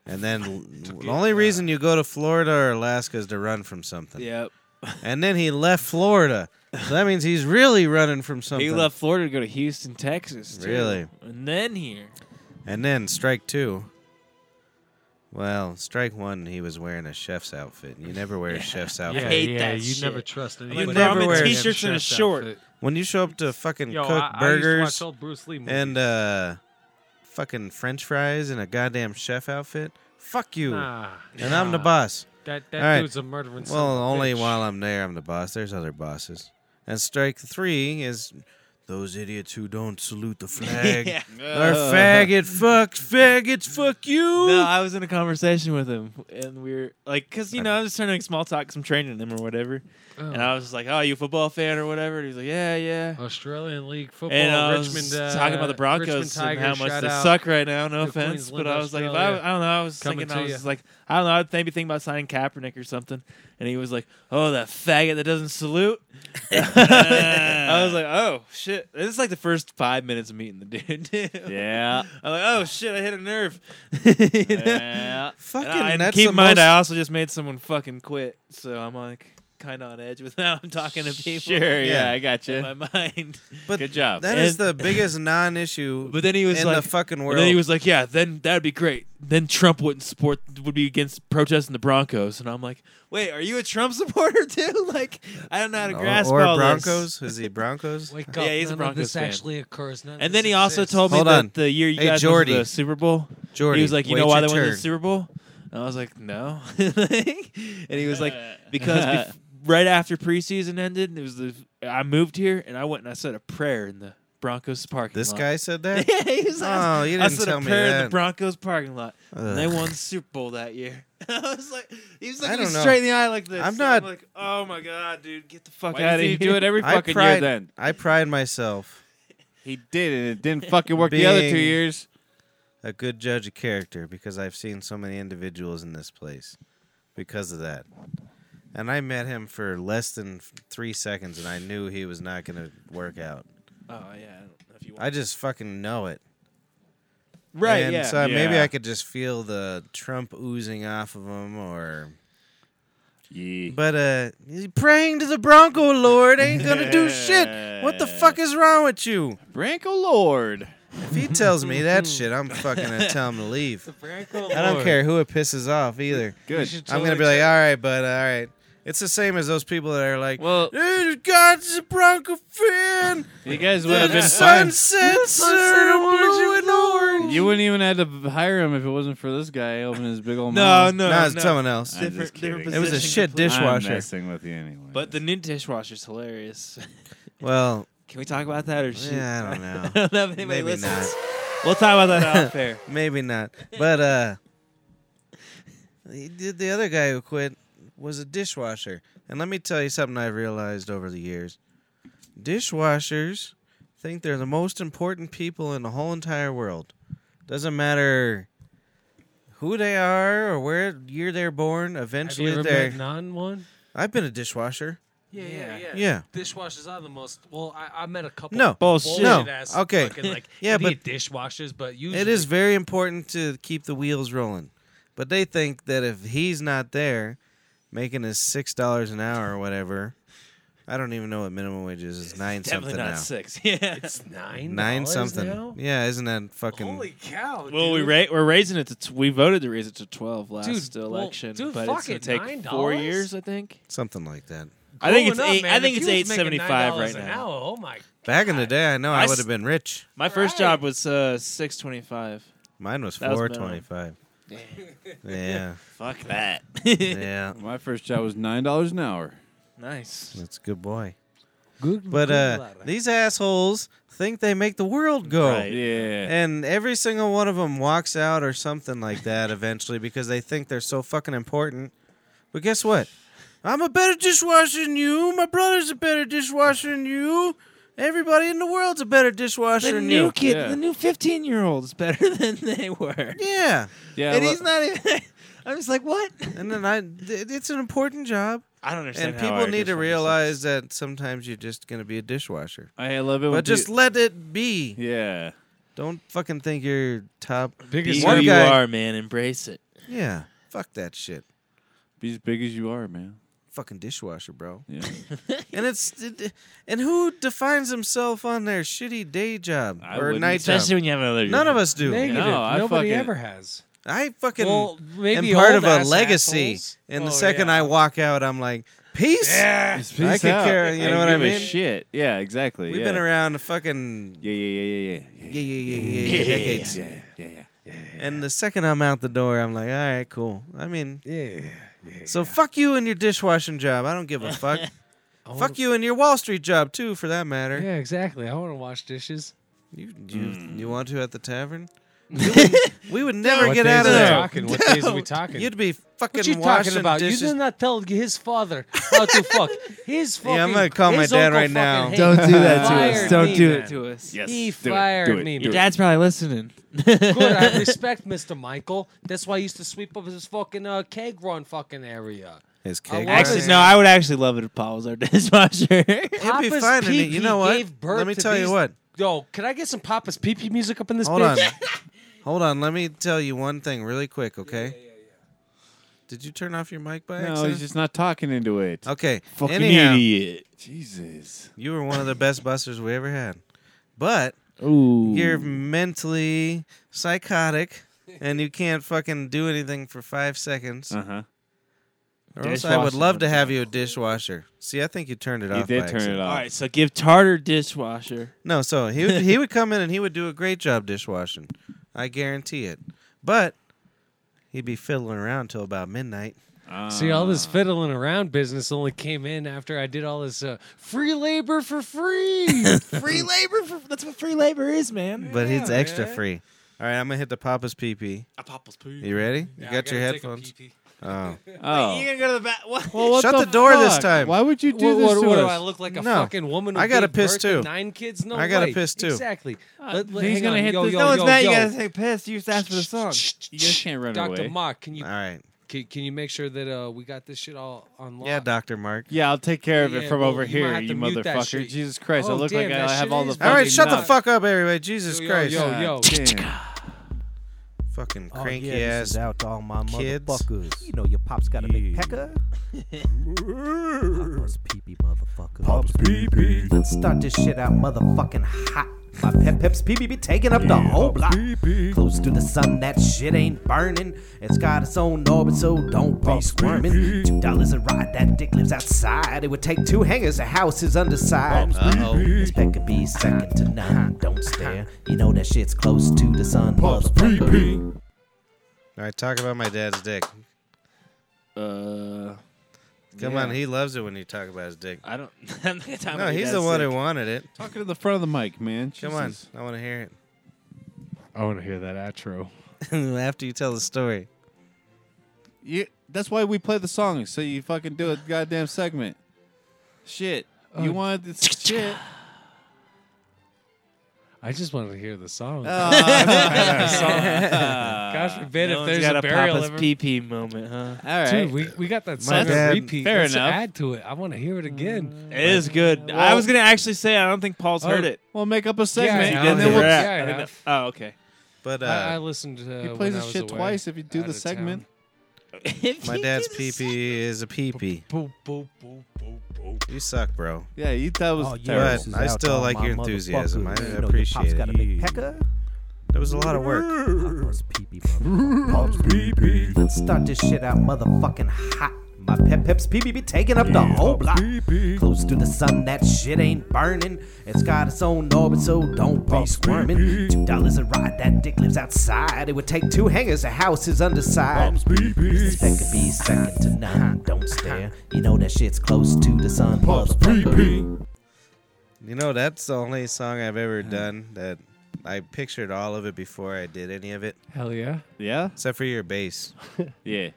Speaker 2: and then l- the only reason
Speaker 5: uh,
Speaker 2: you go to Florida or Alaska is to run from something.
Speaker 5: Yep.
Speaker 2: And then he left Florida, so that means he's really running from something.
Speaker 5: He left Florida to go to Houston, Texas. too.
Speaker 2: Really?
Speaker 5: And then here.
Speaker 2: And then strike two. Well, strike one, he was wearing a chef's outfit. You never wear a chef's outfit.
Speaker 7: Yeah,
Speaker 5: hate
Speaker 7: yeah,
Speaker 5: that
Speaker 7: you never
Speaker 5: shit.
Speaker 7: trust
Speaker 5: You
Speaker 7: anyone.
Speaker 2: never wear a
Speaker 5: t-shirts and a short.
Speaker 2: When you show up to fucking
Speaker 7: Yo,
Speaker 2: cook
Speaker 7: I, I used
Speaker 2: burgers
Speaker 7: to watch old Bruce Lee movies.
Speaker 2: and uh, fucking French fries in a goddamn chef outfit, fuck you.
Speaker 7: Nah,
Speaker 2: and I'm the
Speaker 7: nah.
Speaker 2: boss.
Speaker 7: That that
Speaker 2: All right.
Speaker 7: dude's a murdering. son
Speaker 2: Well,
Speaker 7: of a
Speaker 2: only
Speaker 7: bitch.
Speaker 2: while I'm there, I'm the boss. There's other bosses. And strike three is Those idiots who don't salute the flag are faggot fucks, faggots fuck you.
Speaker 5: No, I was in a conversation with him, and we were like, because you know, I was just trying to make small talk, 'cause I'm training him or whatever, and I was just like, "Oh, you a football fan or whatever?" And he's like, "Yeah, yeah."
Speaker 7: Australian League football.
Speaker 5: and I was
Speaker 7: Richmond
Speaker 5: talking about the
Speaker 7: uh,
Speaker 5: Broncos
Speaker 7: Richmond
Speaker 5: and
Speaker 7: Tigers,
Speaker 5: how much
Speaker 7: shout
Speaker 5: they
Speaker 7: out.
Speaker 5: suck right now. No
Speaker 7: to
Speaker 5: offense,
Speaker 7: Queensland,
Speaker 5: but I was like, if I,
Speaker 7: Australia.
Speaker 5: I don't know. I was
Speaker 7: Coming
Speaker 5: thinking, I
Speaker 7: to
Speaker 5: was
Speaker 7: ya.
Speaker 5: just like, I don't know. I'd maybe think about signing Kaepernick or something. And he was like, "Oh, that faggot that doesn't salute." I was like, "Oh shit!" This is like the first five minutes of meeting the dude.
Speaker 4: Yeah.
Speaker 5: I'm like, "Oh shit! I hit a nerve."
Speaker 4: yeah.
Speaker 2: Fucking
Speaker 5: And I- and
Speaker 2: that's
Speaker 5: keep
Speaker 2: the
Speaker 5: in mind,
Speaker 2: most-
Speaker 5: I also just made someone fucking quit, so I'm like kind of on edge with how I'm talking to people.
Speaker 4: Sure. Yeah, I got
Speaker 5: in
Speaker 4: you.
Speaker 5: my mind.
Speaker 2: but
Speaker 4: Good job.
Speaker 2: That is
Speaker 5: And-
Speaker 2: the biggest non-issue.
Speaker 5: But then he was
Speaker 2: in
Speaker 5: like,
Speaker 2: the fucking world.
Speaker 5: And then he was like, "Yeah, then that'd be great. Then Trump wouldn't support, would be against protesting the Broncos." And I'm like, "Wait, are you a Trump supporter too? Like, I don't know how to grasp
Speaker 2: or,
Speaker 5: all
Speaker 2: or
Speaker 5: this."
Speaker 2: Broncos? Is he Broncos?
Speaker 1: Wake
Speaker 5: Yeah,
Speaker 1: up.
Speaker 5: he's a
Speaker 1: None of
Speaker 5: Broncos
Speaker 1: this
Speaker 5: fan.
Speaker 1: actually occurs. None of
Speaker 5: And
Speaker 1: this
Speaker 5: then he also
Speaker 1: exists.
Speaker 5: told me
Speaker 2: Hold on.
Speaker 5: that the year you
Speaker 2: Hey,
Speaker 5: guys went to
Speaker 2: Jordy.
Speaker 5: the Super Bowl,
Speaker 2: Jordy,
Speaker 5: he was like, "You
Speaker 2: wait
Speaker 5: know why they
Speaker 2: your
Speaker 5: went to the
Speaker 2: turn."
Speaker 5: Super Bowl?" And I was like, "No," and he was like, "Because bef- right after preseason ended, it was the I moved here and I went and I said a prayer in the Broncos parking
Speaker 2: This
Speaker 5: lot."
Speaker 2: guy said that.
Speaker 5: yeah, he was.
Speaker 2: Oh, you
Speaker 5: I
Speaker 2: didn't
Speaker 5: said
Speaker 2: tell
Speaker 5: a
Speaker 2: me
Speaker 5: prayer in the
Speaker 2: that.
Speaker 5: Broncos parking lot, and they
Speaker 2: Ugh.
Speaker 5: won the Super Bowl that year. I was like, he was
Speaker 2: I
Speaker 5: looking me
Speaker 2: don't know.
Speaker 5: straight in the eye like this.
Speaker 2: I'm
Speaker 5: and
Speaker 2: not-
Speaker 5: like, oh my god, dude, get the fuck
Speaker 4: Why
Speaker 5: out
Speaker 4: does
Speaker 5: of
Speaker 4: he
Speaker 5: here.
Speaker 4: do it every
Speaker 2: I
Speaker 4: fucking year
Speaker 2: pride.
Speaker 4: then?
Speaker 2: I pride myself
Speaker 4: He did, and it didn't fucking work the other two
Speaker 2: Being-
Speaker 4: years.
Speaker 2: a good judge of character because I've seen so many individuals in this place because of that. And I met him for less than f- three seconds, and I knew he was not going to work out.
Speaker 5: oh yeah, I don't know if you want.
Speaker 2: I just fucking know it.
Speaker 5: right,
Speaker 2: And
Speaker 5: yeah.
Speaker 2: So maybe
Speaker 4: Yeah.
Speaker 2: I could just feel the Trump oozing off of him, or
Speaker 4: Yeah.
Speaker 2: but uh, he's praying to the Bronco Lord ain't gonna do shit. What the fuck is wrong with you?
Speaker 4: Branko Lord.
Speaker 2: If he tells me that shit, I'm fucking gonna tell him to leave. I don't care who it pisses off either.
Speaker 4: Good.
Speaker 2: I'm gonna be like, all right, but all right. It's the same as those people that are like,
Speaker 4: Well-
Speaker 2: "Dude, God's a Bronco fan.
Speaker 4: You guys would
Speaker 2: The
Speaker 4: have been fine.
Speaker 2: sunsets are blue and orange."
Speaker 4: You wouldn't even have to b- hire him if it wasn't for this guy opening his big old
Speaker 5: No,
Speaker 4: mouth.
Speaker 5: no,
Speaker 2: No,
Speaker 5: no,
Speaker 2: it's someone else.
Speaker 4: I'm
Speaker 5: Different-
Speaker 4: just
Speaker 5: different
Speaker 4: kidding.
Speaker 2: It was a
Speaker 5: position
Speaker 2: shit
Speaker 5: completely.
Speaker 2: dish- dishwasher.
Speaker 4: I'm messing with you anyway.
Speaker 5: But the new dishwasher's hilarious.
Speaker 2: Well,
Speaker 5: Can we talk about that or shit?
Speaker 2: yeah, I don't know.
Speaker 5: I don't know if anybody
Speaker 2: Maybe
Speaker 5: listens.
Speaker 2: not.
Speaker 5: We'll talk about that off air.
Speaker 2: Maybe not. But uh he did- the other guy who quit was a dishwasher. And let me tell you something I've realized over the years. Dishwashers think they're the most important people in the whole entire world. Doesn't matter who they are or where year they're born,
Speaker 1: Have you
Speaker 2: eventually
Speaker 1: ever
Speaker 2: they're
Speaker 1: met non one?
Speaker 2: I've been a dishwasher.
Speaker 1: Yeah, yeah, yeah.
Speaker 2: Yeah.
Speaker 1: Dishwashers are the most. Well, I, I met a couple.
Speaker 2: No.
Speaker 1: bullshit.
Speaker 2: No.
Speaker 1: Ass
Speaker 2: Okay.
Speaker 1: Fucking, like,
Speaker 2: Yeah, but-
Speaker 1: idiot dishwashers, but usually
Speaker 2: It is very important to keep the wheels rolling. But they think that if he's not there making his six dollars an hour or whatever, I don't even know what minimum wage is. It's nine
Speaker 5: Definitely
Speaker 2: something
Speaker 5: not
Speaker 2: now.
Speaker 5: six. Yeah.
Speaker 1: It's nine.
Speaker 2: Nine
Speaker 1: dollars
Speaker 2: something.
Speaker 1: now?
Speaker 2: Yeah, isn't that fucking
Speaker 1: Holy cow!
Speaker 5: Well,
Speaker 1: dude.
Speaker 5: we ra- we're raising it to t- we voted to raise it to twelve last
Speaker 1: Dude, well,
Speaker 5: election,
Speaker 1: dude,
Speaker 5: but
Speaker 1: fuck
Speaker 5: it's gonna
Speaker 1: it,
Speaker 5: take
Speaker 1: $9?
Speaker 5: four years, I think.
Speaker 2: something like that?
Speaker 5: I think it's
Speaker 1: Growing up,
Speaker 5: eight. I
Speaker 1: man,
Speaker 5: think
Speaker 1: if
Speaker 5: it's
Speaker 1: you was
Speaker 5: eight
Speaker 1: making
Speaker 5: seventy five
Speaker 1: $9
Speaker 5: right
Speaker 1: an
Speaker 5: now.
Speaker 1: Hour, oh my!
Speaker 2: Back in the day I know
Speaker 5: I
Speaker 2: I
Speaker 5: s-
Speaker 2: would have been rich.
Speaker 5: My first
Speaker 1: Right.
Speaker 5: job was uh, six twenty five.
Speaker 2: Mine was
Speaker 5: That was
Speaker 2: four
Speaker 5: minimum.
Speaker 2: twenty five. Yeah.
Speaker 5: Fuck that.
Speaker 2: Yeah.
Speaker 4: My first job was nine dollars an hour.
Speaker 5: nice.
Speaker 2: That's a good boy.
Speaker 1: Good,
Speaker 2: But uh these assholes think they make the world go.
Speaker 5: Right.
Speaker 4: Yeah.
Speaker 2: And every single one of them walks out or something like that eventually because they think they're so fucking important. But guess what? I'm a better dishwasher than you. My brother's a better dishwasher than you. Everybody in the world's a better dishwasher
Speaker 5: The
Speaker 2: than
Speaker 5: new
Speaker 2: you.
Speaker 5: kid,
Speaker 4: Yeah.
Speaker 5: the new fifteen year old is better than they were,
Speaker 2: Yeah.
Speaker 4: Yeah.
Speaker 5: and
Speaker 4: lo-
Speaker 5: he's not even. I'm just like, what?
Speaker 2: And then I, th- it's an important job.
Speaker 5: I don't
Speaker 2: And people need to realize that sometimes you're just going to be a dishwasher.
Speaker 4: I love it. when
Speaker 2: But just
Speaker 4: peo-
Speaker 2: let it be.
Speaker 4: yeah.
Speaker 2: Don't fucking think you're top.
Speaker 5: Be
Speaker 7: Biggest
Speaker 5: who
Speaker 2: One
Speaker 5: you
Speaker 2: guy-
Speaker 5: are, man. Embrace it.
Speaker 2: Yeah. Fuck that shit.
Speaker 4: Be as big as you are, man.
Speaker 2: Fucking dishwasher, bro.
Speaker 4: Yeah.
Speaker 2: And it's it- and who defines himself on their shitty day job
Speaker 4: I
Speaker 2: or
Speaker 4: wouldn't.
Speaker 2: night job?
Speaker 5: Especially when you have another.
Speaker 2: None of us do.
Speaker 1: Negative.
Speaker 4: No, I
Speaker 1: Nobody
Speaker 4: fucking-
Speaker 1: ever has.
Speaker 2: I fucking
Speaker 1: Well, maybe
Speaker 2: am part
Speaker 1: old
Speaker 2: of a
Speaker 1: ass
Speaker 2: legacy.
Speaker 1: assholes.
Speaker 2: And
Speaker 1: Oh,
Speaker 2: the second
Speaker 1: yeah.
Speaker 2: I walk out, I'm like, peace. I could care- you know what I
Speaker 4: give a
Speaker 2: mean?
Speaker 4: Shit. Yeah. Exactly.
Speaker 2: We've
Speaker 4: yeah.
Speaker 2: been around fucking
Speaker 4: Yeah. Yeah. Yeah. Yeah.
Speaker 2: yeah, yeah, yeah, yeah, yeah, decades.
Speaker 4: Yeah. Yeah. Yeah.
Speaker 2: And the second I'm out the door, I'm like, all right, cool. I mean,
Speaker 1: Yeah.
Speaker 2: so fuck you and your dishwashing job. I don't give a fuck.
Speaker 1: I wanna-
Speaker 2: Fuck you and your Wall Street job too, for that matter.
Speaker 1: Oh. Yeah, exactly. I want to wash dishes.
Speaker 2: You you you want to at the tavern? we, would, we would never
Speaker 1: What
Speaker 2: get
Speaker 1: days
Speaker 2: out of
Speaker 1: are we
Speaker 2: there.
Speaker 1: talking? What days are we
Speaker 2: Don't.
Speaker 1: talking?
Speaker 2: You'd be fucking
Speaker 1: What you
Speaker 2: washing
Speaker 1: talking about?
Speaker 2: dishes.
Speaker 1: You did not tell his father how to fuck. His fucking.
Speaker 2: Yeah, I'm gonna call my
Speaker 1: his
Speaker 2: dad
Speaker 1: uncle
Speaker 2: right now.
Speaker 1: fucking
Speaker 5: Don't do that to
Speaker 1: fired
Speaker 5: us. Don't
Speaker 1: me,
Speaker 5: do
Speaker 1: man.
Speaker 5: it to us.
Speaker 4: Yes.
Speaker 1: He
Speaker 4: do
Speaker 1: fired
Speaker 4: it, do it,
Speaker 1: me,
Speaker 4: do
Speaker 5: Your
Speaker 4: it.
Speaker 5: dad's probably listening.
Speaker 1: Good, I respect Mr. Michael. That's why I used to sweep up his fucking uh, keg run fucking area.
Speaker 2: His cake.
Speaker 1: love
Speaker 2: was-
Speaker 5: Actually,
Speaker 1: it.
Speaker 5: no, I would actually love it if Paul was our dishwasher.
Speaker 2: It'd be
Speaker 1: Papa's
Speaker 2: fine. and
Speaker 1: pee
Speaker 2: it- you
Speaker 1: pee
Speaker 2: know what?
Speaker 1: gave birth
Speaker 2: Let me
Speaker 1: to
Speaker 2: tell
Speaker 1: these-
Speaker 2: you what.
Speaker 1: Yo, can I get some Papa's pee pee music up in this
Speaker 2: Hold on.
Speaker 1: bitch?
Speaker 2: Hold on. Let me tell you one thing really quick, okay? Did you turn off your mic by
Speaker 4: No,
Speaker 2: accident?
Speaker 4: he's just not talking into it.
Speaker 1: Uh,
Speaker 2: okay.
Speaker 5: Fucking
Speaker 2: Anyhow,
Speaker 5: idiot.
Speaker 4: Jesus.
Speaker 2: you were one of the best busters we ever had. But
Speaker 5: Ooh.
Speaker 2: you're mentally psychotic and you can't fucking do anything for five seconds.
Speaker 4: Uh huh.
Speaker 2: or else I would
Speaker 5: Dishwasher.
Speaker 2: love to have you a dishwasher. See, I think you turned it
Speaker 4: He
Speaker 2: off.
Speaker 4: did
Speaker 2: by
Speaker 4: turn it
Speaker 2: accident.
Speaker 4: off.
Speaker 5: All right, so give Tartar dishwasher.
Speaker 2: No, so he would, he would come in and he would do a great job dishwashing. I guarantee it. But he'd be fiddling around till about midnight.
Speaker 1: See, all this fiddling around business only came in after I did all this uh, free labor for free.
Speaker 5: free labor. For, that's what free labor is, man.
Speaker 2: But he's extra free. All right, I'm gonna hit the Papa's pee pee.
Speaker 5: Papa's poo.
Speaker 2: You ready? you got your headphones. Oh,
Speaker 4: Oh.
Speaker 5: gonna go to the back? What?
Speaker 4: Well, what
Speaker 2: Shut the door this
Speaker 4: fuck?
Speaker 2: time.
Speaker 4: Why would you do
Speaker 1: what,
Speaker 4: this
Speaker 1: what-
Speaker 4: to
Speaker 1: what do
Speaker 4: us?
Speaker 1: I look like a
Speaker 2: No.
Speaker 1: fucking woman? Who
Speaker 2: I gotta
Speaker 1: gave
Speaker 2: piss
Speaker 1: birth
Speaker 2: too.
Speaker 1: Nine kids? No
Speaker 2: I gotta
Speaker 1: way.
Speaker 2: piss too.
Speaker 1: Exactly. Let- let-
Speaker 5: he's
Speaker 1: hang
Speaker 5: gonna
Speaker 1: on.
Speaker 5: hit
Speaker 1: yo,
Speaker 5: this-
Speaker 1: Yo,
Speaker 5: no
Speaker 1: yo,
Speaker 5: one's mad.
Speaker 1: yo.
Speaker 5: You gotta take piss. You just asked for the song.
Speaker 4: You guys can't run
Speaker 1: Dr.
Speaker 4: away.
Speaker 1: Mark, can you
Speaker 2: all right.
Speaker 1: can, can you make sure that uh, we got this shit all on lock?
Speaker 2: Yeah, Doctor Mark.
Speaker 4: Yeah, I'll take care of
Speaker 1: Yeah,
Speaker 4: it from
Speaker 1: well,
Speaker 4: over
Speaker 1: you might
Speaker 4: here,
Speaker 1: have to
Speaker 4: you
Speaker 1: mute that
Speaker 4: motherfucker.
Speaker 1: shit.
Speaker 4: Jesus Christ, I
Speaker 1: Oh,
Speaker 4: look
Speaker 1: damn,
Speaker 4: like
Speaker 1: that
Speaker 4: I have
Speaker 1: shit
Speaker 4: all the
Speaker 1: is
Speaker 4: fucking
Speaker 2: All right, shut the
Speaker 4: nuts.
Speaker 2: fuck up, everybody. Jesus
Speaker 1: Yo, yo,
Speaker 2: Christ.
Speaker 1: yo.
Speaker 4: damn.
Speaker 2: Fucking
Speaker 9: Oh,
Speaker 2: cranky
Speaker 9: yeah, this
Speaker 2: ass.
Speaker 9: is out to all my
Speaker 2: kids.
Speaker 9: motherfuckers. You know your pop's got a big pecker. Papa's pee-pee, motherfucker. Pop's pee-pee. Let's start this shit out motherfucking hot. My pep peps pee-pee be taking up the whole block. Close to the sun, that shit ain't burning. It's got its own orbit, so don't be squirming. Two dollars a ride, that dick lives outside. It would take two hangers, a house is underside.
Speaker 2: Uh-oh.
Speaker 9: This peck could be second to none. Don't stare. You know that shit's close to the sun, motherfucker.
Speaker 2: All right, talk about my dad's dick.
Speaker 5: Uh,
Speaker 2: Come
Speaker 5: Yeah.
Speaker 2: on, he loves it when you talk about his dick.
Speaker 5: I don't. I'm not gonna talk
Speaker 2: No,
Speaker 5: about your
Speaker 2: he's
Speaker 5: dad's
Speaker 2: the one
Speaker 5: dick.
Speaker 2: who wanted it.
Speaker 4: Talking to the front of the mic, man.
Speaker 2: Come on,
Speaker 4: Jesus.
Speaker 2: I want to hear it.
Speaker 7: I want to hear that outro.
Speaker 2: After you tell the story.
Speaker 4: You, that's why we play the song, so you fucking do a goddamn segment. Shit. You wanted this shit.
Speaker 1: I just wanted to hear the
Speaker 2: Oh.
Speaker 1: song.
Speaker 5: Uh,
Speaker 1: Gosh forbid
Speaker 5: no
Speaker 1: if
Speaker 5: one's
Speaker 1: there's
Speaker 5: got
Speaker 1: a burial
Speaker 5: Papa's
Speaker 1: ever-
Speaker 5: pee pee moment, huh?
Speaker 4: All right.
Speaker 1: Dude, we, we got that song
Speaker 2: dad-
Speaker 1: on repeat.
Speaker 4: fair
Speaker 1: Let's
Speaker 4: enough.
Speaker 1: add to it. I want to hear it again.
Speaker 5: It is good. I was gonna actually say I don't think Paul's heard
Speaker 1: Oh,
Speaker 5: it.
Speaker 4: We'll make up a
Speaker 1: I
Speaker 4: segment.
Speaker 1: know.
Speaker 4: and
Speaker 5: Didn't
Speaker 4: then
Speaker 5: he?
Speaker 4: we'll,
Speaker 1: Yeah,
Speaker 5: I
Speaker 1: I
Speaker 5: think
Speaker 1: have.
Speaker 5: that- Oh, okay.
Speaker 2: But uh,
Speaker 1: I, I listened to uh,
Speaker 4: he
Speaker 1: when
Speaker 4: plays
Speaker 1: I
Speaker 4: this
Speaker 1: was
Speaker 4: shit
Speaker 1: away,
Speaker 4: twice if you do
Speaker 1: out
Speaker 4: the
Speaker 1: of town.
Speaker 4: segment.
Speaker 2: my dad's pee pee is a pee pee.
Speaker 1: Boop, boop, boop, boop, boop.
Speaker 2: You suck, bro.
Speaker 4: Yeah, you thought it was
Speaker 9: Oh, yeah,
Speaker 4: terrible.
Speaker 2: But
Speaker 9: this is
Speaker 2: I
Speaker 9: out
Speaker 2: still
Speaker 9: to all
Speaker 2: like
Speaker 9: my
Speaker 2: your enthusiasm. I
Speaker 9: motherfuckers. You know
Speaker 2: appreciate
Speaker 9: your
Speaker 2: it.
Speaker 9: pop's got a big pecker.
Speaker 2: That was a lot of work.
Speaker 9: Pop's pee-pee, motherfucker. Pop's pee-pee. Let's start this shit out motherfucking hot. My pep peps pee-pee be taking up the whole block. Close to the sun, that shit ain't burning. It's got its own orbit, so don't be squirming. Two dollars a ride, that dick lives outside. It would take two hangers, a house is underside. This peck could be second to none. Don't stare. You know that shit's close to the sun, motherfucker.
Speaker 2: You know, that's the only song I've ever done that I pictured all of it before I did any of it,
Speaker 1: Hell yeah.
Speaker 4: Yeah?
Speaker 2: except for your bass.
Speaker 4: Yeah.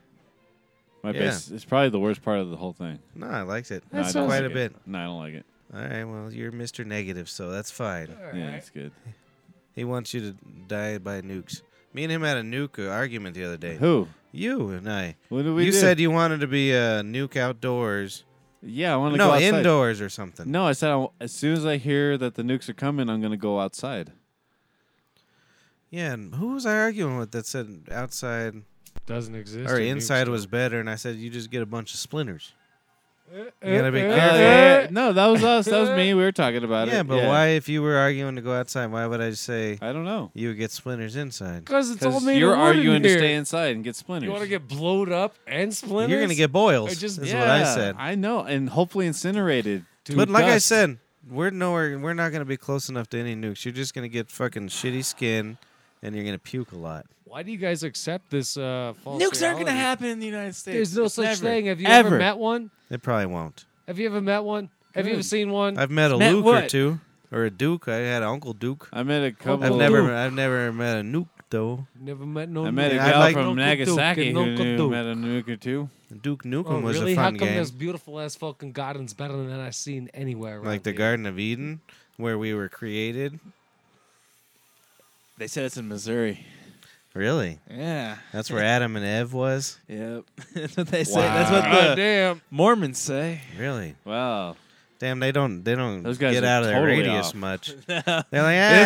Speaker 4: My
Speaker 2: Yeah.
Speaker 4: bass is probably the worst part of the whole thing.
Speaker 2: No, I liked it
Speaker 4: No, I don't
Speaker 2: quite
Speaker 4: like
Speaker 2: a bit.
Speaker 4: It. No, I don't like it.
Speaker 2: All right, well, you're Mr. Negative, so that's fine.
Speaker 4: Yeah, it's good.
Speaker 2: He wants you to die by nukes. Me and him had a nuke argument the other day.
Speaker 4: Who?
Speaker 2: You and I.
Speaker 4: What did we
Speaker 2: you
Speaker 4: do?
Speaker 2: said you wanted to be a nuke outdoors.
Speaker 4: yeah, I want to go
Speaker 2: No,
Speaker 4: outside.
Speaker 2: indoors or something.
Speaker 4: No, I said I, as soon as I hear that the nukes are coming, I'm gonna go outside.
Speaker 2: Yeah, and who was I arguing with that said outside
Speaker 7: Doesn't exist.
Speaker 2: or
Speaker 7: it means-
Speaker 2: inside was better? And I said you just get a bunch of splinters. You gotta be
Speaker 1: Eh,
Speaker 4: Uh,
Speaker 2: careful.
Speaker 4: yeah, no, that was us. That was me. We were talking about it.
Speaker 2: Yeah, but why, if you were arguing to go outside, why would I say
Speaker 4: I don't know.
Speaker 2: you would get splinters inside?
Speaker 1: Because it's all
Speaker 4: Because
Speaker 1: made
Speaker 4: you're
Speaker 1: of wood in
Speaker 4: arguing to
Speaker 1: here.
Speaker 4: stay inside and get splinters.
Speaker 1: You want to get blowed up and splinters?
Speaker 2: You're gonna get boils.
Speaker 1: I just-
Speaker 2: is
Speaker 4: yeah,
Speaker 2: what I said.
Speaker 4: I know, and hopefully incinerated.
Speaker 1: Dude,
Speaker 2: but like I
Speaker 1: dust.
Speaker 2: said, we're nowhere. We're not gonna be close enough to any nukes. You're just gonna get fucking shitty skin, and you're gonna puke a lot.
Speaker 1: why do you guys accept this uh, false
Speaker 5: Nukes aren't
Speaker 1: reality?
Speaker 5: gonna happen in the United States.
Speaker 1: There's no
Speaker 5: It's
Speaker 1: such
Speaker 5: never.
Speaker 1: thing. Have you
Speaker 5: Ever.
Speaker 1: ever met one?
Speaker 2: It probably won't.
Speaker 1: Have you ever met one? Have you ever seen one?
Speaker 2: I've met a
Speaker 5: Met
Speaker 2: Luke or
Speaker 5: what?
Speaker 2: two, or a Duke. I had an Uncle Duke.
Speaker 4: I met a couple.
Speaker 1: Oh.
Speaker 2: I've never, I've never met a Nuke though.
Speaker 1: Never met no.
Speaker 4: I met a
Speaker 1: nigga.
Speaker 2: I
Speaker 4: gal
Speaker 2: like
Speaker 4: from
Speaker 1: Uncle Duke
Speaker 4: Nagasaki
Speaker 1: and
Speaker 4: who
Speaker 1: Uncle
Speaker 4: knew-
Speaker 1: Duke.
Speaker 4: met a nuke or two.
Speaker 2: Duke Nukem
Speaker 1: Oh,
Speaker 2: was
Speaker 1: really?
Speaker 2: a
Speaker 1: How
Speaker 2: fun
Speaker 1: come
Speaker 2: game,
Speaker 1: there's beautiful ass fucking gardens better than I've seen anywhere? Around
Speaker 2: like the
Speaker 1: here?
Speaker 2: Garden of Eden, where we were created.
Speaker 5: They said it's in Missouri.
Speaker 2: Really,
Speaker 5: Yeah.
Speaker 2: that's where Adam and Eve was.
Speaker 5: Yep. That's what they say. That's what
Speaker 1: God
Speaker 5: the
Speaker 1: damn.
Speaker 5: Mormons say.
Speaker 2: Really,
Speaker 4: Wow.
Speaker 2: damn, they don't, they don't
Speaker 4: Those guys
Speaker 2: get
Speaker 4: are
Speaker 2: out of their
Speaker 4: totally
Speaker 2: radius
Speaker 4: off.
Speaker 2: much. They're
Speaker 5: No.
Speaker 2: like, ah,
Speaker 5: It's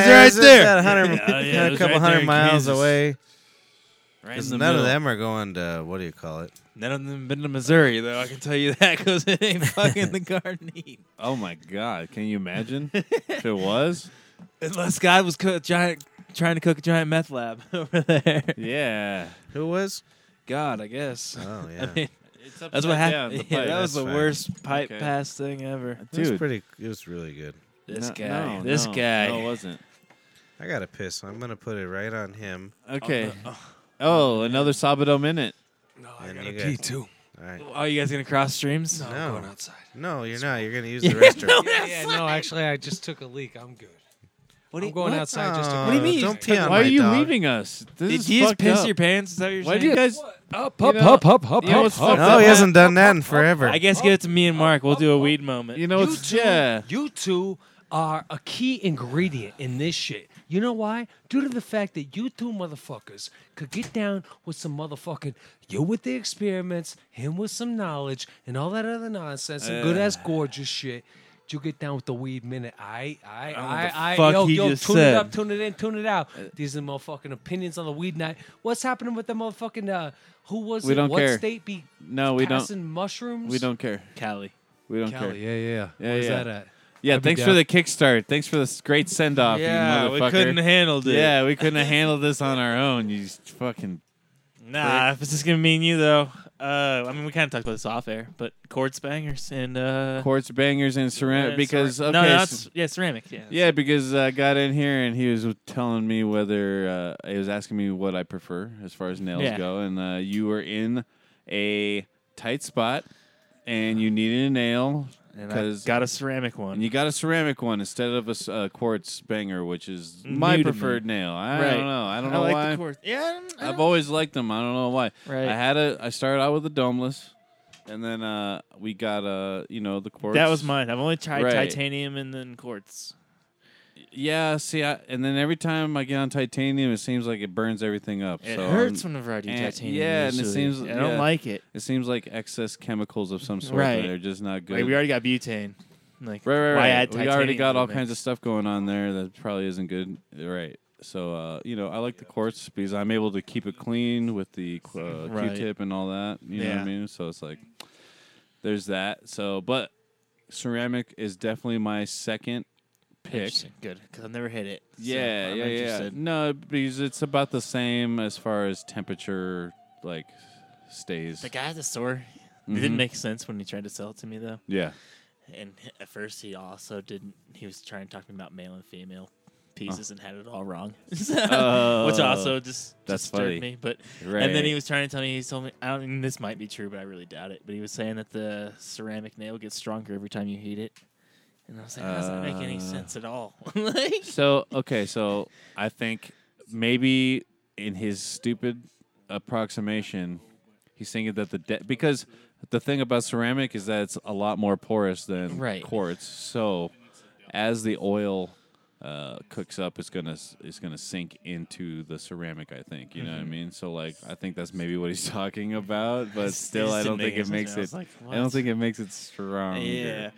Speaker 5: right
Speaker 2: it's just
Speaker 5: there."
Speaker 2: that hundred-
Speaker 5: Yeah, yeah,
Speaker 2: a
Speaker 5: it was
Speaker 2: couple
Speaker 5: right there
Speaker 2: hundred
Speaker 5: in
Speaker 2: miles
Speaker 5: Kansas.
Speaker 2: away.
Speaker 5: Right in
Speaker 2: 'Cause
Speaker 5: the
Speaker 2: none
Speaker 5: middle.
Speaker 2: of them are going to what do you call it?
Speaker 5: None of them been to Missouri though. I can tell you that because it ain't fucking the Garden of Eden.
Speaker 4: Oh my God! Can you imagine if it was?
Speaker 5: Unless God was cook giant, trying to cook a giant meth lab over there.
Speaker 4: Yeah.
Speaker 2: Who was?
Speaker 5: God, I guess.
Speaker 2: Oh yeah,
Speaker 5: I mean,
Speaker 4: It's
Speaker 5: that's what
Speaker 4: down,
Speaker 5: happened.
Speaker 4: the
Speaker 5: Yeah,
Speaker 4: pipe.
Speaker 5: that was the
Speaker 2: That's fine.
Speaker 5: worst pipe
Speaker 4: Okay.
Speaker 5: pass thing ever.
Speaker 2: it was
Speaker 4: Dude.
Speaker 2: pretty. It was really good.
Speaker 5: This
Speaker 4: No-
Speaker 5: guy.
Speaker 4: no,
Speaker 5: this
Speaker 4: no,
Speaker 5: guy.
Speaker 4: No, it wasn't.
Speaker 2: I got to piss. so I'm gonna put it right on him.
Speaker 4: Okay. Oh, another Sabado minute.
Speaker 1: No, I
Speaker 2: And
Speaker 1: gotta
Speaker 2: you
Speaker 1: pee
Speaker 2: got-
Speaker 1: too.
Speaker 2: All right.
Speaker 5: Oh, you guys gonna cross streams?
Speaker 1: No,
Speaker 2: No.
Speaker 1: I'm going outside.
Speaker 2: No, you're not. You're gonna use the restroom.
Speaker 1: Yeah, yeah, no, actually, I just took a leak. I'm good.
Speaker 5: What do
Speaker 1: I'm
Speaker 5: you,
Speaker 1: going
Speaker 5: what?
Speaker 1: outside just to.
Speaker 2: What do you mean? Don't pee on
Speaker 4: Why
Speaker 2: my
Speaker 4: are you
Speaker 2: dog.
Speaker 4: leaving us? This
Speaker 5: Did
Speaker 4: is
Speaker 5: you just
Speaker 4: fucked
Speaker 5: piss
Speaker 4: up.
Speaker 5: your pants? Is that what you're
Speaker 4: Why
Speaker 5: saying?
Speaker 4: do you guys?
Speaker 1: Up,
Speaker 4: You
Speaker 1: up,
Speaker 4: know-
Speaker 1: up, up, up,
Speaker 4: you know
Speaker 1: up,
Speaker 4: what's fucked
Speaker 1: up.
Speaker 4: up?
Speaker 2: No, he hasn't done that in forever.
Speaker 5: I guess give it to me and Mark. We'll do a weed moment.
Speaker 4: You know,
Speaker 1: You
Speaker 4: it's
Speaker 1: two,
Speaker 4: yeah.
Speaker 1: you two are a key ingredient in this shit. You know why? Due to the fact that you two motherfuckers could get down with some motherfucking you with the experiments, him with some knowledge, and all that other nonsense and good ass gorgeous shit. You get down with the weed minute. I, I,
Speaker 5: know what the
Speaker 1: I, I,
Speaker 5: fuck
Speaker 1: yo,
Speaker 5: he
Speaker 1: yo, tune
Speaker 5: just
Speaker 1: it
Speaker 5: said.
Speaker 1: up, tune it in, tune it out. These are motherfucking opinions on the weed night. What's happening with the motherfucking uh, who was
Speaker 4: We
Speaker 1: it?
Speaker 4: don't
Speaker 1: what
Speaker 4: care.
Speaker 1: state be
Speaker 4: No, we don't.
Speaker 1: passing mushrooms?
Speaker 4: We don't care.
Speaker 5: Cali.
Speaker 4: We don't care.
Speaker 1: Cali, yeah, yeah,
Speaker 4: Yeah,
Speaker 1: Where's
Speaker 4: yeah.
Speaker 1: that at?
Speaker 4: Yeah,
Speaker 1: I'd be
Speaker 4: thanks
Speaker 1: down.
Speaker 4: for the kickstart. Thanks for this great send off.
Speaker 5: Yeah,
Speaker 4: you
Speaker 5: we
Speaker 4: motherfucker.
Speaker 5: couldn't handle it.
Speaker 4: Yeah, we couldn't have handled this on our own. You s- fucking.
Speaker 5: Nah, if it's just gonna mean you though. Uh, I mean, we kind of talked about this off air, but quartz bangers and uh,
Speaker 4: Quartz bangers and ceramic
Speaker 5: uh,
Speaker 4: because
Speaker 5: cer-
Speaker 4: okay,
Speaker 5: no, no,
Speaker 4: so-
Speaker 5: it's- yeah, ceramic. Yeah,
Speaker 4: yeah, because I got in here and he was telling me whether uh, he was asking me what I prefer as far as nails
Speaker 5: Yeah.
Speaker 4: go, and uh, you were in a tight spot and you needed a nail
Speaker 5: and I
Speaker 4: because
Speaker 5: got a ceramic one.
Speaker 4: and you got a ceramic one instead of a s- uh, quartz banger, which is my
Speaker 5: New to me.
Speaker 4: preferred nail. I
Speaker 5: Right.
Speaker 4: don't know. I don't know
Speaker 5: like
Speaker 4: why.
Speaker 5: the quartz. Yeah, I
Speaker 4: I've
Speaker 5: don't-
Speaker 4: always liked them. I don't know why.
Speaker 5: Right.
Speaker 4: I had a. I started out with a domeless, and then uh, we got uh, you know, the quartz.
Speaker 5: that was mine. I've only tried
Speaker 4: Right.
Speaker 5: titanium and then quartz.
Speaker 4: Yeah. See, I, and then every time I get on titanium, it seems like it burns everything up.
Speaker 5: It
Speaker 4: so
Speaker 5: hurts
Speaker 4: I'm-
Speaker 5: whenever I do
Speaker 4: and-
Speaker 5: titanium.
Speaker 4: yeah, and it
Speaker 5: usually.
Speaker 4: seems-
Speaker 5: I don't
Speaker 4: yeah.
Speaker 5: like it.
Speaker 4: it seems like excess chemicals of some sort.
Speaker 5: Right.
Speaker 4: That are just not good.
Speaker 5: Like we already got butane. Like
Speaker 4: right, right,
Speaker 5: why
Speaker 4: right.
Speaker 5: add
Speaker 4: we already
Speaker 5: titanium
Speaker 4: got
Speaker 5: to the
Speaker 4: all
Speaker 5: mix?
Speaker 4: kinds of stuff going on there that probably isn't good. Right. So uh, you know, I like the quartz because I'm able to keep it clean with the uh,
Speaker 5: Right.
Speaker 4: Q-tip and all that. You know what
Speaker 5: Yeah.
Speaker 4: I mean? So it's like there's that. So, but ceramic is definitely my second pick.
Speaker 5: Interesting. Good, because I've never hit it. so
Speaker 4: Yeah,
Speaker 5: I'm
Speaker 4: yeah, yeah.
Speaker 5: interested.
Speaker 4: No, because it's about the same as far as temperature, like stays.
Speaker 5: The guy at the store, it
Speaker 4: Mm-hmm.
Speaker 5: didn't make sense when he tried to sell it to me though.
Speaker 4: yeah.
Speaker 5: And at first, he also didn't. He was trying to talk to me about male and female pieces and had it all wrong, So- which
Speaker 4: Oh,
Speaker 5: also just
Speaker 4: that's
Speaker 5: disturbed
Speaker 4: funny.
Speaker 5: me. But and
Speaker 4: Right.
Speaker 5: then he was trying to tell me. He told me. I don't. And this might be true, but I really doubt it. But he was saying that the ceramic nail gets stronger every time you heat it. And I was like, how does that make any
Speaker 4: Uh.
Speaker 5: sense at all? like,
Speaker 4: So okay, so I think maybe in his stupid approximation, he's thinking that the de- because the thing about ceramic is that it's a lot more porous than
Speaker 5: Right.
Speaker 4: quartz. So as the oil uh, cooks up, it's gonna s- it's gonna sink into the ceramic. I think you know
Speaker 5: Mm-hmm.
Speaker 4: what I mean. So like I think that's maybe what he's talking about, but
Speaker 5: It's- it
Speaker 4: still
Speaker 5: just
Speaker 4: I
Speaker 5: didn't
Speaker 4: don't think
Speaker 5: make any
Speaker 4: it
Speaker 5: sense.
Speaker 4: makes
Speaker 5: I
Speaker 4: it.
Speaker 5: was like,
Speaker 4: I don't
Speaker 5: what?
Speaker 4: think it makes it strong.
Speaker 5: yeah.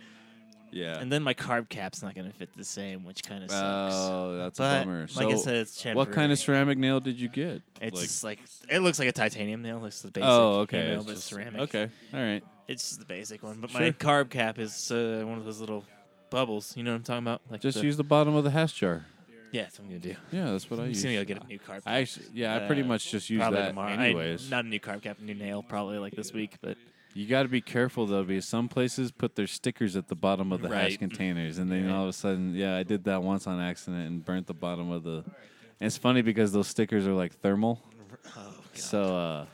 Speaker 4: yeah.
Speaker 5: And then my carb cap's not going to fit the same, which kind of sucks.
Speaker 4: Oh, that's
Speaker 5: but
Speaker 4: a bummer.
Speaker 5: like I
Speaker 4: So-
Speaker 5: said, it's temporary.
Speaker 4: what kind of ceramic nail did you get?
Speaker 5: It's
Speaker 4: Like-
Speaker 5: just like it looks like a titanium nail. It's the basic.
Speaker 4: oh, okay.
Speaker 5: Nail,
Speaker 4: it's
Speaker 5: but it's
Speaker 4: just-
Speaker 5: ceramic.
Speaker 4: Okay, all right.
Speaker 5: It's just the basic one. But
Speaker 4: Sure.
Speaker 5: my carb cap is uh, one of those little bubbles. You know what I'm talking about? Like
Speaker 4: Just
Speaker 5: the-
Speaker 4: use the bottom of the hash jar.
Speaker 5: Yeah, that's what I'm gonna do.
Speaker 4: Yeah, that's what I
Speaker 5: I'm
Speaker 4: use.
Speaker 5: just gonna go get a new carb.
Speaker 4: I actually, yeah, I pretty
Speaker 5: uh,
Speaker 4: much just use
Speaker 5: probably
Speaker 4: that
Speaker 5: tomorrow. I-
Speaker 4: anyways.
Speaker 5: not a new carb cap, a new nail, probably like this week. But
Speaker 4: you got to be careful though, because some places put their stickers at the bottom of the hash
Speaker 5: Right.
Speaker 4: containers, and then all of a sudden, yeah, I did that once on accident and burnt the bottom of the. And it's funny because those stickers are like thermal,
Speaker 5: oh, God.
Speaker 4: so uh,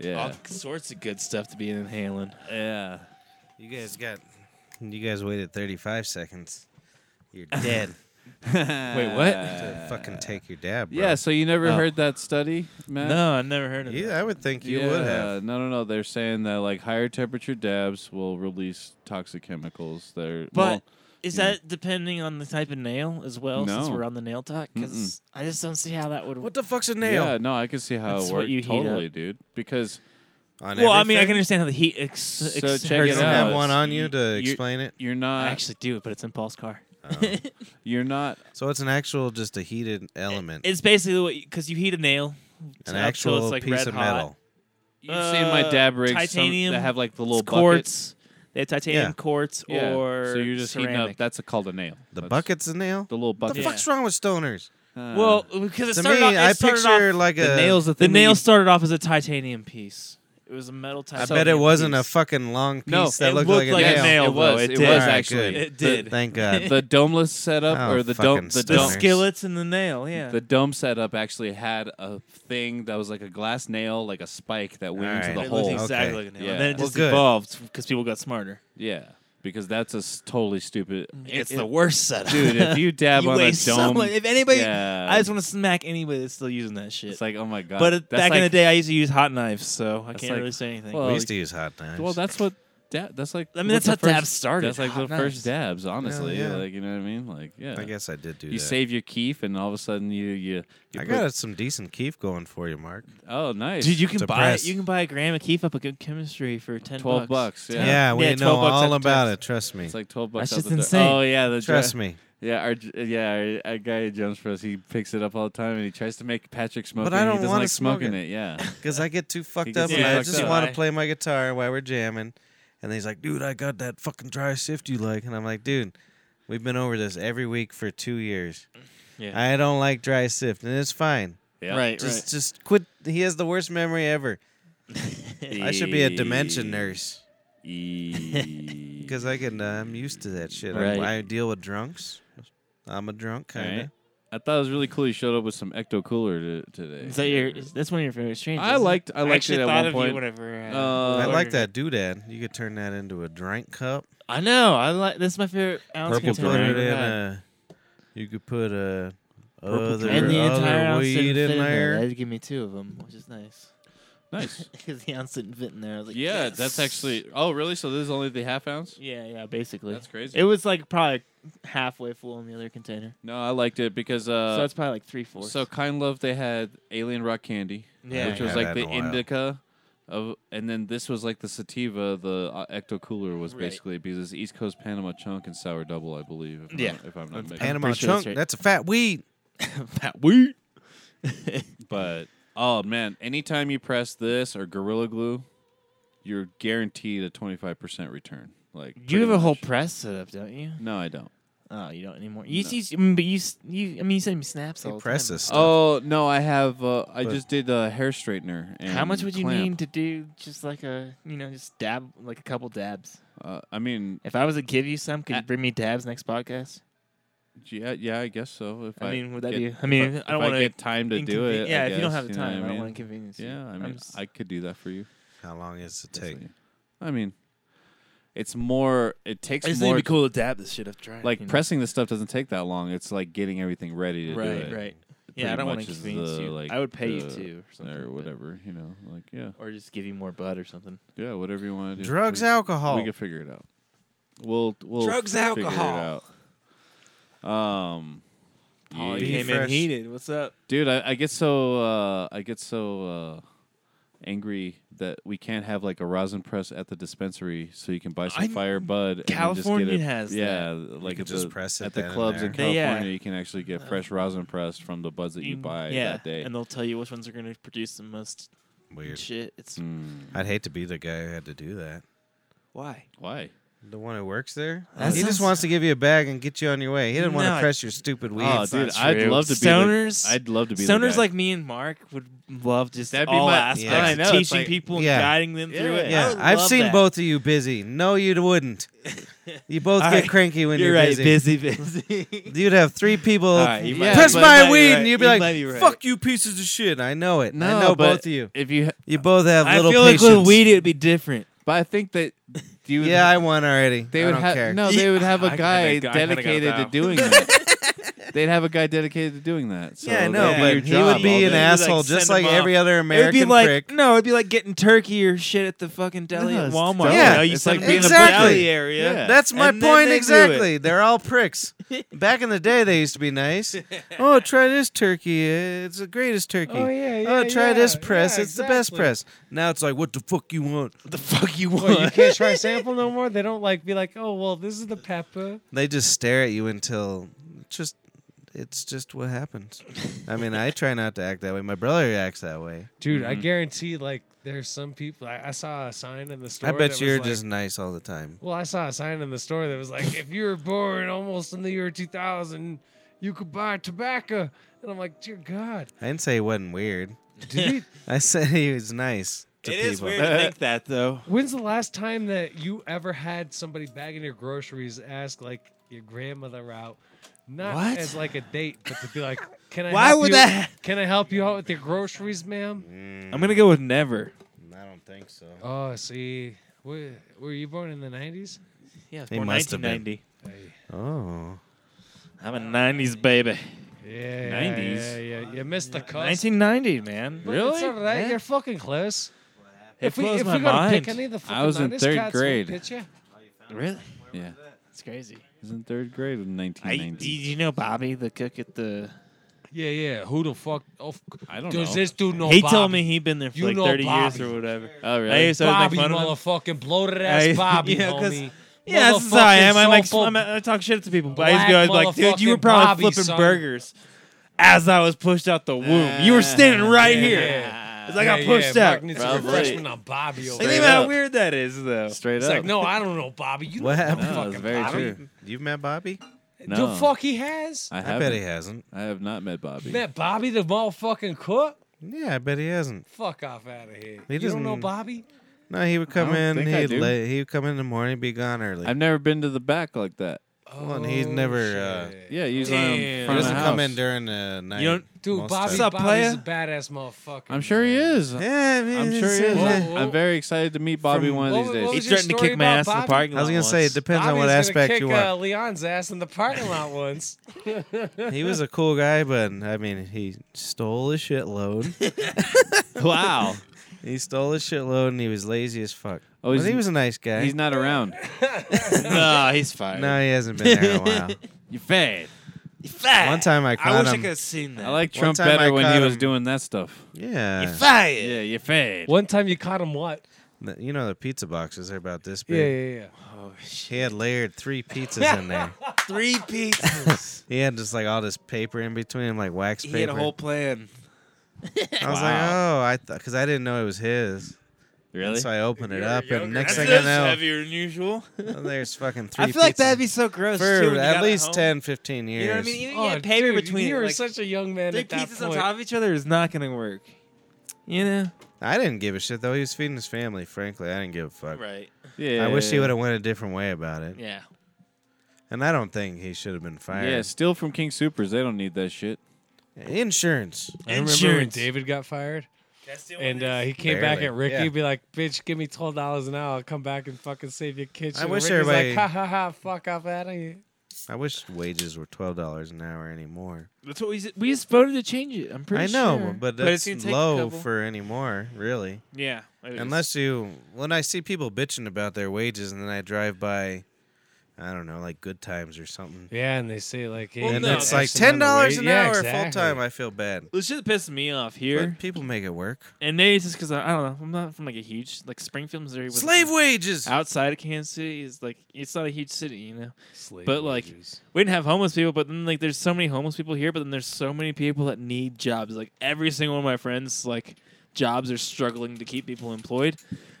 Speaker 4: yeah,
Speaker 5: all sorts of good stuff to be inhaling.
Speaker 4: yeah.
Speaker 2: You guys got You guys waited 35 seconds. You're dead.
Speaker 4: Wait,
Speaker 2: to
Speaker 5: Uh,
Speaker 4: what?
Speaker 2: fucking take your dab, bro.
Speaker 4: Yeah, so you never
Speaker 5: Oh.
Speaker 4: heard that study, Matt?
Speaker 5: No, I never heard of it.
Speaker 2: Yeah, I would think you would have.
Speaker 4: Yeah, No, no, no. They're saying that like higher temperature dabs will release toxic chemicals. That are,
Speaker 5: But
Speaker 4: well,
Speaker 5: is
Speaker 4: yeah.
Speaker 5: that depending on the type of nail as well? Since
Speaker 4: No.
Speaker 5: we're on the nail talk, because I just don't see how that would.
Speaker 2: What the fuck's a nail?
Speaker 4: Yeah, no, I can see how
Speaker 5: That's
Speaker 4: it
Speaker 5: what
Speaker 4: works
Speaker 5: you heat up.
Speaker 4: totally, dude. Because
Speaker 2: On
Speaker 5: well, I mean,
Speaker 2: everything?
Speaker 5: I can understand how the heat. Ex-
Speaker 4: So
Speaker 5: ex-
Speaker 4: check
Speaker 2: You
Speaker 5: hurts
Speaker 4: it
Speaker 2: don't
Speaker 5: nails.
Speaker 2: have
Speaker 4: out. Uh,
Speaker 2: one on you to
Speaker 4: you're-
Speaker 2: explain it?
Speaker 4: you're not
Speaker 5: I actually do, but it's in Paul's car.
Speaker 4: you're not
Speaker 2: So it's an actual, just a heated element.
Speaker 5: It's basically what because you heat a nail.
Speaker 2: an
Speaker 5: so
Speaker 2: actual
Speaker 5: it's like
Speaker 2: piece
Speaker 5: red
Speaker 2: of
Speaker 5: hot.
Speaker 2: metal.
Speaker 4: You've seen my dab rigs some-
Speaker 5: uh, titanium,
Speaker 4: that have like the little
Speaker 5: it's quartz. They have titanium
Speaker 2: Yeah.
Speaker 5: quartz
Speaker 4: bucket. Yeah,
Speaker 5: or
Speaker 4: so you're just heating up.
Speaker 5: ceramic.
Speaker 4: That's a, called a nail.
Speaker 2: The
Speaker 4: That's
Speaker 2: bucket's a nail?
Speaker 4: The little
Speaker 2: What
Speaker 4: bucket.
Speaker 2: the fuck's wrong with stoners?
Speaker 4: Uh,
Speaker 5: well, because it
Speaker 2: to
Speaker 5: started
Speaker 2: me,
Speaker 5: off. it
Speaker 2: I
Speaker 5: started
Speaker 2: picture
Speaker 5: off-
Speaker 2: like a.
Speaker 4: the nail's the
Speaker 5: the
Speaker 4: thing. that
Speaker 5: nail
Speaker 4: you-
Speaker 5: started off as a titanium piece. It was a metal
Speaker 2: I
Speaker 5: titanium.
Speaker 2: bet it wasn't a
Speaker 5: piece.
Speaker 2: fucking long piece
Speaker 4: No,
Speaker 2: that
Speaker 5: it
Speaker 2: looked,
Speaker 5: looked
Speaker 2: like,
Speaker 5: like
Speaker 2: a nail.
Speaker 5: a nail.
Speaker 4: It
Speaker 5: though.
Speaker 4: was.
Speaker 5: It
Speaker 4: It,
Speaker 5: did.
Speaker 4: was
Speaker 2: Alright,
Speaker 4: actually
Speaker 2: good.
Speaker 5: It did.
Speaker 2: Thank God.
Speaker 4: the domeless setup
Speaker 2: Oh,
Speaker 4: or the
Speaker 2: fucking
Speaker 4: dome the
Speaker 5: the
Speaker 2: stoners.
Speaker 4: dome
Speaker 5: skillets and the nail. Yeah.
Speaker 4: The dome setup actually had a thing that was like a glass nail, like a spike that went
Speaker 2: Alright.
Speaker 4: into the
Speaker 5: it looked
Speaker 4: hole.
Speaker 2: ex-
Speaker 5: exactly
Speaker 2: Okay.
Speaker 5: like a nail.
Speaker 4: Yeah.
Speaker 5: And then it
Speaker 2: Well,
Speaker 5: just
Speaker 2: good.
Speaker 5: evolved because people got smarter.
Speaker 4: Yeah, because that's a s- totally stupid.
Speaker 5: Mm-hmm. It's
Speaker 4: it-
Speaker 5: the
Speaker 4: it-
Speaker 5: worst setup.
Speaker 4: dude. If you dab
Speaker 5: you
Speaker 4: on a
Speaker 5: waste so
Speaker 4: dome,
Speaker 5: much. If anybody,
Speaker 4: yeah,
Speaker 5: I just want to smack anybody that's still using that shit.
Speaker 4: it's like oh my god.
Speaker 2: uh,
Speaker 5: but it,
Speaker 4: That's
Speaker 5: back in the
Speaker 4: like-
Speaker 5: day, I used to use hot knives, so I
Speaker 4: That's
Speaker 5: can't
Speaker 4: like-
Speaker 5: really say anything.
Speaker 4: well,
Speaker 2: We used to use hot knives.
Speaker 4: well, that's what. Da- that's like.
Speaker 5: I
Speaker 4: what
Speaker 5: mean, that's
Speaker 4: the
Speaker 5: how
Speaker 4: first,
Speaker 5: dabs started.
Speaker 4: That's like the
Speaker 5: Hot knives.
Speaker 4: first dabs, honestly.
Speaker 2: yeah.
Speaker 4: Like you know what I mean? Like yeah.
Speaker 2: I guess I did do
Speaker 4: you
Speaker 2: that.
Speaker 4: save your keef, and all of a sudden you you. you
Speaker 2: I
Speaker 4: put-
Speaker 2: got some decent keef going for you, Mark.
Speaker 4: Oh, nice.
Speaker 5: Dude, you can buy
Speaker 2: depressed.
Speaker 5: it. You can buy a gram of keef up a good chemistry for ten.
Speaker 4: twelve bucks.
Speaker 2: Yeah,
Speaker 4: Yeah.
Speaker 2: we
Speaker 5: Yeah,
Speaker 2: know
Speaker 5: 12 bucks
Speaker 2: all
Speaker 5: after
Speaker 2: about
Speaker 5: tax.
Speaker 2: it. Trust me.
Speaker 4: It's like twelve bucks.
Speaker 5: That's
Speaker 4: out
Speaker 5: just
Speaker 4: the door.
Speaker 5: insane.
Speaker 4: Oh yeah, the
Speaker 2: Trust
Speaker 4: dra-
Speaker 2: me.
Speaker 4: Yeah, our yeah, our, our guy jumps for us. He picks it up all the time, and he tries to make Patrick smoke.
Speaker 2: But
Speaker 4: it,
Speaker 2: I
Speaker 4: and
Speaker 2: don't
Speaker 4: he doesn't
Speaker 2: wanna
Speaker 4: like
Speaker 2: smoke
Speaker 4: smoking
Speaker 2: it.
Speaker 4: it. Yeah,
Speaker 2: Because I get too fucked
Speaker 4: gets
Speaker 2: up
Speaker 4: too
Speaker 2: and I
Speaker 4: fucked
Speaker 2: just
Speaker 5: up.
Speaker 2: want
Speaker 5: I-
Speaker 2: to play my guitar while we're jamming. And he's like, dude, I got that fucking dry sift you like. And I'm like, dude, we've been over this every week for two years.
Speaker 5: Yeah.
Speaker 2: I don't like dry sift, and it's fine.
Speaker 4: yeah.
Speaker 5: Right,
Speaker 2: Just just quit. He has the worst memory ever. I should be a dementia nurse
Speaker 4: E
Speaker 2: because I can. Uh, I'm used to that shit.
Speaker 4: Right.
Speaker 2: I, I deal with drunks. I'm a drunk, kind of.
Speaker 4: Alright. I thought it was really cool. You showed up with some ecto cooler to, today.
Speaker 5: Is that your? Is, that's one of your favorite strains.
Speaker 4: I
Speaker 5: isn't it?
Speaker 4: liked. I liked
Speaker 5: actually
Speaker 4: it at
Speaker 5: thought
Speaker 4: one
Speaker 5: of
Speaker 4: point.
Speaker 5: You whenever, uh,
Speaker 4: Uh,
Speaker 2: I
Speaker 4: Or-
Speaker 2: like that doodad. You could turn that into a drink cup.
Speaker 5: I know. I like. That's my favorite ounce
Speaker 2: Purple
Speaker 5: container.
Speaker 2: put
Speaker 5: I've
Speaker 2: it
Speaker 5: ever
Speaker 2: in
Speaker 5: had.
Speaker 2: a. You could put a.
Speaker 4: Purple
Speaker 2: Other,
Speaker 5: and the entire
Speaker 2: other
Speaker 5: ounce
Speaker 2: weed
Speaker 5: didn't fit
Speaker 2: in there.
Speaker 5: That'd give me two of them, which is nice.
Speaker 4: Nice.
Speaker 5: Because the ounce didn't fit in there. I was like,
Speaker 4: Yeah,
Speaker 5: yes.
Speaker 4: that's actually. Oh, really? So this is only the half ounce?
Speaker 5: Yeah, yeah, basically.
Speaker 4: That's crazy.
Speaker 5: It was like probably halfway full in the other container.
Speaker 4: No, I liked it because uh,
Speaker 5: so that's probably like three fourths.
Speaker 4: So kind love they had Alien Rock Candy,
Speaker 5: Yeah.
Speaker 4: which
Speaker 2: Yeah,
Speaker 4: was
Speaker 2: that
Speaker 4: like the
Speaker 2: in a while.
Speaker 4: indica of, and then this was like the sativa. The uh, Ecto Cooler was
Speaker 5: Right.
Speaker 4: basically because it's East Coast Panama Chunk and Sour Double, I believe. If
Speaker 5: Yeah.
Speaker 4: I'm, if I'm not mistaken.
Speaker 2: Panama
Speaker 5: pretty sure that's
Speaker 2: chunk.
Speaker 5: right.
Speaker 2: That's a fat weed.
Speaker 5: that wheat.
Speaker 4: But oh man, anytime you press this or Gorilla Glue, you're guaranteed a 25 percent return. Like
Speaker 5: You
Speaker 4: pretty
Speaker 5: have a whole
Speaker 4: much.
Speaker 5: press set up, don't you?
Speaker 4: no, I don't.
Speaker 5: Oh, you don't anymore. You, see, but you, s- you, I mean, you send me snaps all the time.
Speaker 2: Press this stuff.
Speaker 4: Oh no, I have. Uh, I
Speaker 2: But-
Speaker 4: just did a hair straightener. And
Speaker 5: How much would you
Speaker 4: clamp.
Speaker 5: need to do just like a, you know, just dab, like a couple dabs?
Speaker 4: Uh, I mean,
Speaker 5: If I was to give you some, could you
Speaker 4: Uh,
Speaker 5: bring me dabs next podcast?
Speaker 4: yeah, yeah, I guess so. If
Speaker 5: I mean, would that
Speaker 4: get-
Speaker 5: be? I mean,
Speaker 4: if
Speaker 5: I don't
Speaker 4: if
Speaker 5: want to
Speaker 4: get time to do it. I
Speaker 5: Yeah, if you don't have the
Speaker 4: guess, know
Speaker 5: time,
Speaker 4: what
Speaker 5: I,
Speaker 4: I
Speaker 5: don't want
Speaker 4: mean?
Speaker 5: to inconvenience you.
Speaker 4: Yeah, I
Speaker 5: I'm
Speaker 4: mean,
Speaker 5: just-
Speaker 4: I could do that for you.
Speaker 2: How long is it take?
Speaker 4: Definitely. I mean, it's more. It takes
Speaker 5: I just think
Speaker 4: more.
Speaker 5: it'd be cool to dab this shit up dry.
Speaker 4: Like
Speaker 5: you know?
Speaker 4: pressing the stuff doesn't take that long. It's like getting everything ready to do
Speaker 5: Right,
Speaker 4: it.
Speaker 5: right.
Speaker 4: Pretty
Speaker 5: Yeah, I don't want to
Speaker 4: much is
Speaker 5: inconvenience
Speaker 4: the,
Speaker 5: you.
Speaker 4: like,
Speaker 5: I would pay you
Speaker 4: the-
Speaker 5: too, or something.
Speaker 4: or
Speaker 5: but-
Speaker 4: whatever. You know, like yeah,
Speaker 5: or just give you more bud or something.
Speaker 4: yeah, whatever you want to do.
Speaker 2: Drugs,
Speaker 4: We-
Speaker 2: alcohol.
Speaker 4: We can figure it out. We'll we'll
Speaker 1: Drugs,
Speaker 4: figure
Speaker 1: alcohol.
Speaker 4: it out. Um, yeah.
Speaker 5: Paul, Oh, you
Speaker 2: Be
Speaker 5: came
Speaker 2: fresh.
Speaker 5: in heated. What's up?
Speaker 4: dude I, I get so uh, i get so uh, angry that we can't have like a rosin press at the dispensary so you can buy some
Speaker 5: I'm-
Speaker 4: fire bud and then
Speaker 5: California
Speaker 4: just get it,
Speaker 5: has that.
Speaker 4: yeah like
Speaker 2: could
Speaker 4: at
Speaker 2: just
Speaker 4: the,
Speaker 2: press it
Speaker 4: at the
Speaker 2: then and
Speaker 4: clubs in
Speaker 2: there.
Speaker 5: They- yeah.
Speaker 4: california you can actually get fresh rosin pressed from the buds that you buy
Speaker 5: Mm, yeah,
Speaker 4: that day
Speaker 5: and they'll tell you which ones are going to produce the most
Speaker 2: Weird.
Speaker 5: shit. It's
Speaker 4: Mm,
Speaker 2: I'd hate to be the guy who had to do that.
Speaker 5: why?
Speaker 4: why
Speaker 2: The one who works there?
Speaker 5: That
Speaker 2: he just
Speaker 5: sounds-
Speaker 2: wants to give you a bag and get you on your way. He didn't want
Speaker 5: No,
Speaker 2: to
Speaker 5: I-
Speaker 2: press your stupid weed.
Speaker 4: oh dude i'd
Speaker 5: true.
Speaker 4: love to
Speaker 5: Stoners-
Speaker 4: be the, i'd love to be the
Speaker 5: Stoners
Speaker 4: guy.
Speaker 5: like me and Mark would love just
Speaker 4: That'd be
Speaker 5: all
Speaker 4: my-
Speaker 5: aspects,
Speaker 2: Yeah. I
Speaker 5: of
Speaker 4: know, it's
Speaker 5: teaching
Speaker 4: like-
Speaker 5: people and
Speaker 2: Yeah.
Speaker 5: guiding them through it. I
Speaker 2: yeah,
Speaker 5: would
Speaker 2: I've
Speaker 5: love
Speaker 2: seen
Speaker 5: that.
Speaker 2: both of you busy. No, you wouldn't. You both
Speaker 5: All
Speaker 2: get
Speaker 5: right.
Speaker 2: cranky when
Speaker 5: You're
Speaker 2: you're,
Speaker 5: right, busy, busy.
Speaker 2: You'd have three people
Speaker 5: All right, you might-
Speaker 2: press
Speaker 5: you might
Speaker 2: my
Speaker 5: be
Speaker 2: weed,
Speaker 5: right.
Speaker 2: and you'd be
Speaker 5: You
Speaker 2: like,
Speaker 5: might be right.
Speaker 2: "Fuck you, pieces of shit." I know it.
Speaker 4: no
Speaker 2: I know
Speaker 4: but
Speaker 2: both of you.
Speaker 4: if you
Speaker 2: You both have
Speaker 5: I
Speaker 2: little
Speaker 5: feel like
Speaker 2: patience.
Speaker 5: with weed it would be different.
Speaker 4: But I think that you would-
Speaker 2: Yeah, I won already.
Speaker 4: they
Speaker 2: I
Speaker 4: would
Speaker 2: don't
Speaker 4: have
Speaker 2: care.
Speaker 4: no. They would have
Speaker 5: I
Speaker 4: a
Speaker 5: kinda
Speaker 4: guy
Speaker 5: got- I kinda got
Speaker 4: dedicated to
Speaker 5: that.
Speaker 4: doing that. They'd have a guy dedicated to doing that. So
Speaker 2: yeah, I
Speaker 4: that'd
Speaker 2: know,
Speaker 4: be
Speaker 2: but
Speaker 4: your
Speaker 2: he
Speaker 4: job
Speaker 2: would
Speaker 4: all
Speaker 2: be an
Speaker 4: day.
Speaker 2: asshole
Speaker 5: like,
Speaker 2: just like
Speaker 5: send him
Speaker 2: every other
Speaker 5: It'd
Speaker 2: American
Speaker 5: be like
Speaker 2: prick.
Speaker 5: no, it'd be like getting turkey or shit at the fucking deli
Speaker 4: No,
Speaker 5: at
Speaker 4: it's
Speaker 5: Walmart.
Speaker 4: dumb.
Speaker 2: Yeah,
Speaker 5: you know, you
Speaker 4: it's
Speaker 5: send
Speaker 4: like-
Speaker 5: them in
Speaker 2: Exactly.
Speaker 5: a deli area.
Speaker 4: Yeah.
Speaker 2: That's my
Speaker 5: And then
Speaker 2: point
Speaker 5: they do it.
Speaker 2: exactly. They're all pricks. Back in the day, they used to be nice. oh, try this turkey. uh, It's the greatest turkey.
Speaker 1: Oh, yeah,
Speaker 2: oh,
Speaker 1: yeah,
Speaker 2: try this
Speaker 1: yeah,
Speaker 2: press.
Speaker 1: yeah,
Speaker 2: it's the best
Speaker 1: exactly.
Speaker 2: press. Now it's like, what the fuck you want?
Speaker 5: The fuck you
Speaker 1: Well, you
Speaker 5: want?
Speaker 1: can't try sample no more. They don't like be like, oh well, this is the pepper.
Speaker 2: They just stare at you until just it's just what happens. I mean, I try not to act that way. My brother acts that way.
Speaker 1: Dude,
Speaker 4: Mm-hmm.
Speaker 1: I guarantee like there's some people. I, I saw a sign in the store.
Speaker 2: I bet
Speaker 1: that
Speaker 2: you're
Speaker 1: was like-
Speaker 2: just nice all the time.
Speaker 1: Well, I saw a sign in the store that was like, if you were born almost in the year 2000, you could buy tobacco. And I'm like, dear God,
Speaker 2: I didn't say he wasn't weird.
Speaker 1: dude,
Speaker 2: I said he was nice to
Speaker 5: It
Speaker 2: people.
Speaker 5: is weird to think that though.
Speaker 1: when's the last time that you ever had somebody bagging your groceries ask like your grandmother out? Not
Speaker 5: What?
Speaker 1: as like a date, but to be like, can I?
Speaker 5: Why
Speaker 1: help
Speaker 5: would
Speaker 1: you-
Speaker 5: that-
Speaker 1: Can I help you out with your groceries, ma'am?
Speaker 5: I'm gonna go with never.
Speaker 2: I don't think so.
Speaker 1: Oh, see, were, were you born in the 90s?
Speaker 5: Yeah, it's
Speaker 2: He
Speaker 5: more
Speaker 2: must have been.
Speaker 5: 1990.
Speaker 1: Hey,
Speaker 2: Oh.
Speaker 5: I'm a 90s baby.
Speaker 1: Yeah,
Speaker 5: 90s?
Speaker 1: Yeah, yeah, yeah. You missed the cost.
Speaker 5: 1990, man.
Speaker 1: But it's all right, You're fucking close.
Speaker 5: It
Speaker 1: if we,
Speaker 5: blows
Speaker 1: if
Speaker 5: my
Speaker 1: we gotta
Speaker 5: mind.
Speaker 1: pick any of the fucking
Speaker 4: was in
Speaker 1: Niners
Speaker 4: third
Speaker 1: cats, we'll
Speaker 4: grade.
Speaker 1: pitch ya.
Speaker 5: Really?
Speaker 4: Yeah,
Speaker 5: It's crazy.
Speaker 4: he was in third grade in
Speaker 5: I, did
Speaker 4: 1990.
Speaker 5: you know Bobby, the cook at the?
Speaker 1: Yeah, yeah. Who the fuck? Oh, f-
Speaker 4: I don't
Speaker 1: does
Speaker 4: know.
Speaker 1: this dude know?
Speaker 5: he
Speaker 1: Oh, Bobby?
Speaker 5: told me he'd been there for
Speaker 1: You
Speaker 5: like
Speaker 1: know
Speaker 5: 30 years
Speaker 1: Bobby.
Speaker 5: or whatever.
Speaker 4: Oh really?
Speaker 5: I used to always
Speaker 1: Bobby,
Speaker 5: make fun of him.
Speaker 1: motherfucking bloated ass
Speaker 5: I-
Speaker 1: Bobby,
Speaker 5: yeah, 'cause-
Speaker 1: homie.
Speaker 5: Yeah, that's how I am. I like
Speaker 1: Motherfucking
Speaker 5: I'm, I talk shit to people. But I
Speaker 1: black
Speaker 5: used to go, I was like, dude, you were
Speaker 1: motherfucking
Speaker 5: probably
Speaker 1: Bobby,
Speaker 5: flipping
Speaker 1: son."
Speaker 5: burgers as I was pushed out the womb. you were standing right
Speaker 1: yeah,
Speaker 5: here
Speaker 1: yeah.
Speaker 5: as I got
Speaker 1: Yeah,
Speaker 5: pushed
Speaker 1: yeah,
Speaker 5: out.
Speaker 1: Mark needs
Speaker 5: Like,
Speaker 1: a
Speaker 4: Probably.
Speaker 1: refreshment on Bobby over
Speaker 5: think
Speaker 1: there.
Speaker 5: about
Speaker 4: up.
Speaker 5: how weird that is, though.
Speaker 4: Straight
Speaker 1: It's
Speaker 4: up.
Speaker 1: like, no, I don't know Bobby. You
Speaker 2: What
Speaker 1: don't know
Speaker 2: happened?
Speaker 4: No,
Speaker 1: fucking
Speaker 4: it's very
Speaker 1: Bobby.
Speaker 4: true.
Speaker 2: You've met Bobby?
Speaker 4: No.
Speaker 1: The fuck he has?
Speaker 4: I,
Speaker 2: I,
Speaker 4: haven't.
Speaker 2: bet he hasn't.
Speaker 4: I have not met Bobby.
Speaker 1: That Bobby the motherfucking cook?
Speaker 2: Yeah, I bet he hasn't.
Speaker 1: Fuck off out of here.
Speaker 2: He
Speaker 1: you don't know
Speaker 2: doesn't-
Speaker 1: Bobby?
Speaker 2: No, he would come
Speaker 4: don't
Speaker 2: in.
Speaker 4: think I
Speaker 2: He'd
Speaker 4: do.
Speaker 2: late. He would come in the morning, be gone early.
Speaker 4: I've never been to the back like that.
Speaker 2: Well, and he's
Speaker 1: Oh,
Speaker 2: never, uh,
Speaker 1: shit.
Speaker 4: Yeah, he's
Speaker 1: Damn.
Speaker 4: on
Speaker 2: he
Speaker 4: front of the
Speaker 2: doesn't
Speaker 4: house.
Speaker 2: come in during the night.
Speaker 5: don't-
Speaker 1: Dude,
Speaker 2: most
Speaker 1: Bobby,
Speaker 2: times.
Speaker 5: Sup,
Speaker 1: Bobby's a badass motherfucker.
Speaker 4: I'm sure he is.
Speaker 2: Yeah, I mean,
Speaker 4: I'm sure he
Speaker 2: it's-
Speaker 4: is.
Speaker 1: Whoa,
Speaker 2: yeah.
Speaker 1: whoa.
Speaker 4: I'm very excited to meet Bobby
Speaker 2: From-
Speaker 4: one of
Speaker 1: What
Speaker 4: these
Speaker 1: was- what
Speaker 4: days.
Speaker 1: was your
Speaker 5: He threatened to
Speaker 1: story
Speaker 5: kick my
Speaker 1: about
Speaker 5: ass in the
Speaker 1: Bobby?
Speaker 5: parking
Speaker 2: I
Speaker 5: lot.
Speaker 2: was gonna say it
Speaker 5: once.
Speaker 2: depends on what
Speaker 1: Bobby's gonna
Speaker 2: aspect
Speaker 1: kick, Uh,
Speaker 2: you want.
Speaker 1: Leon's ass in the parking lot once.
Speaker 2: he was a cool guy, but I mean, he stole a shitload.
Speaker 4: Wow.
Speaker 2: he stole a shitload, and he was lazy as fuck. Oh,
Speaker 4: Oh,
Speaker 2: but
Speaker 4: he's-
Speaker 2: he was a nice guy.
Speaker 4: He's not around.
Speaker 5: no, he's fired.
Speaker 2: no, he hasn't been there in a while.
Speaker 4: You fed.
Speaker 5: You fired.
Speaker 2: One time I
Speaker 5: I
Speaker 2: caught
Speaker 5: wish I
Speaker 2: him.
Speaker 5: could have seen that.
Speaker 4: I like
Speaker 2: One
Speaker 4: Trump
Speaker 2: time
Speaker 4: better
Speaker 2: I
Speaker 4: when
Speaker 2: caught
Speaker 4: he was
Speaker 2: him-
Speaker 4: doing that stuff.
Speaker 2: yeah.
Speaker 5: you fired.
Speaker 4: Yeah, you fed.
Speaker 1: One time you caught him what?
Speaker 2: The- You know the pizza boxes are about this
Speaker 1: Yeah,
Speaker 2: big.
Speaker 1: yeah, yeah.
Speaker 2: He had layered three pizzas in there.
Speaker 5: Three pizzas.
Speaker 2: He had just like all this paper in between, like wax paper.
Speaker 5: he had a whole plan.
Speaker 2: I was like, oh, I because I didn't know it was his.
Speaker 4: Really?
Speaker 2: So I opened it up, and next
Speaker 5: That's
Speaker 2: thing I know, oh,
Speaker 5: heavier than usual.
Speaker 2: there's fucking three.
Speaker 5: I feel like
Speaker 2: pizzas
Speaker 5: that'd be so gross too, when
Speaker 2: for
Speaker 5: you got
Speaker 2: at least
Speaker 5: home.
Speaker 2: 10, 15 years.
Speaker 5: You know what I mean? Even if you
Speaker 1: Oh,
Speaker 5: had paper
Speaker 1: dude,
Speaker 5: between
Speaker 1: you
Speaker 5: it,
Speaker 1: were
Speaker 5: like,
Speaker 1: such a young man
Speaker 5: Three
Speaker 1: at that
Speaker 5: pieces
Speaker 1: point.
Speaker 5: on top of each other is not going to work. You know?
Speaker 2: I didn't give a shit though. He was feeding his family. Frankly, I didn't give a fuck.
Speaker 5: Right.
Speaker 4: Yeah.
Speaker 2: I wish he would have went a different way about it.
Speaker 5: Yeah.
Speaker 2: And I don't think he should have been fired.
Speaker 4: Yeah, still from King Supers. They don't need that shit.
Speaker 2: Insurance.
Speaker 1: I remember when
Speaker 5: Insurance.
Speaker 1: David got fired, and uh, he came back
Speaker 2: Barely,
Speaker 1: at Ricky
Speaker 2: yeah.
Speaker 1: and be like, "Bitch, give me twelve dollars an hour. I'll come back and fucking save your kitchen."
Speaker 2: I
Speaker 1: And
Speaker 2: wish
Speaker 1: Ricky's
Speaker 2: everybody-
Speaker 1: like, "Ha ha ha! Fuck off out of here."
Speaker 2: I wish wages were twelve dollars an hour anymore.
Speaker 5: That's what we just, we just voted to change it. I'm pretty
Speaker 2: I
Speaker 5: sure.
Speaker 2: know, but that's
Speaker 5: it's gonna take a
Speaker 2: low
Speaker 5: couple-
Speaker 2: for anymore, really.
Speaker 5: Yeah. it is.
Speaker 2: Unless you, when I see people bitching about their wages, and then I drive by, I don't know, like Good Times or something,
Speaker 1: Yeah, and they say like, hey,
Speaker 2: and
Speaker 5: no,
Speaker 2: it's
Speaker 5: that's
Speaker 2: like
Speaker 1: X amount
Speaker 2: ten
Speaker 1: of
Speaker 2: dollars
Speaker 1: wa-
Speaker 2: an
Speaker 1: Yeah,
Speaker 2: hour full
Speaker 1: exactly.
Speaker 2: time. I feel bad.
Speaker 5: the shit that pisses me off here,
Speaker 2: But people make it work.
Speaker 5: and maybe it's just because I, I don't know. I'm not from like a huge like Springfield, Missouri. was-
Speaker 2: Slave wages.
Speaker 5: outside of Kansas City is like it's not a huge city, you know.
Speaker 1: Slave
Speaker 5: But, like,
Speaker 1: wages.
Speaker 5: We didn't have homeless people, but then like there's so many homeless people here, but then there's so many people that need jobs. Like every single one of my friends, like jobs are struggling to keep people employed.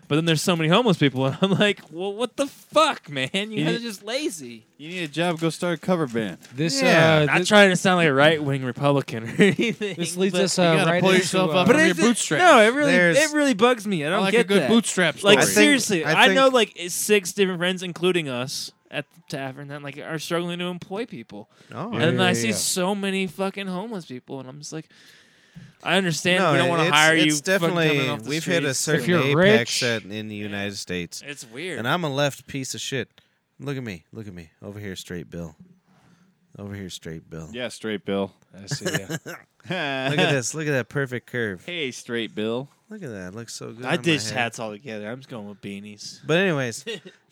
Speaker 5: But then there's so many homeless people, and I'm like, well, what the fuck, man? You guys are just lazy.
Speaker 4: You need a job, go start a cover band.
Speaker 1: this,
Speaker 2: Yeah,
Speaker 1: uh,
Speaker 5: Not
Speaker 1: this,
Speaker 5: trying to sound like a right wing Republican or anything.
Speaker 1: this leads
Speaker 5: but-
Speaker 1: us uh, right
Speaker 4: pull
Speaker 1: into,
Speaker 4: yourself
Speaker 1: uh,
Speaker 4: up
Speaker 5: but
Speaker 4: from
Speaker 5: it,
Speaker 4: your bootstraps.
Speaker 5: no, it really
Speaker 2: There's-
Speaker 5: it really bugs me. I don't
Speaker 4: like
Speaker 5: get
Speaker 4: a good
Speaker 5: that.
Speaker 4: bootstrap story.
Speaker 5: Like
Speaker 2: I think-
Speaker 5: seriously,
Speaker 2: I
Speaker 5: I,
Speaker 2: think-
Speaker 5: know like it's six different friends, including us at the tavern, that like are struggling to employ people,
Speaker 2: Oh,
Speaker 1: Yeah,
Speaker 5: and then
Speaker 1: yeah,
Speaker 5: I see
Speaker 1: yeah.
Speaker 5: so many fucking homeless people, and I'm just like, I understand we don't want to hire you.
Speaker 2: it's
Speaker 5: fucking coming
Speaker 2: definitely
Speaker 5: off the
Speaker 2: we've hit
Speaker 5: street.
Speaker 2: a certain
Speaker 7: you're rich-
Speaker 2: apex at, in the United States,
Speaker 5: It's weird.
Speaker 2: and I'm a left piece of shit. Look at me, look at me over here, straight Bill. Over here, straight Bill.
Speaker 4: Yeah, straight Bill.
Speaker 7: I see ya.
Speaker 2: Look at this. Look at that perfect curve.
Speaker 4: Hey, straight Bill.
Speaker 2: Look at that. Looks so good.
Speaker 5: I
Speaker 2: on my
Speaker 5: ditched
Speaker 2: head.
Speaker 5: hats altogether. I'm just going with beanies.
Speaker 2: But anyways,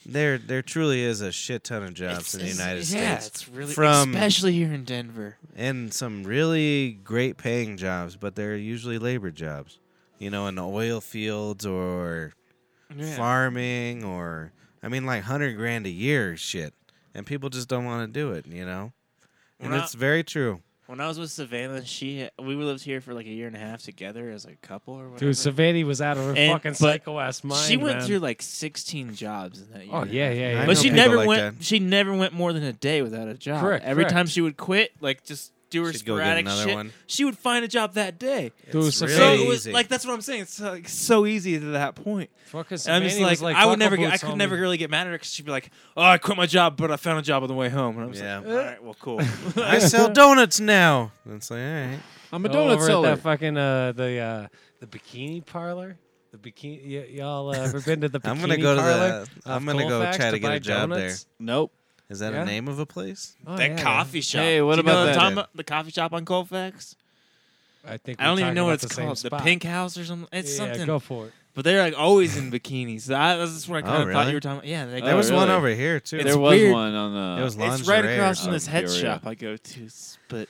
Speaker 2: there there truly is a shit ton of jobs in the United
Speaker 5: yeah,
Speaker 2: States,
Speaker 5: it's really
Speaker 2: From-
Speaker 5: especially here in Denver.
Speaker 2: and some really great paying jobs, but they're usually labor jobs. You know, in the oil fields or farming, or I mean, like hundred grand a year, is shit, and people just don't want to do it. You know, and
Speaker 5: When I-
Speaker 2: it's very true.
Speaker 5: When I was with Savannah, she we lived here for like a year and a half together as a couple or whatever.
Speaker 7: Dude, Savannah was out of her
Speaker 5: And-
Speaker 7: fucking
Speaker 5: but
Speaker 7: psycho ass mind.
Speaker 5: she went
Speaker 7: man.
Speaker 5: through like 16 jobs in that year.
Speaker 7: Oh yeah, yeah,
Speaker 2: I
Speaker 7: yeah.
Speaker 2: know
Speaker 5: but she
Speaker 2: people
Speaker 5: never
Speaker 2: like
Speaker 5: went.
Speaker 2: that.
Speaker 5: She never went more than a day without a job.
Speaker 7: Correct,
Speaker 5: Every
Speaker 7: correct.
Speaker 5: time she would quit, like just do her
Speaker 2: She'd go get
Speaker 5: sporadic
Speaker 2: another
Speaker 5: shit,
Speaker 2: one.
Speaker 5: she would find a job that day.
Speaker 7: Dude,
Speaker 2: It's
Speaker 7: so
Speaker 5: So
Speaker 2: really
Speaker 5: it was
Speaker 2: easy.
Speaker 5: like that's what I'm saying. It's like so easy to that point.
Speaker 7: fucking
Speaker 5: And I'm just
Speaker 7: Savannah
Speaker 5: like,
Speaker 7: was
Speaker 5: I
Speaker 7: "Buckle
Speaker 5: would never, get, I
Speaker 7: boots,
Speaker 5: could
Speaker 7: homie."
Speaker 5: never really get mad at her because she'd be like, "Oh, I quit my job, but I found a job on the way home." And I'm just
Speaker 2: Yeah.
Speaker 5: like, "All right, well, cool."
Speaker 2: I sell donuts now. And it's like, all right.
Speaker 4: I'm a
Speaker 7: Oh,
Speaker 4: donut
Speaker 7: over
Speaker 4: seller.
Speaker 7: At that fucking uh, the uh, the bikini parlor. The bikini. Y- y'all uh, ever been to the bikini
Speaker 2: I'm gonna go to
Speaker 7: parlor?
Speaker 2: the. I'm gonna go try to get a job
Speaker 4: nope.
Speaker 2: there. Is that
Speaker 7: Yeah.
Speaker 2: a name of a place?
Speaker 7: there.
Speaker 5: that coffee shop.
Speaker 4: Hey, what
Speaker 5: Do you know
Speaker 4: about
Speaker 5: I'm
Speaker 4: that?
Speaker 5: talking about? The coffee shop on Colfax.
Speaker 7: I think we're
Speaker 5: I don't even
Speaker 7: talking
Speaker 5: know what
Speaker 7: about
Speaker 5: it's
Speaker 7: the same
Speaker 5: called. The
Speaker 7: spot.
Speaker 5: Pink House or something. It's
Speaker 7: yeah,
Speaker 5: something.
Speaker 7: Go for it.
Speaker 5: But they're like always in bikinis. So I, that's just what I kind of thought
Speaker 2: Oh, really?
Speaker 5: you were talking about. Yeah, they
Speaker 4: That
Speaker 2: There
Speaker 4: Oh,
Speaker 2: was one
Speaker 4: really?
Speaker 2: over here too.
Speaker 5: It's
Speaker 4: there was
Speaker 5: weird.
Speaker 4: one on uh,
Speaker 2: it was lingerie.
Speaker 5: It's right
Speaker 2: or
Speaker 5: across from
Speaker 2: something.
Speaker 5: this head
Speaker 4: Furia.
Speaker 5: shop I go to. But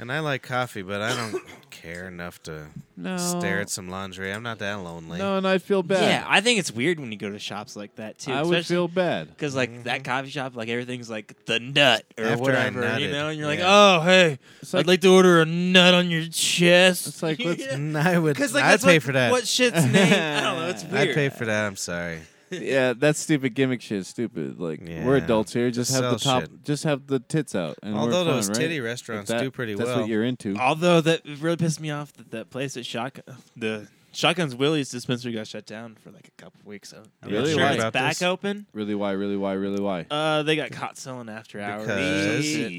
Speaker 2: And I like coffee, but I don't care enough to
Speaker 4: no,
Speaker 2: stare at some lingerie. I'm not that lonely.
Speaker 4: no, and I feel bad.
Speaker 5: yeah, I think it's weird when you go to shops like that too.
Speaker 4: I would feel bad.
Speaker 5: because like that coffee shop, like everything's like the Mm-hmm. nut or
Speaker 2: After I
Speaker 5: whatever, you
Speaker 2: nutted,
Speaker 5: know. And you're like,
Speaker 2: yeah.
Speaker 5: oh hey,
Speaker 4: It's
Speaker 5: I'd like to order a nut on your chest.
Speaker 4: It's like, let's-
Speaker 5: Yeah.
Speaker 2: No, I would.
Speaker 5: 'Cause, like
Speaker 2: I'd
Speaker 5: that's
Speaker 2: pay
Speaker 5: what,
Speaker 2: for that.
Speaker 5: What shit's name? I don't know. It's
Speaker 4: I'd
Speaker 5: weird.
Speaker 2: I'd pay for that. I'm sorry.
Speaker 4: yeah, that stupid gimmick shit is stupid. Like we're
Speaker 2: Yeah.
Speaker 4: adults here. Just,
Speaker 2: Just
Speaker 4: have the
Speaker 2: sell
Speaker 4: top.
Speaker 2: shit.
Speaker 4: Just have the tits out. And we're
Speaker 2: Although
Speaker 4: fine,
Speaker 2: those
Speaker 4: right?
Speaker 2: titty
Speaker 4: If
Speaker 2: restaurants
Speaker 4: that-
Speaker 2: do pretty
Speaker 4: that's
Speaker 2: well.
Speaker 4: what you're into.
Speaker 5: Although that really pissed me off that that place at Shotgun, the Shotgun's Willie's dispensary got shut down for like a couple weeks. So I'm not
Speaker 4: Really?
Speaker 5: sure
Speaker 4: Why
Speaker 5: it's
Speaker 2: about
Speaker 5: back
Speaker 2: this?
Speaker 5: open.
Speaker 4: Really, why? Really, why? Really, why?
Speaker 5: Uh, they got caught selling after hours.
Speaker 2: Because-
Speaker 5: Shit.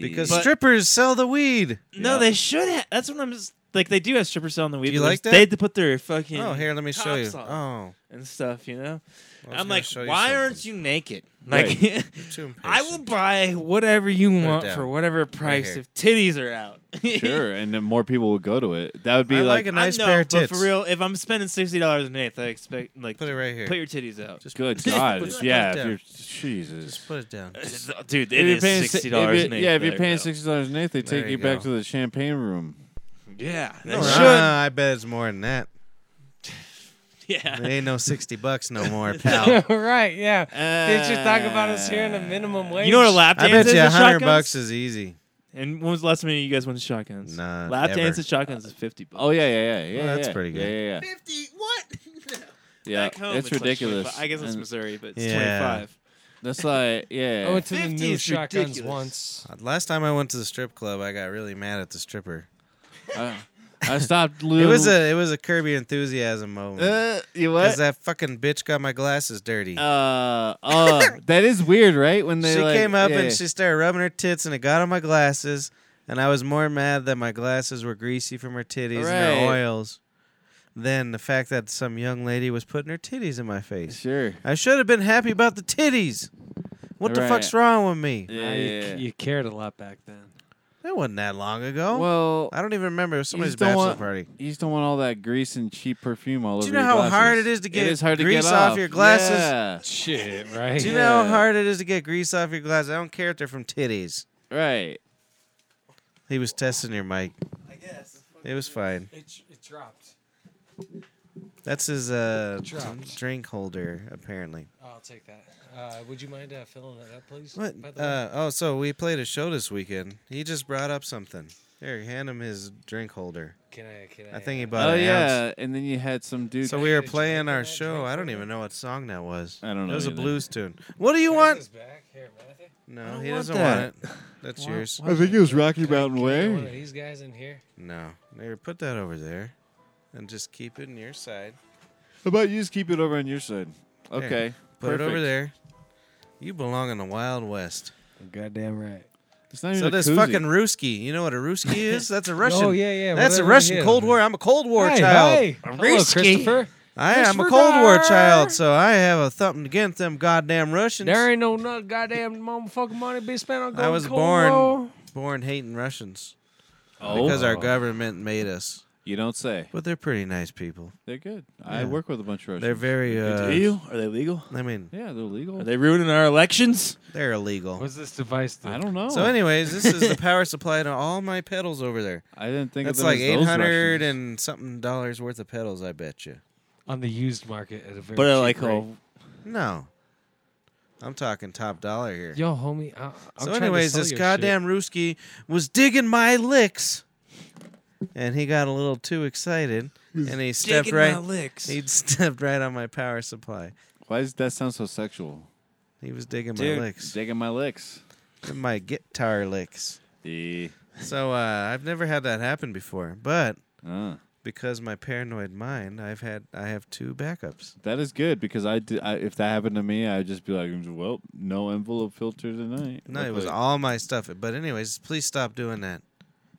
Speaker 2: because
Speaker 5: But-
Speaker 2: strippers sell the weed. Oh,
Speaker 5: No,
Speaker 4: Yeah.
Speaker 5: they should have. That's what I'm just like. They do have strippers selling the weed.
Speaker 2: you
Speaker 5: but
Speaker 2: like
Speaker 5: they
Speaker 2: that?
Speaker 5: had to put their fucking
Speaker 2: Oh, here, let me show you.
Speaker 5: tops on
Speaker 2: Oh,
Speaker 5: and stuff. You know,
Speaker 2: I was
Speaker 5: I'm
Speaker 2: gonna
Speaker 5: like,
Speaker 2: show
Speaker 5: why aren't
Speaker 2: something.
Speaker 5: you naked? Like,
Speaker 2: You're too impatient.
Speaker 5: I will buy whatever you
Speaker 2: it
Speaker 5: want
Speaker 2: down.
Speaker 5: for whatever price
Speaker 2: here.
Speaker 5: if titties are out.
Speaker 4: sure, and then more people would go to it. That would be
Speaker 2: I
Speaker 4: like,
Speaker 2: like a nice
Speaker 5: I know,
Speaker 2: pair of
Speaker 5: but
Speaker 2: tits.
Speaker 5: for real, if I'm spending sixty dollars a night, I expect like
Speaker 2: Put it right here.
Speaker 5: put your titties out.
Speaker 2: just
Speaker 4: good
Speaker 2: put it
Speaker 4: God,
Speaker 2: down.
Speaker 4: yeah. If
Speaker 2: Put
Speaker 4: you're,
Speaker 2: it
Speaker 4: Jesus.
Speaker 2: Just put it down.
Speaker 4: if
Speaker 5: Dude, it
Speaker 4: you're
Speaker 5: is
Speaker 4: paying si-
Speaker 5: sixty dollars
Speaker 4: if
Speaker 5: a
Speaker 4: you're-
Speaker 5: night.
Speaker 4: yeah, if you're
Speaker 5: there,
Speaker 4: paying
Speaker 5: though.
Speaker 4: sixty dollars a night, they
Speaker 2: There
Speaker 4: take you
Speaker 2: you
Speaker 4: back
Speaker 2: go.
Speaker 4: to the champagne room.
Speaker 5: yeah, they
Speaker 2: Uh,
Speaker 5: should.
Speaker 2: I bet it's more than that.
Speaker 5: Yeah,
Speaker 2: It ain't no sixty bucks no more, pal.
Speaker 7: right. Yeah. Did you talk about us here in the minimum wage?
Speaker 5: you know what a lap
Speaker 2: I bet
Speaker 5: dance Uh, is?
Speaker 2: you
Speaker 5: at
Speaker 2: a hundred
Speaker 5: Shotguns?
Speaker 2: bucks is easy.
Speaker 5: And when was the last time you guys went to shotguns?
Speaker 2: Nah,
Speaker 5: Lap
Speaker 2: never.
Speaker 5: dance at shotguns is fifty bucks.
Speaker 4: Oh yeah, yeah, yeah, yeah.
Speaker 2: Well, that's
Speaker 4: yeah,
Speaker 2: pretty good.
Speaker 4: Yeah, yeah, yeah.
Speaker 5: fifty? What?
Speaker 4: yeah.
Speaker 5: Back home,
Speaker 4: it's,
Speaker 5: like
Speaker 4: ridiculous.
Speaker 5: 25. I guess it's
Speaker 4: And
Speaker 5: Missouri, but it's
Speaker 2: Yeah.
Speaker 5: twenty-five.
Speaker 4: That's like, yeah.
Speaker 7: I
Speaker 2: Oh,
Speaker 7: went to the
Speaker 5: 50
Speaker 7: new
Speaker 5: is
Speaker 7: shotguns
Speaker 5: ridiculous.
Speaker 7: once.
Speaker 2: Uh, Last time I went to the strip club, I got really mad at the stripper.
Speaker 4: I, I stopped.
Speaker 2: It
Speaker 4: Lou.
Speaker 2: was a it was a Kirby enthusiasm moment.
Speaker 4: Uh, you
Speaker 2: Because
Speaker 4: what?
Speaker 2: that fucking bitch got my glasses dirty.
Speaker 4: uh, uh, that is weird, right? When they
Speaker 2: she
Speaker 4: like,
Speaker 2: came up
Speaker 4: yeah,
Speaker 2: and
Speaker 4: yeah.
Speaker 2: she started rubbing her tits, and it got on my glasses. And I was more mad that my glasses were greasy from her titties and her
Speaker 4: Right.
Speaker 2: oils than the fact that some young lady was putting her titties in my face.
Speaker 4: sure.
Speaker 2: I should have been happy about the titties. What the
Speaker 4: Right.
Speaker 2: fuck's wrong with me?
Speaker 4: Yeah,
Speaker 7: Nah, you,
Speaker 4: yeah, yeah.
Speaker 7: you cared a lot back then.
Speaker 2: That wasn't that long ago.
Speaker 4: well,
Speaker 2: I don't even remember. It was somebody's
Speaker 4: just don't
Speaker 2: bachelor
Speaker 4: want-
Speaker 2: party.
Speaker 4: you just don't want all that grease and cheap perfume all
Speaker 2: Do
Speaker 4: over.
Speaker 2: you know
Speaker 4: your
Speaker 2: how
Speaker 4: glasses.
Speaker 2: hard it is to get
Speaker 4: it is hard to
Speaker 2: grease
Speaker 4: get
Speaker 2: off
Speaker 4: off
Speaker 2: your glasses?
Speaker 4: Yeah.
Speaker 7: Shit. Right.
Speaker 2: Do you know
Speaker 4: Yeah.
Speaker 2: how hard it is to get grease off your glasses? I don't care if they're from titties.
Speaker 4: Right.
Speaker 2: He was testing your mic.
Speaker 5: I guess.
Speaker 2: It was fine.
Speaker 7: It, it dropped.
Speaker 2: That's his uh,
Speaker 7: Dropped.
Speaker 2: drink holder, apparently.
Speaker 7: I'll take that. Uh, would you mind uh, filling that up, please?
Speaker 2: What?
Speaker 7: By the way?
Speaker 2: Uh, oh, so we played a show this weekend. He just brought up something. Here, hand him his drink holder.
Speaker 7: Can I? Can I?
Speaker 2: I think he
Speaker 7: uh,
Speaker 2: bought
Speaker 4: oh
Speaker 2: an
Speaker 4: yeah, and then you had some
Speaker 2: ounce.
Speaker 4: dude.
Speaker 2: So we were
Speaker 7: Did you
Speaker 2: playing
Speaker 7: get
Speaker 2: our
Speaker 7: that
Speaker 2: show.
Speaker 7: drink
Speaker 2: I don't
Speaker 7: holder?
Speaker 2: even know what song that was.
Speaker 4: I don't know
Speaker 2: It was a
Speaker 4: either.
Speaker 2: blues tune. What do you want?
Speaker 7: This back here, Matthew.
Speaker 2: No,
Speaker 4: don't
Speaker 2: he
Speaker 4: want
Speaker 2: doesn't
Speaker 4: that.
Speaker 2: want it. That's yours.
Speaker 4: I think it was Rocky Mountain
Speaker 7: Can I get one of
Speaker 4: Way.
Speaker 7: these guys in here.
Speaker 2: No. Neighbor, put that over there and just keep it in your side.
Speaker 4: How about you just keep it over on your side? Okay.
Speaker 2: Put it over
Speaker 4: perfect.
Speaker 2: there. You belong in the Wild West.
Speaker 7: Goddamn right.
Speaker 4: It's not even
Speaker 2: So
Speaker 4: a
Speaker 2: this
Speaker 4: koozie.
Speaker 2: fucking Ruski, you know what a Ruski is? That's a Russian.
Speaker 7: Oh, yeah, yeah,
Speaker 2: That's a
Speaker 7: whatever,
Speaker 2: Russian
Speaker 7: yeah.
Speaker 2: Cold War. I'm a Cold War
Speaker 7: Hey,
Speaker 2: child.
Speaker 7: hey.
Speaker 2: A
Speaker 7: Hello,
Speaker 2: Ruski.
Speaker 7: Christopher.
Speaker 2: I am a
Speaker 7: Christopher
Speaker 2: Cold War
Speaker 7: Dar-
Speaker 2: child, so I have a thumping against them goddamn Russians.
Speaker 7: There ain't no nut goddamn motherfucking money being spent on
Speaker 2: I was
Speaker 7: Cold
Speaker 2: born
Speaker 7: War.
Speaker 2: born hating Russians
Speaker 4: Oh.
Speaker 2: because our government made us.
Speaker 4: You don't say.
Speaker 2: But they're pretty nice people.
Speaker 4: They're good. I
Speaker 2: Yeah.
Speaker 4: work with a bunch of Russians.
Speaker 2: They're very. Uh,
Speaker 5: Do you? Are they legal?
Speaker 2: I mean,
Speaker 4: yeah, they're legal.
Speaker 5: Are they ruining our elections?
Speaker 2: they're illegal.
Speaker 7: What's this device? Do?
Speaker 4: I don't know.
Speaker 2: So, anyways, this is the power supply to all my pedals over there.
Speaker 4: I didn't think of
Speaker 2: That's
Speaker 4: them
Speaker 2: like
Speaker 4: as those
Speaker 2: eight hundred
Speaker 4: Russians.
Speaker 2: and something dollars worth of pedals. I bet you.
Speaker 7: on the used market at a very
Speaker 5: But uh,
Speaker 7: cheap
Speaker 5: like,
Speaker 7: rate.
Speaker 5: oh,
Speaker 2: No, I'm talking top dollar here.
Speaker 7: yo, homie. I, I'm
Speaker 2: so,
Speaker 7: trying to
Speaker 2: anyways,
Speaker 7: sell
Speaker 2: this
Speaker 7: your
Speaker 2: goddamn Ruski was digging my licks, and he got a little too excited, and he stepped right.
Speaker 5: licks.
Speaker 2: He stepped right on my power supply.
Speaker 4: Why does that sound so sexual?
Speaker 2: He was digging
Speaker 5: Dude,
Speaker 2: my licks,
Speaker 4: Digging my licks.
Speaker 2: my guitar licks.
Speaker 4: The
Speaker 2: So uh, I've never had that happen before, but
Speaker 4: uh,
Speaker 2: because my paranoid mind, I've had I have two backups.
Speaker 4: that is good because I, di- I if that happened to me, I'd just be like, well, no envelope filter tonight.
Speaker 2: No,
Speaker 4: Look
Speaker 2: it was
Speaker 4: like-
Speaker 2: all my stuff. But anyways, please stop doing that.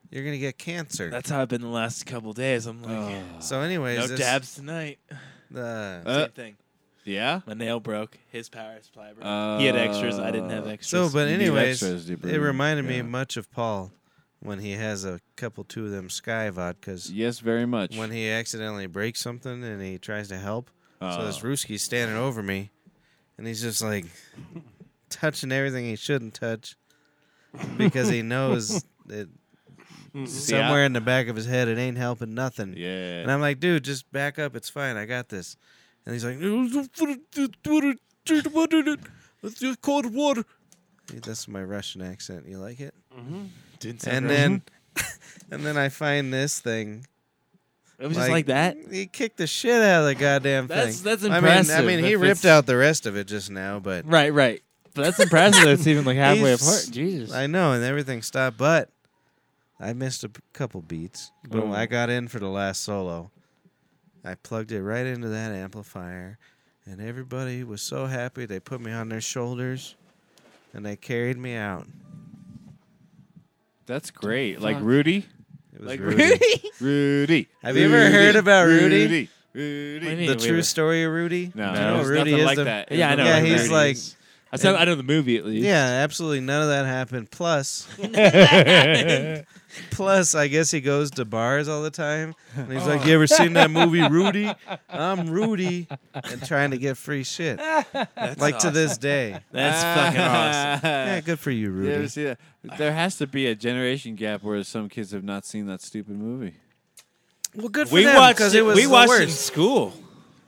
Speaker 2: You're gonna get cancer.
Speaker 5: That's how I've been the last couple days. I'm
Speaker 4: Oh.
Speaker 5: like,
Speaker 2: so anyways,
Speaker 5: no
Speaker 2: this-
Speaker 5: dabs tonight.
Speaker 2: the-
Speaker 4: Uh,
Speaker 5: Same thing.
Speaker 4: yeah.
Speaker 5: My nail broke. His power supply broke. he had extras. I didn't have
Speaker 4: Uh,
Speaker 2: so,
Speaker 5: extras.
Speaker 2: but
Speaker 4: you need
Speaker 2: anyways,
Speaker 4: extras, you
Speaker 2: it
Speaker 4: bring-
Speaker 2: reminded me
Speaker 4: yeah.
Speaker 2: much of Paul when he has a couple two of them sky vodkas.
Speaker 4: Yes, very much.
Speaker 2: When he accidentally breaks something and he tries to help, so this
Speaker 4: Oh.
Speaker 2: Ruski's standing over me, and he's just like touching everything he shouldn't touch because he knows that
Speaker 4: Mm, See, I-
Speaker 2: somewhere in the back of his head it ain't helping nothing.
Speaker 4: yeah.
Speaker 2: And I'm like, dude, just back up. It's fine. I got this. And he's like, let's do cold water. That's my Russian accent. You like it?
Speaker 4: Mm-hmm.
Speaker 5: didn't
Speaker 2: And then, and then I find this thing.
Speaker 5: it was just like that.
Speaker 2: He kicked the shit out of the goddamn
Speaker 5: That's-
Speaker 2: thing.
Speaker 5: that's
Speaker 2: I mean,
Speaker 5: impressive
Speaker 2: I mean, he
Speaker 5: if
Speaker 2: ripped
Speaker 5: it's-
Speaker 2: out the rest of it just now, but
Speaker 5: Right, right. But that's impressive. that it's even like halfway
Speaker 2: He's-
Speaker 5: apart. Jesus.
Speaker 2: I know, and everything stopped. But I missed a p- couple beats. But when
Speaker 4: Oh.
Speaker 2: I got in for the last solo, I plugged it right into that amplifier, and everybody was so happy. They put me on their shoulders, and they carried me out.
Speaker 4: That's great. Like Rudy.
Speaker 2: It was
Speaker 5: like
Speaker 2: Rudy.
Speaker 5: really?
Speaker 4: Rudy.
Speaker 2: Have you ever heard about Rudy?
Speaker 4: Rudy.
Speaker 5: We
Speaker 4: Rudy.
Speaker 5: need
Speaker 2: The
Speaker 5: to-
Speaker 2: true story of Rudy.
Speaker 4: No.
Speaker 2: You
Speaker 4: No,
Speaker 2: know
Speaker 5: there's
Speaker 2: Rudy
Speaker 5: nothing
Speaker 2: is
Speaker 5: like
Speaker 2: the-
Speaker 5: that. Yeah, I know.
Speaker 2: Yeah,
Speaker 5: like
Speaker 2: he's
Speaker 5: Rudy
Speaker 2: like.
Speaker 5: is. I said I know the movie at least.
Speaker 2: Yeah, absolutely none of that happened. Plus, plus, I guess he goes to bars all the time, and he's
Speaker 5: Oh.
Speaker 2: like, "You ever seen that movie, Rudy? I'm Rudy," and trying to get free shit. like to this day,
Speaker 5: That's fucking awesome.
Speaker 2: yeah, good for you,
Speaker 4: You ever
Speaker 2: Rudy.
Speaker 4: see that? There has to be a generation gap where some kids have not seen that stupid movie.
Speaker 2: Well, good for
Speaker 5: We
Speaker 2: them
Speaker 5: watched
Speaker 2: because it was
Speaker 5: we
Speaker 2: the
Speaker 5: watched it in
Speaker 2: worst.
Speaker 5: school.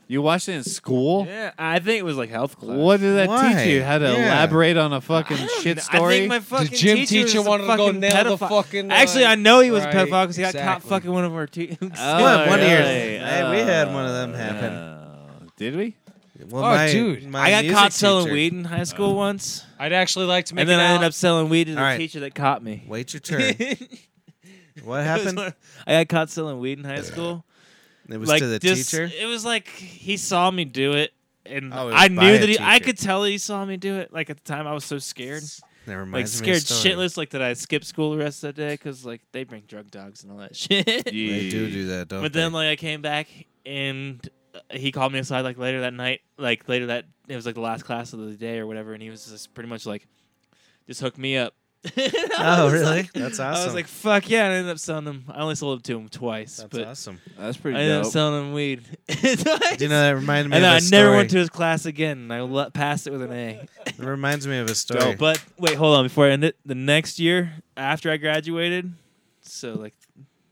Speaker 4: You watched it in school?
Speaker 5: Yeah, I think it was like health class.
Speaker 4: What did that
Speaker 2: Why?
Speaker 4: teach you? How to
Speaker 2: Yeah.
Speaker 4: elaborate on a fucking shit story?
Speaker 5: I think my fucking
Speaker 7: gym
Speaker 5: teacher,
Speaker 7: teacher
Speaker 5: was a
Speaker 7: wanted to go
Speaker 5: fucking
Speaker 7: nail the
Speaker 5: pedophile.
Speaker 7: fucking,
Speaker 5: Actually,
Speaker 7: uh,
Speaker 5: I know he was
Speaker 7: right,
Speaker 5: a pedophile because he got caught
Speaker 7: exactly.
Speaker 5: fucking one of our teachers.
Speaker 4: Oh,
Speaker 2: Well, one year,
Speaker 4: really?
Speaker 2: hey, we had one of them
Speaker 4: Oh.
Speaker 2: happen.
Speaker 4: Did we?
Speaker 2: Well,
Speaker 7: Oh,
Speaker 2: my,
Speaker 7: dude.
Speaker 2: my
Speaker 5: I got
Speaker 2: music
Speaker 5: caught selling
Speaker 2: teacher-
Speaker 5: weed in high
Speaker 7: Oh.
Speaker 5: school once,
Speaker 7: I'd actually like to make
Speaker 5: and then
Speaker 7: it
Speaker 5: I ended
Speaker 7: out.
Speaker 5: up selling weed to the
Speaker 2: All right.
Speaker 5: teacher that caught me.
Speaker 2: Wait your turn. What happened?
Speaker 5: I got caught selling weed in high school.
Speaker 2: It was
Speaker 5: like
Speaker 2: to the
Speaker 5: just-
Speaker 2: teacher.
Speaker 5: It was like he saw me do it, and
Speaker 2: Oh, it was
Speaker 5: I
Speaker 2: by a
Speaker 5: knew that he. I
Speaker 2: teacher.
Speaker 5: could tell that he saw me do it. Like at the time, I was so scared,
Speaker 2: That
Speaker 5: like
Speaker 2: reminds me
Speaker 5: scared
Speaker 2: of a story.
Speaker 5: shitless, like that I skipped school the rest of the day because like they bring drug dogs and all that shit.
Speaker 2: They do do that, don't
Speaker 5: But
Speaker 2: they?
Speaker 5: then like I came back and uh, he called me aside like later that night, like later that it was like the last class of the day or whatever, and he was just pretty much like, just hook me up. I
Speaker 2: oh,
Speaker 5: was
Speaker 2: really?
Speaker 5: like-
Speaker 2: That's awesome.
Speaker 5: I was like, fuck yeah! And I ended up selling him. I only sold it to him twice,
Speaker 2: That's
Speaker 5: but
Speaker 2: awesome.
Speaker 4: That's
Speaker 5: I
Speaker 4: pretty
Speaker 5: ended up
Speaker 4: dope.
Speaker 5: selling him weed.
Speaker 2: You know, that reminded me
Speaker 5: and
Speaker 2: of a
Speaker 5: I
Speaker 2: story.
Speaker 5: never went to his class again. And I le- passed it with an A.
Speaker 2: It reminds me of a story.
Speaker 5: So, but wait, hold on. Before I end it, the next year after I graduated, so like,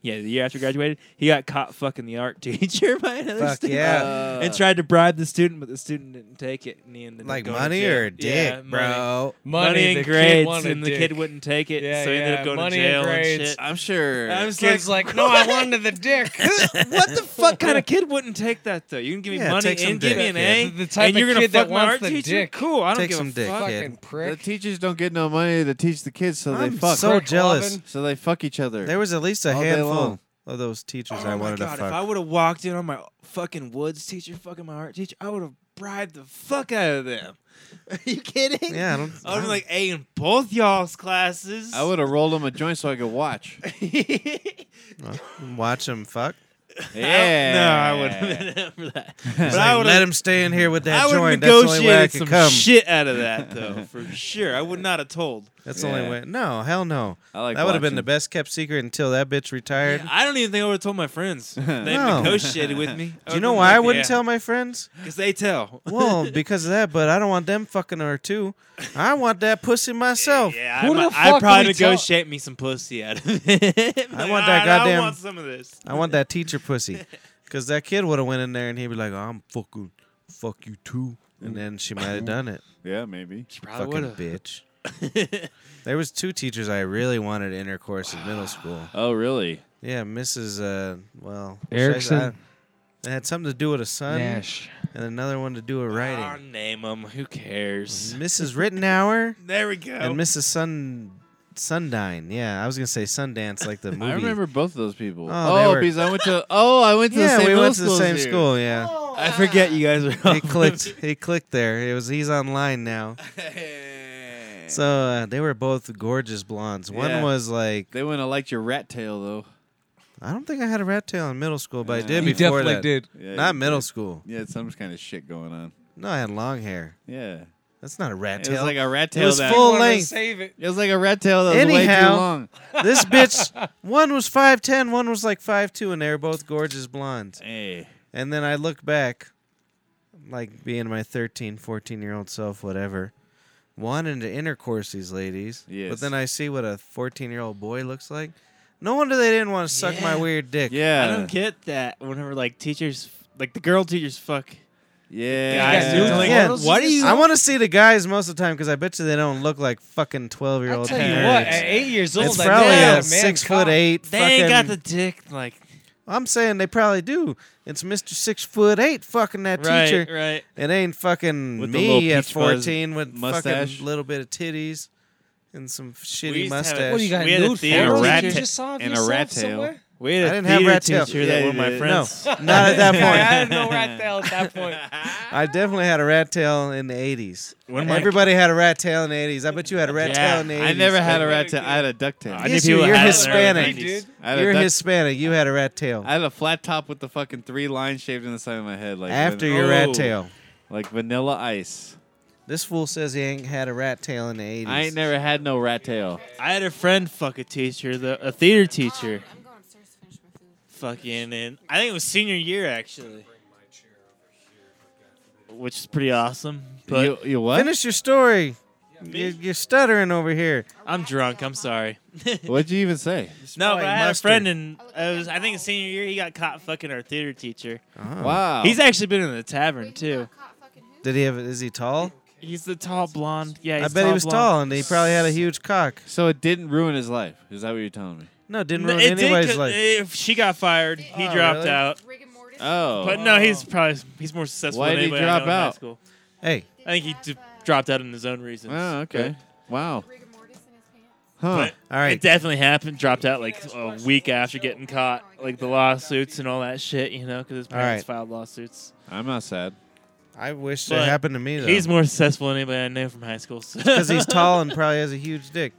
Speaker 5: yeah, the year after I graduated, he got caught fucking the art teacher by another
Speaker 2: Fuck
Speaker 5: student
Speaker 2: yeah.
Speaker 5: and tried to bribe the student, but the student didn't take it. And he ended up
Speaker 2: like
Speaker 5: going to
Speaker 2: money
Speaker 5: jail.
Speaker 2: or a dick,
Speaker 5: Yeah, Money.
Speaker 2: bro.
Speaker 5: Money,
Speaker 7: money
Speaker 5: and
Speaker 7: the kid
Speaker 5: grades,
Speaker 7: wanted
Speaker 5: and the
Speaker 7: dick.
Speaker 5: kid wouldn't take it,
Speaker 7: Yeah,
Speaker 5: so he ended
Speaker 7: yeah,
Speaker 5: up going
Speaker 7: money
Speaker 5: to
Speaker 7: and
Speaker 5: jail
Speaker 7: grades.
Speaker 5: shit.
Speaker 4: I'm sure.
Speaker 5: I was
Speaker 7: Kid's
Speaker 5: like,
Speaker 7: like, no, I wanted the dick.
Speaker 5: what the fuck kind of kid wouldn't take that though? You can give me
Speaker 2: Yeah,
Speaker 5: money
Speaker 2: take some
Speaker 5: and give me
Speaker 2: dick,
Speaker 5: an
Speaker 2: yeah.
Speaker 5: A,
Speaker 7: The- the type
Speaker 5: and you're
Speaker 7: of
Speaker 5: gonna
Speaker 7: kid
Speaker 5: fuck
Speaker 7: that
Speaker 5: my
Speaker 7: wants
Speaker 5: art
Speaker 7: the
Speaker 5: teacher.
Speaker 7: dick.
Speaker 5: Cool, I don't
Speaker 2: Take
Speaker 5: give
Speaker 2: some
Speaker 5: a
Speaker 2: dick,
Speaker 5: fuck.
Speaker 2: kid.
Speaker 7: Fucking
Speaker 4: the
Speaker 7: prick.
Speaker 4: teachers don't get no money to teach the kids, so
Speaker 2: I'm
Speaker 4: they fuck.
Speaker 2: so
Speaker 7: Kirk
Speaker 2: jealous.
Speaker 7: Robin.
Speaker 4: so they fuck each other.
Speaker 2: There was at least a
Speaker 4: All day
Speaker 2: handful.
Speaker 4: long.
Speaker 2: of those teachers
Speaker 5: Oh
Speaker 2: I
Speaker 5: my
Speaker 2: wanted
Speaker 5: God,
Speaker 2: to fuck.
Speaker 5: If I would have walked in on my fucking woods teacher, fucking my art teacher, I would have bribed the fuck out of them. Are you kidding?
Speaker 2: yeah, I don't.
Speaker 5: I would have like A in both y'all's classes.
Speaker 4: I would have rolled him a joint so I could watch.
Speaker 2: well, watch them fuck.
Speaker 4: Yeah.
Speaker 5: No, I would have been up for that.
Speaker 2: But
Speaker 5: But I would
Speaker 2: let
Speaker 5: have.
Speaker 2: him stay in here with that
Speaker 5: I would have
Speaker 2: joint. That's the only way I
Speaker 5: negotiated
Speaker 2: could
Speaker 5: some
Speaker 2: come.
Speaker 5: shit out of that though, for sure. I would not have told.
Speaker 2: That's the only
Speaker 4: Yeah.
Speaker 2: way. No, hell no.
Speaker 4: I like
Speaker 2: that would have been
Speaker 4: watching.
Speaker 2: the best kept secret until that bitch retired.
Speaker 5: I don't even think I would have told my friends. They
Speaker 2: No.
Speaker 5: negotiated with me.
Speaker 2: Do you know why I wouldn't tell my friends?
Speaker 5: Because they tell.
Speaker 2: Well, because of that, but I don't want them fucking her too. I want that pussy myself.
Speaker 5: Yeah,
Speaker 7: Who the
Speaker 5: I, might- I'd
Speaker 7: fuck
Speaker 5: probably
Speaker 7: would he tell-
Speaker 5: negotiate me some pussy out of it.
Speaker 2: I want
Speaker 5: Like,
Speaker 2: that
Speaker 5: "Alright,
Speaker 2: goddamn-
Speaker 5: I want some of this.
Speaker 2: I want that teacher pussy. Because that kid would have went in there and he'd be like, I'm fucking, fuck you too. And then she might have done it.
Speaker 4: Yeah, maybe.
Speaker 2: fucking bitch. there was two teachers I really wanted intercourse in middle school.
Speaker 4: Oh, really?
Speaker 2: Yeah, Mrs. Uh, well, should I-
Speaker 7: Erickson?
Speaker 2: I- It had something to do with a son
Speaker 7: Nash.
Speaker 2: and another one to do with writing.
Speaker 4: Ah,
Speaker 5: I'll name them. Who cares?
Speaker 2: Mrs. Rittenhour
Speaker 5: Mm-hmm. There we go.
Speaker 4: Oh.
Speaker 2: and Mrs. Sun Sundine. Yeah, I was gonna say Sundance, like the movie.
Speaker 4: I remember both of those people.
Speaker 2: Oh, they
Speaker 4: Oh,
Speaker 2: were-
Speaker 4: because I went to. Oh, I went to the
Speaker 2: Yeah,
Speaker 4: same
Speaker 2: we
Speaker 4: middle
Speaker 2: went to the
Speaker 4: schools
Speaker 2: same
Speaker 4: here.
Speaker 2: school.
Speaker 4: Oh,
Speaker 2: Yeah,
Speaker 5: I forget you guys are
Speaker 2: he clicked. He clicked there. It was he's online now. So uh, they were both gorgeous blondes. One
Speaker 4: Yeah.
Speaker 2: was like
Speaker 4: They wouldn't have liked your rat tail though.
Speaker 2: I don't think I had a rat tail in middle school, but I
Speaker 4: Yeah.
Speaker 2: did
Speaker 4: You
Speaker 2: before
Speaker 7: definitely
Speaker 2: that.
Speaker 7: did.
Speaker 4: Yeah,
Speaker 2: Not
Speaker 4: you-
Speaker 2: middle school.
Speaker 4: Yeah, some kind of shit going on.
Speaker 2: No, I had long hair.
Speaker 4: Yeah,
Speaker 2: That's not a rat
Speaker 4: it was
Speaker 2: tail.
Speaker 4: like a rat tail.
Speaker 2: it was
Speaker 4: that,
Speaker 2: full length.
Speaker 7: Save it.
Speaker 4: It was like a rat tail that was way too
Speaker 2: Anyhow.
Speaker 4: long.
Speaker 2: this bitch, one was 5'10", one was like 5'2", and they were both gorgeous blondes.
Speaker 4: Hey,
Speaker 2: And then I look back, like being my 13, 14 year old self, whatever, wanting to intercourse these ladies. But
Speaker 4: Yes.
Speaker 2: then I see what a 14 year old boy looks like. No wonder they didn't want to suck my
Speaker 5: Yeah.
Speaker 2: weird dick.
Speaker 4: yeah,
Speaker 5: I don't get that. Whenever like teachers, like the girl teachers, fuck.
Speaker 4: yeah.
Speaker 5: Guys, doing, like,
Speaker 2: Yeah.
Speaker 5: what do you?
Speaker 2: I want to see the guys most of the time because I bet you they don't look like fucking 12 year old
Speaker 7: Tell you what, at
Speaker 2: parents.
Speaker 7: eight years old,
Speaker 2: It's
Speaker 7: I
Speaker 2: probably
Speaker 7: did
Speaker 2: a
Speaker 7: have man
Speaker 2: six foot
Speaker 7: cock.
Speaker 2: eight.
Speaker 5: They ain't got the
Speaker 2: fucking-
Speaker 5: dick like
Speaker 2: I'm saying they probably do. It's Mr. Six Foot Eight fucking that
Speaker 5: right,
Speaker 2: teacher.
Speaker 5: right.
Speaker 2: It ain't fucking
Speaker 4: With the little
Speaker 2: me at
Speaker 4: peach fuzz
Speaker 2: 14 with
Speaker 4: mustache.
Speaker 2: fucking little bit of titties and some shitty
Speaker 5: used to have
Speaker 2: mustache.
Speaker 5: a-
Speaker 7: What do you got?
Speaker 5: We had a
Speaker 7: Nude
Speaker 5: theater
Speaker 7: photos
Speaker 5: rat
Speaker 7: that you
Speaker 5: ta-
Speaker 7: just saw of
Speaker 4: and a
Speaker 7: yourself
Speaker 4: rat tail.
Speaker 7: somewhere?
Speaker 5: We had a
Speaker 2: I didn't have
Speaker 5: theater
Speaker 2: rat tail.
Speaker 5: teacher
Speaker 4: Yeah,
Speaker 5: that
Speaker 4: you
Speaker 5: one of my
Speaker 4: did.
Speaker 5: friends.
Speaker 2: Not at that
Speaker 7: Oh, Yeah, I had
Speaker 2: point.
Speaker 7: no rat tail at that point.
Speaker 2: I definitely had a rat tail in the 80s.
Speaker 5: When my-
Speaker 2: Everybody had a rat tail in the 80s. I bet you had a rat tail in the 80s.
Speaker 4: I never had a rat tail. I had a duck tail.
Speaker 5: I knew
Speaker 2: Yes,
Speaker 5: people
Speaker 2: you-
Speaker 5: that
Speaker 2: you're
Speaker 5: had it in their early
Speaker 2: Hispanic.
Speaker 5: 90s.
Speaker 4: I had a
Speaker 2: You're
Speaker 4: duck-
Speaker 2: Hispanic. You had a rat tail
Speaker 4: I had a flat top with the fucking three lines shaved in the side of my head, like
Speaker 2: after
Speaker 4: van-
Speaker 2: your rat
Speaker 4: Oh,
Speaker 2: tail.
Speaker 4: like vanilla ice.
Speaker 2: This fool says he ain't had a rat tail in the 80s.
Speaker 4: I ain't never had no rat tail.
Speaker 5: I had a friend fuck a teacher, the, a theater teacher.
Speaker 10: I'm going upstairs to finish my food.
Speaker 5: Fucking and I think it was senior year actually. Which is pretty awesome. But
Speaker 4: you, you what?
Speaker 2: Finish your story. You're, you're stuttering over here.
Speaker 5: I'm drunk, I'm sorry.
Speaker 4: What'd you even say?
Speaker 5: No, but
Speaker 2: probably
Speaker 5: I had a
Speaker 2: mustard.
Speaker 5: friend in it was I think senior year he got caught fucking our theater teacher.
Speaker 4: Wow.
Speaker 2: Oh.
Speaker 5: He's actually been in the tavern too.
Speaker 2: Did he have? Is he tall?
Speaker 5: He's the tall blonde. Yeah, he's
Speaker 2: I bet
Speaker 5: tall
Speaker 2: he was
Speaker 5: blonde.
Speaker 2: tall, and he probably had a huge cock.
Speaker 4: so it didn't ruin his life. Is that what you're telling me?
Speaker 2: No, it didn't
Speaker 5: No,
Speaker 2: ruin
Speaker 5: it did
Speaker 2: anybody's
Speaker 5: 'cause,
Speaker 2: life.
Speaker 5: uh, she got fired. He
Speaker 2: Oh,
Speaker 5: dropped
Speaker 2: really?
Speaker 5: out.
Speaker 10: Rig and mortis.
Speaker 4: Oh.
Speaker 5: But no, he's probably he's more successful.
Speaker 4: Why
Speaker 5: than
Speaker 4: did he
Speaker 5: anybody I know
Speaker 4: drop
Speaker 5: in high
Speaker 4: out?
Speaker 5: school.
Speaker 2: Hey,
Speaker 5: I think he d- dropped out on his own reasons.
Speaker 4: Oh, okay. Wow.
Speaker 10: Rig and uh, mortis in his pants.
Speaker 4: Huh.
Speaker 5: But
Speaker 2: all right.
Speaker 5: It definitely happened. Dropped out like a week after getting caught, like the lawsuits and all that shit, you know, because his
Speaker 2: All
Speaker 5: parents
Speaker 2: right.
Speaker 5: filed lawsuits.
Speaker 4: I'm not sad.
Speaker 2: I wish
Speaker 5: But
Speaker 2: that happened to me though.
Speaker 5: He's more successful than anybody I know from high school. So.
Speaker 2: because he's tall and probably has a huge dick.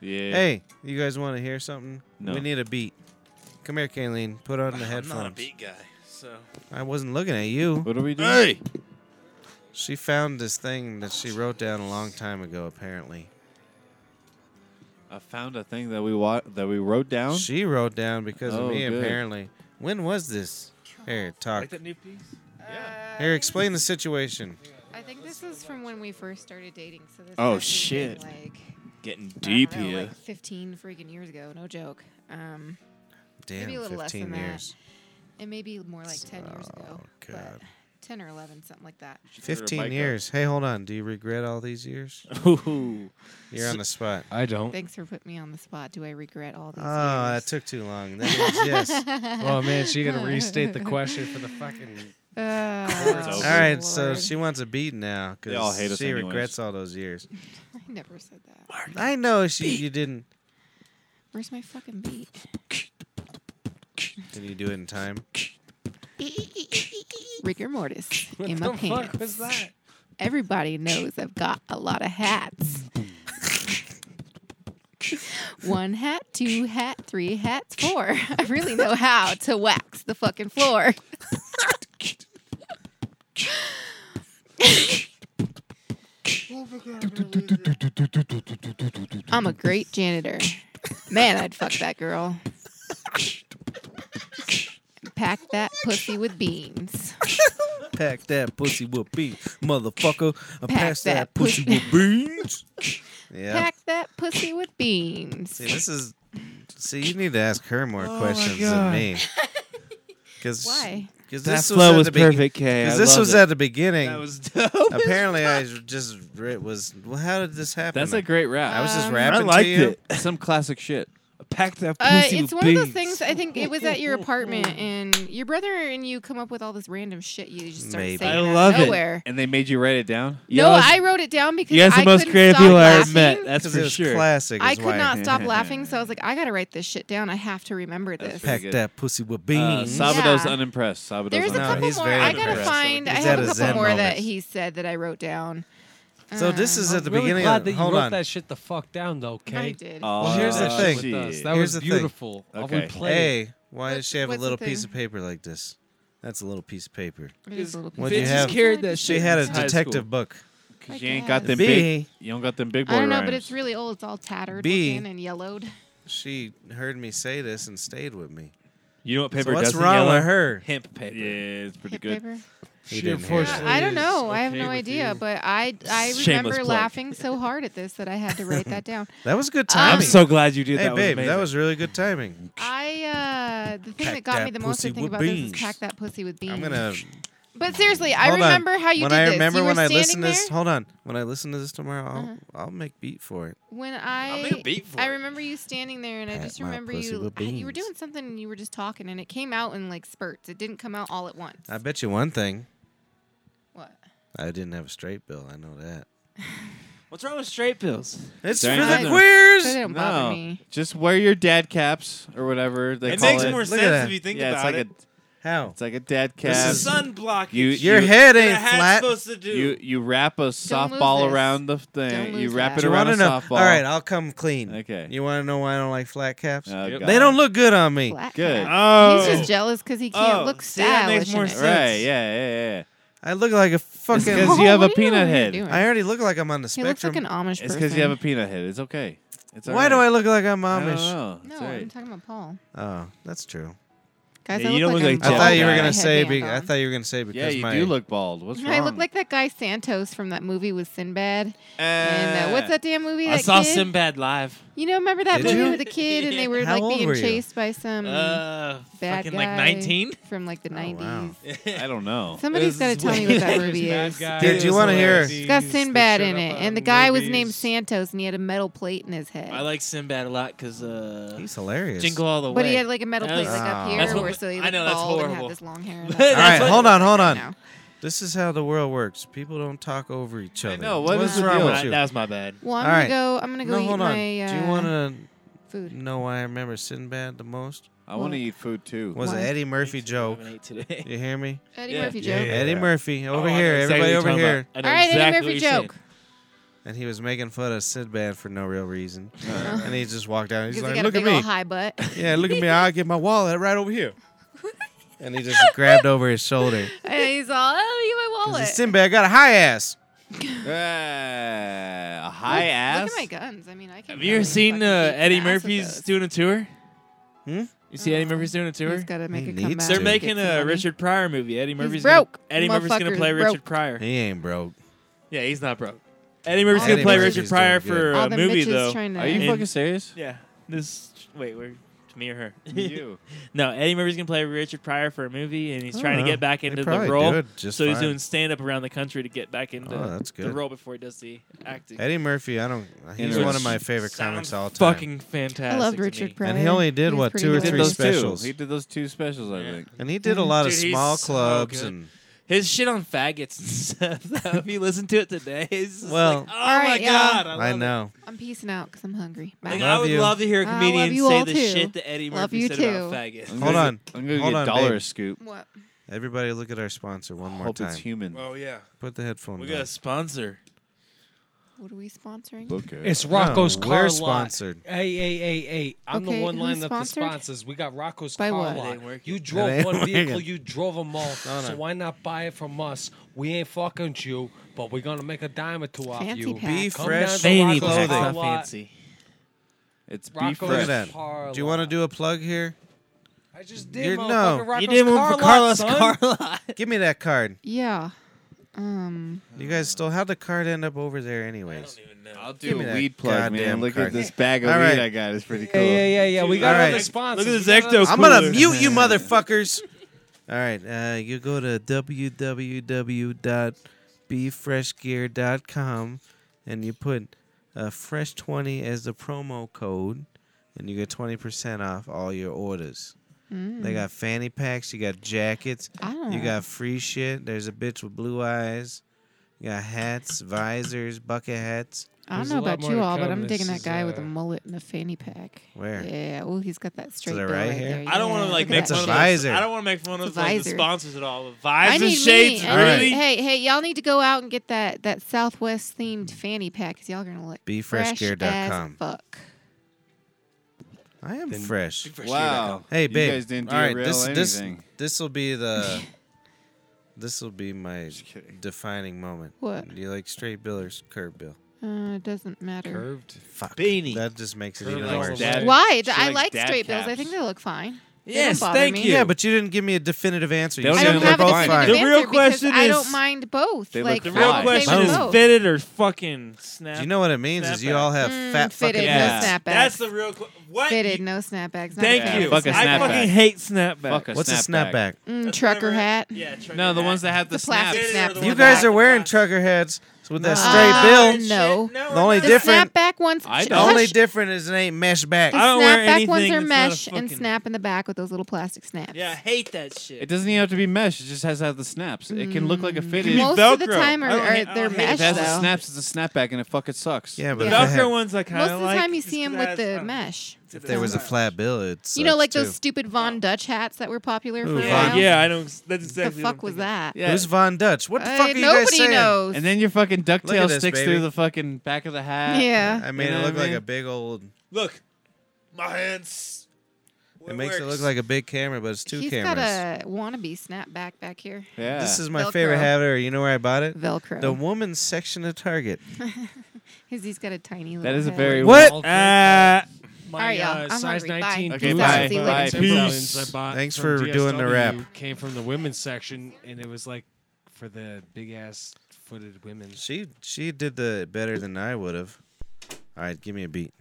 Speaker 4: Yeah.
Speaker 2: Hey, you guys want to hear something?
Speaker 4: No.
Speaker 2: We need a beat. Come here, Kayleen. Put on the headphones.
Speaker 5: guy, so
Speaker 2: I wasn't looking at you.
Speaker 4: What are we doing?
Speaker 2: She found this thing that she wrote down a long time ago. Apparently,
Speaker 4: I found a thing that we wa- that we wrote down.
Speaker 2: she wrote down because
Speaker 4: Oh,
Speaker 2: of me.
Speaker 4: good.
Speaker 2: Apparently, when was this? Here, talk.
Speaker 5: that new piece.
Speaker 10: Uh,
Speaker 2: Here, explain the situation.
Speaker 10: I think this is from when we first started dating. So this.
Speaker 5: Oh,
Speaker 10: has to be,
Speaker 5: shit.
Speaker 10: Like,
Speaker 5: Getting
Speaker 10: I don't
Speaker 5: deep
Speaker 10: know,
Speaker 5: here.
Speaker 10: Like 15 freaking years ago. No joke. Um,
Speaker 2: Damn,
Speaker 10: Maybe a little less
Speaker 2: fifteen
Speaker 10: than that.
Speaker 2: years.
Speaker 10: it may be more like 10 years ago.
Speaker 2: God.
Speaker 10: But 10 or 11, something like that.
Speaker 2: Fifteen years. Hey, hold on. Do you regret all these years?
Speaker 5: Ooh.
Speaker 2: You're on the spot.
Speaker 7: I don't.
Speaker 10: Thanks for putting me on the spot. Do I regret all
Speaker 2: Oh,
Speaker 10: these
Speaker 2: that took too long. That means yes.
Speaker 7: Oh man, she gotta restate the question for the fucking.
Speaker 10: years?
Speaker 4: It's
Speaker 10: Oh,
Speaker 4: over.
Speaker 2: All right, so
Speaker 10: Lord.
Speaker 2: she wants a beat now because
Speaker 4: They all hate us
Speaker 2: she
Speaker 4: anyways.
Speaker 2: regrets all those years.
Speaker 10: I never said that.
Speaker 2: I know she you didn't.
Speaker 10: Where's my fucking beat?
Speaker 2: Can you do it in time?
Speaker 10: Rigor mortis in my
Speaker 1: What the
Speaker 10: pants.
Speaker 1: fuck was that?
Speaker 10: Everybody knows I've got a lot of hats. One hat, two hat, three hats, four. I really know how to wax the fucking floor. I'm a great janitor. Man, I'd fuck that girl. Pack that pussy with beans.
Speaker 2: Pack that pussy with beans, motherfucker. I
Speaker 10: Pack
Speaker 2: pass that,
Speaker 10: that
Speaker 2: pussy
Speaker 10: pussy-
Speaker 2: with beans. yeah.
Speaker 10: Pack that pussy with beans.
Speaker 2: See, this is. See, you need to ask her more
Speaker 10: Oh my
Speaker 2: questions than
Speaker 10: God.
Speaker 2: me. Cause
Speaker 10: Why?
Speaker 2: Because
Speaker 5: That
Speaker 2: this
Speaker 5: flow
Speaker 2: at
Speaker 5: was
Speaker 2: the begin-
Speaker 5: perfect, Kay. I
Speaker 2: this
Speaker 5: loved
Speaker 2: was
Speaker 5: it.
Speaker 2: at the beginning.
Speaker 5: That was dope.
Speaker 2: Apparently, I just it was. Well, how did this happen?
Speaker 4: That's a great rap.
Speaker 2: I was just
Speaker 10: Um,
Speaker 2: rapping
Speaker 4: I liked
Speaker 2: to you.
Speaker 4: it. Some classic shit.
Speaker 5: Pack that
Speaker 10: Uh, it's one of those things. I think it was at your apartment, and your brother and you come up with all this random shit. You just start
Speaker 2: Maybe.
Speaker 10: saying
Speaker 5: I
Speaker 10: out of
Speaker 5: love it.
Speaker 10: nowhere.
Speaker 4: And they made you write it down.
Speaker 10: No, I wrote it down because
Speaker 5: You guys
Speaker 10: I
Speaker 5: the most
Speaker 10: couldn't
Speaker 5: creative
Speaker 10: stop
Speaker 5: people I ever
Speaker 10: laughing.
Speaker 5: met. That's
Speaker 2: Because it
Speaker 5: for
Speaker 2: was
Speaker 5: sure.
Speaker 2: classic.
Speaker 10: I
Speaker 2: is
Speaker 10: could
Speaker 2: why.
Speaker 10: not stop laughing, so I was like, I gotta write this shit down. I have to remember this.
Speaker 4: pretty
Speaker 2: Pack
Speaker 4: good.
Speaker 2: that pussy with
Speaker 4: Uh,
Speaker 2: beans.
Speaker 4: Sabado's
Speaker 10: Yeah.
Speaker 4: unimpressed. Sabado's
Speaker 10: There's a
Speaker 2: No,
Speaker 4: unimpressed.
Speaker 10: couple
Speaker 2: he's
Speaker 10: more.
Speaker 2: very
Speaker 10: I gotta
Speaker 2: impressed.
Speaker 10: find. I
Speaker 2: He's at
Speaker 10: have a
Speaker 2: a
Speaker 10: couple
Speaker 2: Zen
Speaker 10: more
Speaker 2: moment.
Speaker 10: that he said that I wrote down.
Speaker 2: so this is at the
Speaker 7: I'm really
Speaker 2: beginning.
Speaker 7: glad
Speaker 2: of,
Speaker 7: that you
Speaker 2: hold
Speaker 7: wrote
Speaker 2: on.
Speaker 7: that shit the fuck down, though. Okay.
Speaker 10: I did.
Speaker 2: Uh,
Speaker 1: Well, here's the
Speaker 4: Oh,
Speaker 2: thing.
Speaker 1: With us.
Speaker 4: shit.
Speaker 1: That
Speaker 2: Here's
Speaker 1: was
Speaker 2: the thing.
Speaker 1: beautiful. I would
Speaker 4: Okay.
Speaker 1: play it.
Speaker 2: Hey, why does
Speaker 10: What's-
Speaker 2: she have a
Speaker 10: what's the
Speaker 2: little piece
Speaker 10: thing?
Speaker 2: of paper like this? That's a little piece of paper.
Speaker 10: It is a little
Speaker 2: What'd
Speaker 10: piece
Speaker 2: you
Speaker 10: of
Speaker 2: have?
Speaker 10: shit.
Speaker 5: carried that
Speaker 2: She
Speaker 5: shit
Speaker 2: had a
Speaker 5: since high
Speaker 2: detective
Speaker 5: school.
Speaker 2: book.
Speaker 4: 'Cause
Speaker 10: I
Speaker 4: you ain't got
Speaker 10: guess.
Speaker 4: them
Speaker 2: B.
Speaker 4: big. You don't got them big boy
Speaker 10: I don't know,
Speaker 4: rhymes.
Speaker 10: but it's really old. It's all tattered
Speaker 2: B.
Speaker 10: looking and yellowed.
Speaker 2: She heard me say this and stayed with me.
Speaker 5: You know what
Speaker 2: So
Speaker 5: paper
Speaker 2: what's
Speaker 5: doesn't
Speaker 2: wrong
Speaker 5: yellow?
Speaker 2: with her?
Speaker 5: Hemp paper.
Speaker 4: Yeah, it's pretty
Speaker 10: Hip
Speaker 4: good.
Speaker 10: paper.
Speaker 2: He
Speaker 1: She
Speaker 2: didn't hear
Speaker 1: unfortunately-
Speaker 2: that.
Speaker 10: I don't know. I have
Speaker 1: okay
Speaker 10: no
Speaker 1: with
Speaker 10: idea,
Speaker 1: you.
Speaker 10: but I I
Speaker 5: Shameless
Speaker 10: remember
Speaker 5: plug.
Speaker 10: laughing so hard at this that I had to write that down.
Speaker 2: That was good
Speaker 10: I'm
Speaker 2: timing.
Speaker 5: I'm so glad you did
Speaker 2: hey,
Speaker 5: that.
Speaker 2: babe,
Speaker 5: was
Speaker 2: that
Speaker 5: amazing.
Speaker 2: was really good timing.
Speaker 10: I uh the thing
Speaker 2: Pack
Speaker 10: that got
Speaker 2: that
Speaker 10: me the most
Speaker 2: pussy
Speaker 10: I think
Speaker 2: with
Speaker 10: about this
Speaker 2: beans.
Speaker 10: is pack that pussy with beans.
Speaker 2: I'm gonna.
Speaker 10: But seriously, I
Speaker 2: hold on.
Speaker 10: remember how you
Speaker 2: when
Speaker 10: did
Speaker 2: I
Speaker 10: this.
Speaker 2: remember
Speaker 10: you were
Speaker 2: when I
Speaker 10: standing
Speaker 2: listen to
Speaker 10: there
Speaker 2: this. Hold on. When I listen to this tomorrow, I'll
Speaker 10: Uh-huh.
Speaker 2: I'll make beat for it.
Speaker 10: when I
Speaker 5: make a beat for
Speaker 10: I
Speaker 5: it.
Speaker 10: remember you standing there and I
Speaker 2: Pack
Speaker 10: just
Speaker 2: my
Speaker 10: remember
Speaker 2: pussy
Speaker 10: you
Speaker 2: with
Speaker 10: I- you were
Speaker 2: beans.
Speaker 10: doing something and you were just talking and it came out in like spurts. It didn't come out all at once.
Speaker 2: I bet you one thing.
Speaker 10: what?
Speaker 2: I didn't have a straight bill. I know that.
Speaker 5: What's wrong with straight pills?
Speaker 2: It's
Speaker 4: There
Speaker 2: for
Speaker 4: ain't
Speaker 2: the
Speaker 10: nothing.
Speaker 2: queers.
Speaker 10: That don't bother me.
Speaker 4: Just wear your dad caps or whatever they
Speaker 5: It
Speaker 4: call
Speaker 5: makes
Speaker 4: it.
Speaker 5: more
Speaker 2: Look at
Speaker 5: sense
Speaker 2: that.
Speaker 5: if you think
Speaker 4: yeah, it's
Speaker 5: about
Speaker 4: like
Speaker 5: it.
Speaker 4: a
Speaker 2: How?
Speaker 4: it's like a dad cap.
Speaker 5: It's a sun block.
Speaker 4: You-
Speaker 5: issue.
Speaker 2: Your head
Speaker 5: What a
Speaker 2: ain't
Speaker 5: hat's
Speaker 2: flat.
Speaker 5: supposed to do.
Speaker 4: you you wrap a
Speaker 10: lose
Speaker 4: softball
Speaker 10: this.
Speaker 4: around the
Speaker 10: Don't
Speaker 4: thing. You
Speaker 10: lose
Speaker 4: wrap
Speaker 10: that.
Speaker 4: it
Speaker 2: Do you
Speaker 4: around
Speaker 2: wanna
Speaker 4: a
Speaker 2: know?
Speaker 4: softball. Oh,
Speaker 2: All right, I'll come clean.
Speaker 4: Okay.
Speaker 2: You want to know why I don't like flat caps?
Speaker 4: Oh,
Speaker 5: Yep.
Speaker 4: God.
Speaker 2: They don't look good on me.
Speaker 10: Flat
Speaker 4: Good.
Speaker 10: cap.
Speaker 5: oh,
Speaker 10: He's just jealous because he can't
Speaker 5: Oh,
Speaker 10: look
Speaker 5: see, that
Speaker 10: stylish.
Speaker 5: makes more
Speaker 10: in it.
Speaker 5: sense.
Speaker 4: Right? Yeah, yeah, yeah.
Speaker 2: I look like a
Speaker 4: It's
Speaker 2: fucking.
Speaker 4: because
Speaker 10: Oh,
Speaker 4: you have a
Speaker 10: what are you- what are
Speaker 4: peanut
Speaker 10: you
Speaker 4: head.
Speaker 10: doing?
Speaker 2: I already look like I'm on the
Speaker 10: He looks
Speaker 2: spectrum.
Speaker 10: like an Amish
Speaker 4: It's
Speaker 10: person.
Speaker 4: because you have a peanut head. It's okay. It's all
Speaker 2: Why
Speaker 4: right.
Speaker 2: do I look like I'm
Speaker 4: I don't
Speaker 2: Amish?
Speaker 4: know.
Speaker 10: No,
Speaker 4: It's all
Speaker 10: I'm
Speaker 4: right.
Speaker 10: talking about Paul.
Speaker 2: Oh, that's true.
Speaker 10: Guys,
Speaker 5: Yeah,
Speaker 10: I
Speaker 5: you
Speaker 10: look
Speaker 5: don't look
Speaker 10: like I'm
Speaker 5: like
Speaker 2: I
Speaker 5: Jeff.
Speaker 2: thought
Speaker 10: bald
Speaker 2: you were
Speaker 10: with
Speaker 2: gonna
Speaker 10: a
Speaker 2: say.
Speaker 10: headband
Speaker 2: Be- I
Speaker 10: on.
Speaker 2: thought you were gonna say because
Speaker 4: Yeah, you
Speaker 2: my
Speaker 4: do look bald. What's wrong?
Speaker 10: I look like that guy Santos from that movie with Sinbad. and uh, what's
Speaker 4: Eh.
Speaker 10: that damn movie?
Speaker 5: I
Speaker 10: That
Speaker 5: saw
Speaker 10: kid?
Speaker 5: Sinbad live.
Speaker 10: You know, remember that
Speaker 2: Did
Speaker 10: movie
Speaker 2: you?
Speaker 10: with the kid and they were
Speaker 2: How
Speaker 10: like
Speaker 2: old
Speaker 10: being
Speaker 2: were you?
Speaker 10: chased by some
Speaker 5: Uh,
Speaker 10: bad
Speaker 5: fucking
Speaker 10: guy
Speaker 5: like 19.
Speaker 10: from like the nineties.
Speaker 2: wow.
Speaker 4: I don't know.
Speaker 5: This
Speaker 10: Somebody's got to
Speaker 5: is
Speaker 10: tell me
Speaker 5: way-
Speaker 10: what that
Speaker 5: There's
Speaker 10: movie
Speaker 7: Bad
Speaker 10: is.
Speaker 7: guys,
Speaker 2: Dude, you wanna hear-
Speaker 7: celebrities,
Speaker 10: It's got
Speaker 7: they
Speaker 10: Sinbad
Speaker 7: showed
Speaker 10: in
Speaker 7: up
Speaker 10: it,
Speaker 7: on
Speaker 10: and the guy was
Speaker 7: movies.
Speaker 10: named Santos, and he had a metal plate in his head.
Speaker 5: I like Sinbad a lot because uh,
Speaker 2: He's hilarious.
Speaker 5: Jingle All the Way.
Speaker 10: but he had like a metal
Speaker 5: That
Speaker 10: plate
Speaker 5: was-
Speaker 10: like up
Speaker 2: Ah.
Speaker 10: here,
Speaker 2: That's
Speaker 5: what-
Speaker 10: where so he
Speaker 5: I
Speaker 10: looked
Speaker 5: know, that's
Speaker 10: bald and
Speaker 5: horrible.
Speaker 10: had this long hair. and
Speaker 5: All
Speaker 10: that-
Speaker 2: All right,
Speaker 5: That's what-
Speaker 2: hold on, hold on.
Speaker 10: now.
Speaker 2: This is how the world works. People don't talk over each other.
Speaker 4: know, what
Speaker 2: What's
Speaker 4: is the
Speaker 2: wrong
Speaker 4: deal?
Speaker 2: with you?
Speaker 5: that was my bad.
Speaker 10: Well, I'm
Speaker 2: All
Speaker 10: gonna
Speaker 2: right.
Speaker 10: go. I'm gonna go
Speaker 2: no,
Speaker 10: eat
Speaker 2: hold on.
Speaker 10: my uh,
Speaker 2: Do you want to
Speaker 10: food.
Speaker 2: know why I remember Sinbad the most?
Speaker 4: I want to eat food too.
Speaker 2: Was
Speaker 10: Why?
Speaker 2: an Eddie Murphy joke.
Speaker 5: Eight today.
Speaker 2: You hear me?
Speaker 10: Eddie
Speaker 5: Yeah.
Speaker 10: Murphy
Speaker 7: Yeah,
Speaker 10: joke.
Speaker 7: yeah,
Speaker 2: Eddie
Speaker 7: yeah.
Speaker 2: Murphy
Speaker 5: Oh,
Speaker 2: over
Speaker 5: I know
Speaker 2: here.
Speaker 5: exactly what
Speaker 2: Everybody
Speaker 5: you're
Speaker 2: over
Speaker 5: talking
Speaker 2: here.
Speaker 5: about. I know
Speaker 10: All right,
Speaker 5: exactly
Speaker 10: Eddie Murphy
Speaker 5: what you're saying.
Speaker 10: joke.
Speaker 2: And he was making fun of Sinbad for no real reason. and he just walked out. and He's
Speaker 10: Because
Speaker 2: like,
Speaker 10: he got a
Speaker 2: "Look at
Speaker 10: big
Speaker 2: me.
Speaker 10: old high butt.
Speaker 2: Yeah, look at me. I'll get my wallet right over here." and he just grabbed over his shoulder.
Speaker 10: and he's all, oh, you my
Speaker 2: 'Cause he's,
Speaker 10: wallet.
Speaker 2: Sinbad got a high ass.
Speaker 4: Ah, a high ass.
Speaker 10: Look at my guns. I mean, I can.
Speaker 5: Have you ever seen uh, Eddie Murphy's doing a tour?
Speaker 2: Hmm?
Speaker 5: You see Eddie Murphy's doing a
Speaker 10: He's
Speaker 5: tour?
Speaker 10: got to make
Speaker 2: He
Speaker 10: a
Speaker 2: needs
Speaker 10: comeback.
Speaker 2: to.
Speaker 5: They're
Speaker 10: and
Speaker 5: making
Speaker 10: get some
Speaker 5: a
Speaker 10: money.
Speaker 5: Richard Pryor movie. Eddie Murphy's
Speaker 10: broke.
Speaker 5: Gonna, Eddie Murphy's gonna
Speaker 10: Motherfucker's
Speaker 5: play Richard
Speaker 10: broke.
Speaker 5: Pryor.
Speaker 2: He ain't broke.
Speaker 5: Yeah, he's not broke. Eddie Murphy's
Speaker 10: Eddie
Speaker 5: gonna play
Speaker 10: Murphy's
Speaker 2: doing
Speaker 5: Richard Pryor
Speaker 2: good.
Speaker 5: for
Speaker 10: All
Speaker 5: a
Speaker 10: the
Speaker 5: movie
Speaker 10: bitch is
Speaker 5: though.
Speaker 10: Trying to
Speaker 4: Are you
Speaker 5: And-
Speaker 4: fucking serious?
Speaker 5: Yeah. This wait, we're to me or her?
Speaker 4: You.
Speaker 5: no, Eddie Murphy's gonna play Richard Pryer for a movie, and he's
Speaker 2: I
Speaker 5: trying to
Speaker 2: don't
Speaker 5: get
Speaker 2: know.
Speaker 5: back
Speaker 2: They
Speaker 5: into the
Speaker 2: Oh, probably do
Speaker 5: role.
Speaker 2: it just
Speaker 5: So he's
Speaker 2: fine.
Speaker 5: doing stand up around the country to get back into
Speaker 2: Oh, that's
Speaker 5: the
Speaker 2: good.
Speaker 5: role before he does the acting.
Speaker 2: Eddie Murphy, I don't. He's
Speaker 4: Interesting.
Speaker 2: one of my favorite
Speaker 5: Sounds
Speaker 2: comics all time.
Speaker 5: fucking fantastic.
Speaker 10: I loved
Speaker 5: to
Speaker 10: Richard
Speaker 5: me.
Speaker 10: Pryor.
Speaker 2: And he only did,
Speaker 10: was
Speaker 2: what,
Speaker 10: pretty
Speaker 2: two or
Speaker 10: good.
Speaker 4: He did
Speaker 2: three
Speaker 4: those
Speaker 2: specials.
Speaker 4: two. He did those two specials, I
Speaker 5: Yeah.
Speaker 4: think.
Speaker 2: and he did a lot of
Speaker 5: Dude, he's
Speaker 2: small
Speaker 5: so
Speaker 2: clubs
Speaker 5: good.
Speaker 2: and
Speaker 5: His shit on faggots and stuff. though, if you listen to it today, it's just
Speaker 2: Well-
Speaker 5: like, oh
Speaker 10: All right,
Speaker 5: my
Speaker 10: y'all.
Speaker 5: god, I,
Speaker 2: I
Speaker 5: love it.
Speaker 2: know.
Speaker 10: I'm peacing out because I'm hungry. Bye.
Speaker 5: Like,
Speaker 2: Love
Speaker 5: I would
Speaker 2: you.
Speaker 5: love to hear a
Speaker 10: I love
Speaker 5: comedian
Speaker 10: you
Speaker 5: say
Speaker 10: all
Speaker 5: the
Speaker 10: too.
Speaker 5: shit that Eddie
Speaker 10: Love
Speaker 5: Murphy
Speaker 10: you
Speaker 5: said about
Speaker 10: too.
Speaker 5: faggots.
Speaker 4: I'm
Speaker 2: Hold
Speaker 4: gonna
Speaker 2: on.
Speaker 4: get- I'm gonna
Speaker 2: Hold
Speaker 4: get
Speaker 2: on,
Speaker 4: dollar
Speaker 2: babe.
Speaker 4: a scoop.
Speaker 10: What?
Speaker 2: Everybody, look at our sponsor one more
Speaker 4: Hope
Speaker 2: time.
Speaker 4: it's human.
Speaker 5: Oh yeah,
Speaker 2: Put the headphone.
Speaker 5: we
Speaker 2: down.
Speaker 5: got a sponsor.
Speaker 10: What are we sponsoring?
Speaker 4: Okay.
Speaker 1: It's Rocco's
Speaker 2: No,
Speaker 1: car
Speaker 2: we're
Speaker 1: lot.
Speaker 2: sponsored.
Speaker 1: Hey, hey, hey, hey! I'm
Speaker 10: Okay,
Speaker 1: the one
Speaker 10: who's
Speaker 1: lining up the
Speaker 10: sponsored?
Speaker 1: sponsors. We got Rocco's
Speaker 10: By
Speaker 1: car
Speaker 10: what? It
Speaker 5: ain't
Speaker 1: lot.
Speaker 5: working.
Speaker 1: You
Speaker 2: It
Speaker 1: drove
Speaker 2: ain't
Speaker 1: one vehicle,
Speaker 2: working.
Speaker 1: you drove them all. So why not buy it from us? We ain't fucking with you, but we're gonna make a dime or two off
Speaker 10: Fancy
Speaker 1: you.
Speaker 10: pack. Be
Speaker 1: Come
Speaker 2: fresh.
Speaker 1: down to
Speaker 2: Fancy
Speaker 1: Rocco's
Speaker 2: pack.
Speaker 1: car
Speaker 5: Not
Speaker 1: lot.
Speaker 5: fancy.
Speaker 4: It's beef
Speaker 1: Rocco's
Speaker 2: Look at
Speaker 4: fresh.
Speaker 2: that.
Speaker 1: car
Speaker 2: Do you want to
Speaker 1: lot.
Speaker 2: do a plug here?
Speaker 1: I just did.
Speaker 2: You're-
Speaker 1: motherfucker,
Speaker 2: no. You
Speaker 1: Rocco's
Speaker 5: you did one
Speaker 1: car
Speaker 5: for
Speaker 1: lot,
Speaker 5: Carlos
Speaker 1: son.
Speaker 5: Carla.
Speaker 2: Give me that card.
Speaker 10: Yeah. Um.
Speaker 2: You guys still how'd the card end up over there, anyways?
Speaker 4: I'll
Speaker 2: Give
Speaker 4: do
Speaker 2: me
Speaker 4: a
Speaker 2: that
Speaker 4: weed plug, man.
Speaker 2: goddamn
Speaker 4: Look
Speaker 2: card.
Speaker 4: at this bag of
Speaker 2: All right.
Speaker 4: weed I got. It's pretty cool.
Speaker 1: Yeah, yeah, yeah, yeah. We got
Speaker 2: All
Speaker 1: other
Speaker 2: right.
Speaker 1: sponsors.
Speaker 5: Look at this
Speaker 1: We got other-
Speaker 5: ecto.
Speaker 2: I'm gonna
Speaker 5: cooler.
Speaker 2: mute you, motherfuckers. All right, uh, you go to www.befreshgear.com and you put uh, fresh twenty as the promo code, and you get twenty percent off all your orders. They got fanny packs, you got jackets,
Speaker 10: Ah.
Speaker 2: you got free shit. There's a bitch with blue eyes. You got hats, visors, bucket hats.
Speaker 10: I don't
Speaker 1: There's
Speaker 10: know
Speaker 1: a lot
Speaker 10: about
Speaker 1: more
Speaker 10: you
Speaker 1: to
Speaker 10: all, but
Speaker 1: come.
Speaker 10: I'm
Speaker 1: This
Speaker 10: digging that
Speaker 1: is,
Speaker 10: guy with
Speaker 1: uh,
Speaker 10: a mullet and a fanny pack.
Speaker 2: Where?
Speaker 10: Yeah. Oh, he's got that straight
Speaker 2: the
Speaker 10: bill
Speaker 2: right
Speaker 10: right
Speaker 2: here?
Speaker 10: there.
Speaker 5: I don't
Speaker 10: want to
Speaker 5: like
Speaker 2: make
Speaker 5: make
Speaker 2: It's a
Speaker 5: fun
Speaker 2: fun
Speaker 5: of
Speaker 2: of those- visor.
Speaker 5: I
Speaker 2: I
Speaker 5: don't want to make fun
Speaker 10: It's
Speaker 5: of
Speaker 10: of, a like, the
Speaker 5: the
Speaker 10: visor.
Speaker 5: sponsors at all.
Speaker 10: I
Speaker 5: Visors
Speaker 10: need
Speaker 5: and shades.
Speaker 10: me. I
Speaker 2: Alright.
Speaker 10: need- Hey, hey, y'all need to go out and get that that Southwest themed fanny pack because y'all gonna look fresh as
Speaker 2: BeFreshGear.com.
Speaker 10: fuck.
Speaker 2: I am fresh.
Speaker 4: Wow.
Speaker 2: Hey,
Speaker 4: you
Speaker 2: babe.
Speaker 4: guys didn't
Speaker 2: all right,
Speaker 4: derail
Speaker 2: this
Speaker 4: anything.
Speaker 2: this this will be the this will be my
Speaker 4: kidding.
Speaker 2: defining moment.
Speaker 10: What?
Speaker 2: Do you like straight bill or s- curb bill?
Speaker 10: Uh, it doesn't matter.
Speaker 1: Curved.
Speaker 2: Fuck.
Speaker 5: Beanie.
Speaker 2: That just makes it
Speaker 1: Curb
Speaker 2: even
Speaker 1: bills
Speaker 2: worse.
Speaker 1: are like-
Speaker 10: Why?
Speaker 4: She
Speaker 10: I
Speaker 4: likes
Speaker 10: like
Speaker 4: dad
Speaker 10: straight bills. I
Speaker 4: caps.
Speaker 10: think they look fine. They don't
Speaker 5: Yes,
Speaker 10: bother
Speaker 5: thank
Speaker 10: me.
Speaker 5: you.
Speaker 2: Yeah, but you didn't give me a definitive answer. You
Speaker 4: Don't
Speaker 10: I
Speaker 2: said
Speaker 10: don't
Speaker 4: They
Speaker 10: have a
Speaker 4: look
Speaker 2: they're
Speaker 10: definitive
Speaker 2: fine.
Speaker 5: The
Speaker 10: answer
Speaker 5: real
Speaker 10: because
Speaker 5: question
Speaker 10: I
Speaker 5: is-
Speaker 10: don't mind both.
Speaker 4: They look
Speaker 10: like
Speaker 5: the
Speaker 10: I'm
Speaker 5: real
Speaker 10: okay
Speaker 5: question
Speaker 10: with
Speaker 5: is
Speaker 10: both.
Speaker 5: fitted or fucking snap.
Speaker 2: Do you know what it means? Is you
Speaker 5: Snapback.
Speaker 2: all have
Speaker 10: Mm,
Speaker 2: fat
Speaker 10: fitted,
Speaker 2: fucking
Speaker 10: no
Speaker 2: heads.
Speaker 10: snapbacks.
Speaker 5: That's the real question. What?
Speaker 10: Fitted,
Speaker 5: You-
Speaker 10: no snapbacks. not
Speaker 5: Thank
Speaker 10: bad.
Speaker 5: you.
Speaker 4: Fuck a
Speaker 5: I
Speaker 4: snapback.
Speaker 5: fucking hate snapback.
Speaker 4: Fuck a
Speaker 2: What's a snapback?
Speaker 10: Mm, trucker hat.
Speaker 5: Yeah, trucker
Speaker 3: No, the ones that have the,
Speaker 10: The plastic
Speaker 5: Fitted or
Speaker 10: snaps.
Speaker 5: the
Speaker 10: in
Speaker 2: You
Speaker 10: the back.
Speaker 2: guys are wearing trucker hats so with that
Speaker 10: Uh,
Speaker 2: straight bill.
Speaker 10: No.
Speaker 5: The
Speaker 2: only
Speaker 10: The
Speaker 2: different-
Speaker 10: snapback ones.
Speaker 4: I
Speaker 10: sh-
Speaker 2: The
Speaker 4: don't.
Speaker 2: only
Speaker 10: hush.
Speaker 2: difference is it ain't mesh back.
Speaker 10: The
Speaker 5: I don't wear
Speaker 10: snapback ones
Speaker 5: anything that's
Speaker 10: are
Speaker 5: not a
Speaker 10: mesh and
Speaker 5: fucking-
Speaker 10: snap in the back with those little plastic snaps.
Speaker 5: Yeah, I hate that shit.
Speaker 4: It doesn't even have to be mesh. It just has to have the snaps. It can look like a fitted.
Speaker 10: Mm. Most
Speaker 4: If
Speaker 10: of the
Speaker 5: Velcro.
Speaker 10: time
Speaker 5: I
Speaker 10: are,
Speaker 5: don't
Speaker 10: are
Speaker 5: hate- I
Speaker 10: they're
Speaker 5: don't hate
Speaker 10: mesh
Speaker 4: it
Speaker 10: though.
Speaker 4: has the snaps, it's a snapback, and it fucking sucks.
Speaker 2: Yeah, but
Speaker 5: The
Speaker 10: Yeah.
Speaker 2: If, it
Speaker 5: Velcro
Speaker 2: had-
Speaker 5: ones I kind
Speaker 10: Most
Speaker 5: of
Speaker 10: of the
Speaker 5: like.
Speaker 10: time you
Speaker 5: just
Speaker 10: see them
Speaker 5: 'cause
Speaker 10: with
Speaker 5: I- I
Speaker 10: the
Speaker 5: don't-
Speaker 10: mesh.
Speaker 2: if there was a flat bill, it's
Speaker 10: You know, like those stupid Von Dutch hats that were popular for
Speaker 2: Ooh,
Speaker 10: a
Speaker 2: Von-
Speaker 10: while.
Speaker 2: Wow.
Speaker 5: Yeah, I know. ex- That's
Speaker 10: The
Speaker 5: exactly. what I'm
Speaker 10: fuck was
Speaker 5: thinking.
Speaker 10: that?
Speaker 4: Yeah.
Speaker 2: Who's Von Dutch? What the fuck
Speaker 10: Uh,
Speaker 2: are you guys
Speaker 10: nobody
Speaker 2: saying?
Speaker 10: knows.
Speaker 4: And then your fucking
Speaker 2: Look at
Speaker 4: ducktail
Speaker 2: this,
Speaker 4: sticks
Speaker 2: baby.
Speaker 4: through the fucking back of the hat.
Speaker 10: yeah.
Speaker 2: I made
Speaker 4: You know
Speaker 2: it
Speaker 4: what
Speaker 2: look
Speaker 4: I
Speaker 2: like
Speaker 4: mean?
Speaker 2: a big old.
Speaker 5: Look, my hands.
Speaker 2: It makes it look like a big camera, but it's two
Speaker 10: He's
Speaker 2: cameras.
Speaker 10: got a wannabe snapback back here.
Speaker 4: Yeah.
Speaker 2: This is my
Speaker 10: Velcro. Mm.
Speaker 2: favorite hatter. You know where I bought it?
Speaker 10: Velcro.
Speaker 2: The woman's section of Target.
Speaker 10: Because he's got a tiny little
Speaker 4: that is a
Speaker 10: head.
Speaker 4: very
Speaker 2: What?
Speaker 1: All
Speaker 5: Ah,
Speaker 1: My,
Speaker 10: All right, y'all.
Speaker 1: uh,
Speaker 10: I'm
Speaker 1: size
Speaker 10: hungry. Bye.
Speaker 1: 19
Speaker 4: Okay,
Speaker 1: boots
Speaker 4: bye.
Speaker 1: I
Speaker 4: Bye.
Speaker 1: bought from
Speaker 5: Peace.
Speaker 1: Timberlands I bought
Speaker 2: Thanks
Speaker 1: from
Speaker 2: for doing the
Speaker 1: DSW,
Speaker 2: rap.
Speaker 1: Came from the women's section, and it was like for the big ass footed women.
Speaker 2: She she did the better than I would have. All right, give me a beat.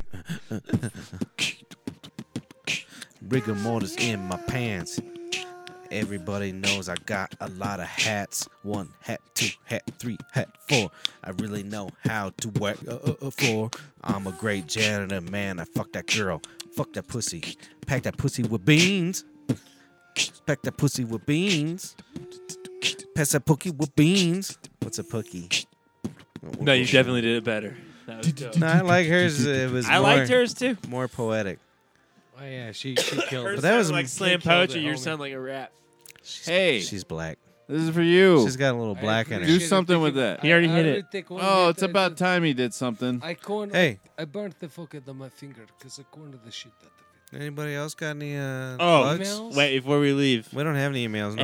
Speaker 2: Rigor mortis in my pants. Everybody knows I got a lot of hats. One hat, two hat, three hat, four. I really know how to work a uh, uh, floor. I'm a great janitor, man. I fuck that girl. Fuck that pussy. Pack that pussy with beans. Pack that pussy with beans. Pass that pookie with beans. What's a pookie?
Speaker 5: No, you definitely did it better. That was dope.
Speaker 2: No, I like hers. It was
Speaker 5: I
Speaker 2: more,
Speaker 5: liked yours too.
Speaker 2: more poetic.
Speaker 1: Oh yeah, she she killed.
Speaker 5: Hers
Speaker 1: it.
Speaker 2: that
Speaker 5: sounded
Speaker 2: was-
Speaker 5: like slam
Speaker 1: they killed
Speaker 5: poetry.
Speaker 1: it,
Speaker 5: Yours
Speaker 1: homie.
Speaker 5: sound like a rap.
Speaker 4: Hey,
Speaker 2: She's black.
Speaker 4: this is for you.
Speaker 2: She's got a little black in her.
Speaker 4: Do something with that.
Speaker 5: He already hit it.
Speaker 4: Oh, it's about time he did something.
Speaker 1: I cornered.
Speaker 2: Hey.
Speaker 1: I burnt the fuck out of my finger because I cornered the shit out of
Speaker 2: Anybody else got any uh,
Speaker 5: Oh,
Speaker 2: plugs?
Speaker 1: emails?
Speaker 5: wait! Before we leave,
Speaker 2: We don't have any emails. No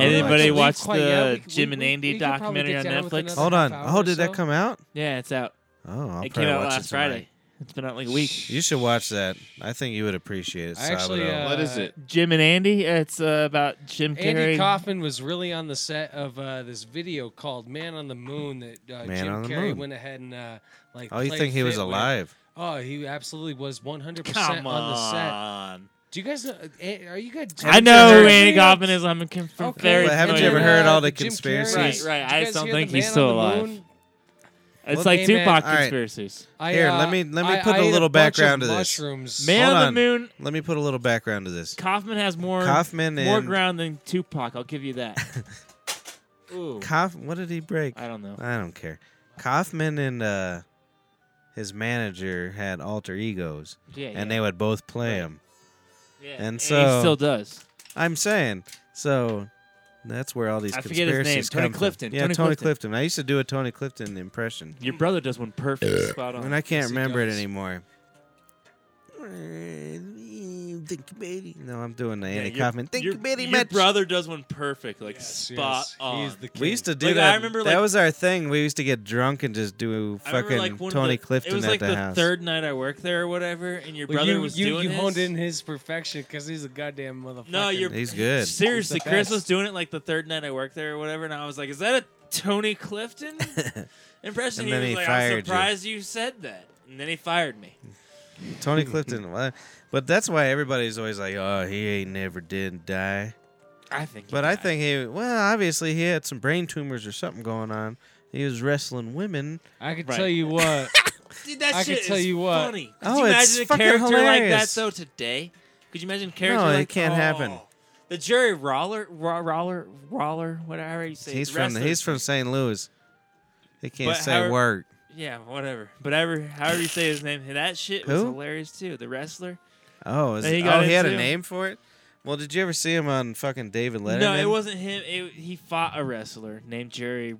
Speaker 1: Actually,
Speaker 2: plugs.
Speaker 5: Anybody watch
Speaker 1: quite-
Speaker 5: the
Speaker 1: yeah, we- we-
Speaker 5: Jim and
Speaker 1: we-
Speaker 5: Andy
Speaker 1: we could probably
Speaker 5: documentary on
Speaker 1: get down with
Speaker 5: Netflix?
Speaker 1: another
Speaker 2: Hold on.
Speaker 1: half hour
Speaker 2: Oh,
Speaker 1: or
Speaker 2: did that
Speaker 1: so?
Speaker 2: come out?
Speaker 5: yeah, it's out.
Speaker 2: Oh, I'll
Speaker 5: it came
Speaker 2: probably
Speaker 5: out
Speaker 2: watch
Speaker 5: last
Speaker 2: it tonight.
Speaker 5: Friday. It's been out like a week.
Speaker 2: You should watch that. I think you would appreciate it.
Speaker 1: I actually,
Speaker 2: Sabado.
Speaker 1: uh,
Speaker 4: what is it?
Speaker 5: Jim and Andy. It's uh, about Jim
Speaker 1: Andy
Speaker 5: Carrey.
Speaker 1: Kaufman was really on the set of uh, this video called "Man on the Moon" that uh,
Speaker 2: Man
Speaker 1: Jim
Speaker 2: on the
Speaker 1: Carrey
Speaker 2: Moon.
Speaker 1: went ahead and uh, like.
Speaker 2: oh, you
Speaker 1: played
Speaker 2: think he was
Speaker 1: fit with.
Speaker 2: alive?
Speaker 1: Oh, he absolutely was 100 percent
Speaker 5: Come
Speaker 1: on the set.
Speaker 5: on.
Speaker 1: Do you guys know? eh, Are you guys?
Speaker 5: I know who Andy Kaufman is. I'm con- from
Speaker 1: Okay.
Speaker 5: very.
Speaker 2: But haven't you
Speaker 5: familiar
Speaker 2: ever
Speaker 5: with-
Speaker 2: heard all the
Speaker 1: Jim Carrey-
Speaker 2: conspiracies?
Speaker 5: Right, right.
Speaker 1: Did
Speaker 5: I
Speaker 1: you guys
Speaker 5: just don't
Speaker 1: hear the
Speaker 5: think he's
Speaker 1: Man on
Speaker 5: still
Speaker 1: the
Speaker 5: alive.
Speaker 1: Moon?
Speaker 5: It's
Speaker 2: Well,
Speaker 5: like
Speaker 1: hey,
Speaker 5: Tupac
Speaker 2: man. All right.
Speaker 5: conspiracies.
Speaker 1: I,
Speaker 2: Here,
Speaker 1: uh,
Speaker 2: let me- let me
Speaker 1: I-
Speaker 2: put
Speaker 1: I
Speaker 2: a
Speaker 1: ate
Speaker 2: little
Speaker 1: bunch of
Speaker 2: background to this.
Speaker 1: mushrooms.
Speaker 5: Man
Speaker 2: Hold
Speaker 5: on the
Speaker 2: on.
Speaker 5: Moon.
Speaker 2: Let me put a little background to this.
Speaker 5: Kaufman has more
Speaker 2: Kaufman
Speaker 5: more
Speaker 2: and-
Speaker 5: ground than Tupac. I'll give you that. Ooh.
Speaker 2: Kauf, what did he break?
Speaker 5: I don't know.
Speaker 2: I don't care. Kaufman and uh, his manager had alter egos,
Speaker 5: Yeah,
Speaker 2: and
Speaker 5: yeah.
Speaker 2: they would both play him.
Speaker 5: Yeah.
Speaker 2: And
Speaker 5: he
Speaker 2: so-
Speaker 5: still does.
Speaker 2: I'm saying so. That's where all these
Speaker 5: I forget his name.
Speaker 2: conspiracies
Speaker 5: Tony
Speaker 2: come from.
Speaker 5: Clifton.
Speaker 2: Yeah,
Speaker 5: Tony
Speaker 2: Tony,
Speaker 5: Clifton.
Speaker 2: Clifton. I used to do a Tony Clifton impression,
Speaker 5: Your brother does one perfect, spot on.
Speaker 2: and I can't
Speaker 5: Yes, he
Speaker 2: remember it
Speaker 5: does.
Speaker 2: anymore. Think Betty. No, I'm doing the
Speaker 5: Yeah,
Speaker 2: Andy
Speaker 5: your-
Speaker 2: Kaufman. Think
Speaker 5: your,
Speaker 2: Betty
Speaker 5: your
Speaker 2: much.
Speaker 5: brother does one perfect, like spot on.
Speaker 7: He's the king.
Speaker 2: We used to do
Speaker 5: Like, I
Speaker 2: that.
Speaker 5: remember,
Speaker 2: that
Speaker 5: like-
Speaker 2: was our thing. We used to get drunk and just do
Speaker 5: I
Speaker 2: fucking
Speaker 5: remember, like, one of
Speaker 2: Tony
Speaker 5: the-
Speaker 2: Clifton
Speaker 5: It was
Speaker 2: at
Speaker 5: like
Speaker 2: the, house.
Speaker 5: third night I worked there or whatever, and your
Speaker 1: Well,
Speaker 5: brother
Speaker 1: you,
Speaker 5: was
Speaker 1: you,
Speaker 5: doing
Speaker 1: you
Speaker 5: his.
Speaker 1: honed in his perfection because he's a goddamn motherfucker.
Speaker 5: No, you're
Speaker 2: He's good.
Speaker 5: seriously.
Speaker 1: He's the
Speaker 5: Chris
Speaker 1: best.
Speaker 5: was doing it like the third night I worked there or whatever, and I was like, "Is that a Tony Clifton impression?"
Speaker 2: And then
Speaker 5: he was
Speaker 2: he
Speaker 5: like,
Speaker 2: fired
Speaker 5: "I'm
Speaker 2: you.
Speaker 5: surprised you. said that." And then he fired me.
Speaker 2: Tony Clifton. wha- But that's why everybody's always like, "Oh, he ain't never did die."
Speaker 5: I think. he
Speaker 2: But I
Speaker 5: died.
Speaker 2: think he, well, obviously he had some brain tumors or something going on. He was wrestling women.
Speaker 7: I could
Speaker 5: Right.
Speaker 7: tell you what.
Speaker 5: Dude, that
Speaker 7: I
Speaker 5: shit
Speaker 7: could tell
Speaker 5: is
Speaker 7: you what.
Speaker 5: funny. Could
Speaker 2: Oh,
Speaker 5: you imagine
Speaker 2: it's
Speaker 5: a
Speaker 2: fucking
Speaker 5: character like that
Speaker 2: hilarious.
Speaker 5: though today? Could you imagine a character
Speaker 2: No, it
Speaker 5: like
Speaker 2: can't
Speaker 5: oh.
Speaker 2: happen.
Speaker 5: The Jerry Roller, Ro- Roller, Roller, whatever you say.
Speaker 2: He's from
Speaker 5: wrestler.
Speaker 2: he's from St. Louis. He can't
Speaker 5: But
Speaker 2: say
Speaker 5: however-
Speaker 2: word.
Speaker 5: Yeah, whatever. But ever, however you say his name, that shit was
Speaker 2: Who?
Speaker 5: hilarious too. The wrestler.
Speaker 2: Oh, is
Speaker 5: He
Speaker 2: it-
Speaker 5: got
Speaker 2: oh, he had a
Speaker 5: into-
Speaker 2: name for it. Well, did you ever see him on fucking David Letterman?
Speaker 5: No, it wasn't him. It, he fought a wrestler named Jerry,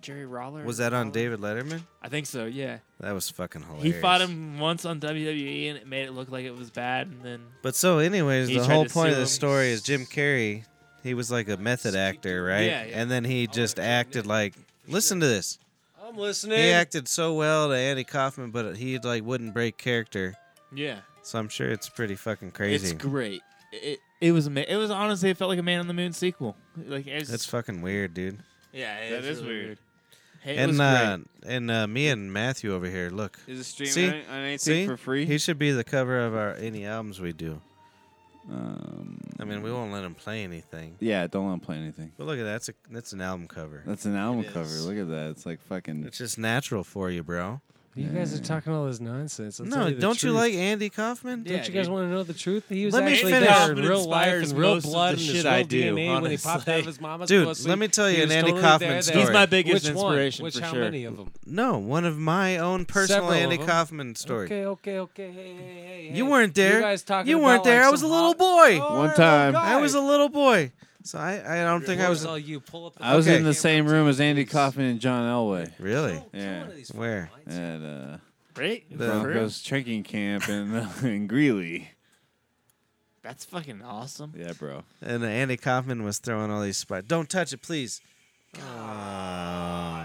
Speaker 5: Jerry Roller.
Speaker 2: Was that on
Speaker 5: Roller?
Speaker 2: David Letterman?
Speaker 5: I think so. Yeah,
Speaker 2: That was fucking hilarious.
Speaker 5: he fought him once on WWE, and it made it look like it was bad. And then
Speaker 2: But so, anyways,
Speaker 5: He
Speaker 2: the
Speaker 5: tried
Speaker 2: whole
Speaker 5: to
Speaker 2: point
Speaker 5: sue
Speaker 2: of
Speaker 5: him.
Speaker 2: the story is Jim Carrey. He was like a method actor, right?
Speaker 5: Yeah, yeah.
Speaker 2: And then he just acted like. Listen to this.
Speaker 1: I'm listening.
Speaker 2: He acted so well to Andy Kaufman, but he like wouldn't break character.
Speaker 5: yeah,
Speaker 2: So I'm sure it's pretty fucking crazy.
Speaker 5: it's great. It it was ama- it was honestly it felt like a Man on the Moon sequel. Like it's,
Speaker 2: That's fucking weird, dude.
Speaker 5: yeah, it
Speaker 4: that
Speaker 5: is
Speaker 4: is
Speaker 5: really
Speaker 4: weird.
Speaker 5: Hey, It was
Speaker 2: and
Speaker 5: great.
Speaker 2: uh, and uh, me and Matthew over here, look,
Speaker 4: Is it streaming
Speaker 2: See?
Speaker 4: on, on anything
Speaker 2: See?
Speaker 4: for free?
Speaker 2: he should be the cover of our any albums we do.
Speaker 4: um,
Speaker 2: I mean, we won't let him play anything.
Speaker 4: yeah, don't let him play anything.
Speaker 2: But look at that. That's a that's an album cover.
Speaker 7: Uh,
Speaker 4: That's an album
Speaker 2: It
Speaker 4: cover.
Speaker 2: is.
Speaker 4: Look at that. It's like fucking.
Speaker 2: It's just natural for you, bro.
Speaker 7: You guys are talking all this nonsense. I'll tell
Speaker 2: No,
Speaker 7: you the
Speaker 2: don't you
Speaker 7: truth.
Speaker 2: like Andy Kaufman?
Speaker 7: Don't
Speaker 5: Yeah,
Speaker 7: you guys
Speaker 5: dude.
Speaker 7: want to know the truth? He was
Speaker 2: Let me
Speaker 7: actually
Speaker 2: finish.
Speaker 7: there in
Speaker 5: Kaufman
Speaker 7: real life
Speaker 5: inspires
Speaker 7: and real
Speaker 5: most of
Speaker 7: blood
Speaker 5: the
Speaker 7: and his
Speaker 5: shit
Speaker 7: real
Speaker 5: I do,
Speaker 7: DNA when he popped out
Speaker 5: honestly.
Speaker 7: of his mama's
Speaker 2: Dude,
Speaker 7: pussy.
Speaker 2: let me tell
Speaker 7: He
Speaker 2: you
Speaker 7: was
Speaker 2: an Andy
Speaker 7: totally
Speaker 2: Kaufman
Speaker 7: there,
Speaker 2: story.
Speaker 5: He's my biggest
Speaker 7: Which
Speaker 5: inspiration
Speaker 7: One? Which
Speaker 5: for
Speaker 7: how
Speaker 5: sure.
Speaker 7: many of them?
Speaker 2: No, one of my own personal
Speaker 7: Several of
Speaker 2: Andy
Speaker 7: them.
Speaker 2: Kaufman story.
Speaker 7: Okay, okay, okay. Hey, hey, hey, hey.
Speaker 2: You weren't there.
Speaker 7: You guys talking
Speaker 2: You weren't
Speaker 7: about,
Speaker 2: there.
Speaker 7: Like
Speaker 2: I was
Speaker 7: some
Speaker 2: a little
Speaker 7: hot-
Speaker 2: boy.
Speaker 7: Oh,
Speaker 4: One time.
Speaker 7: God.
Speaker 2: I was a little boy. So I, I don't think I
Speaker 7: What
Speaker 2: was
Speaker 7: all you. Pull up the
Speaker 5: Uh,
Speaker 4: I was
Speaker 2: Okay.
Speaker 4: in the same room as Andy Kaufman and John Elway
Speaker 2: really.
Speaker 4: Yeah.
Speaker 2: Where?
Speaker 4: at uh,
Speaker 5: Right? For real?
Speaker 4: Broncos training camp in uh, in Greeley.
Speaker 5: That's fucking awesome.
Speaker 4: Yeah, bro.
Speaker 2: And Andy Kaufman was throwing all these spots. Don't touch it, please.
Speaker 5: Yeah,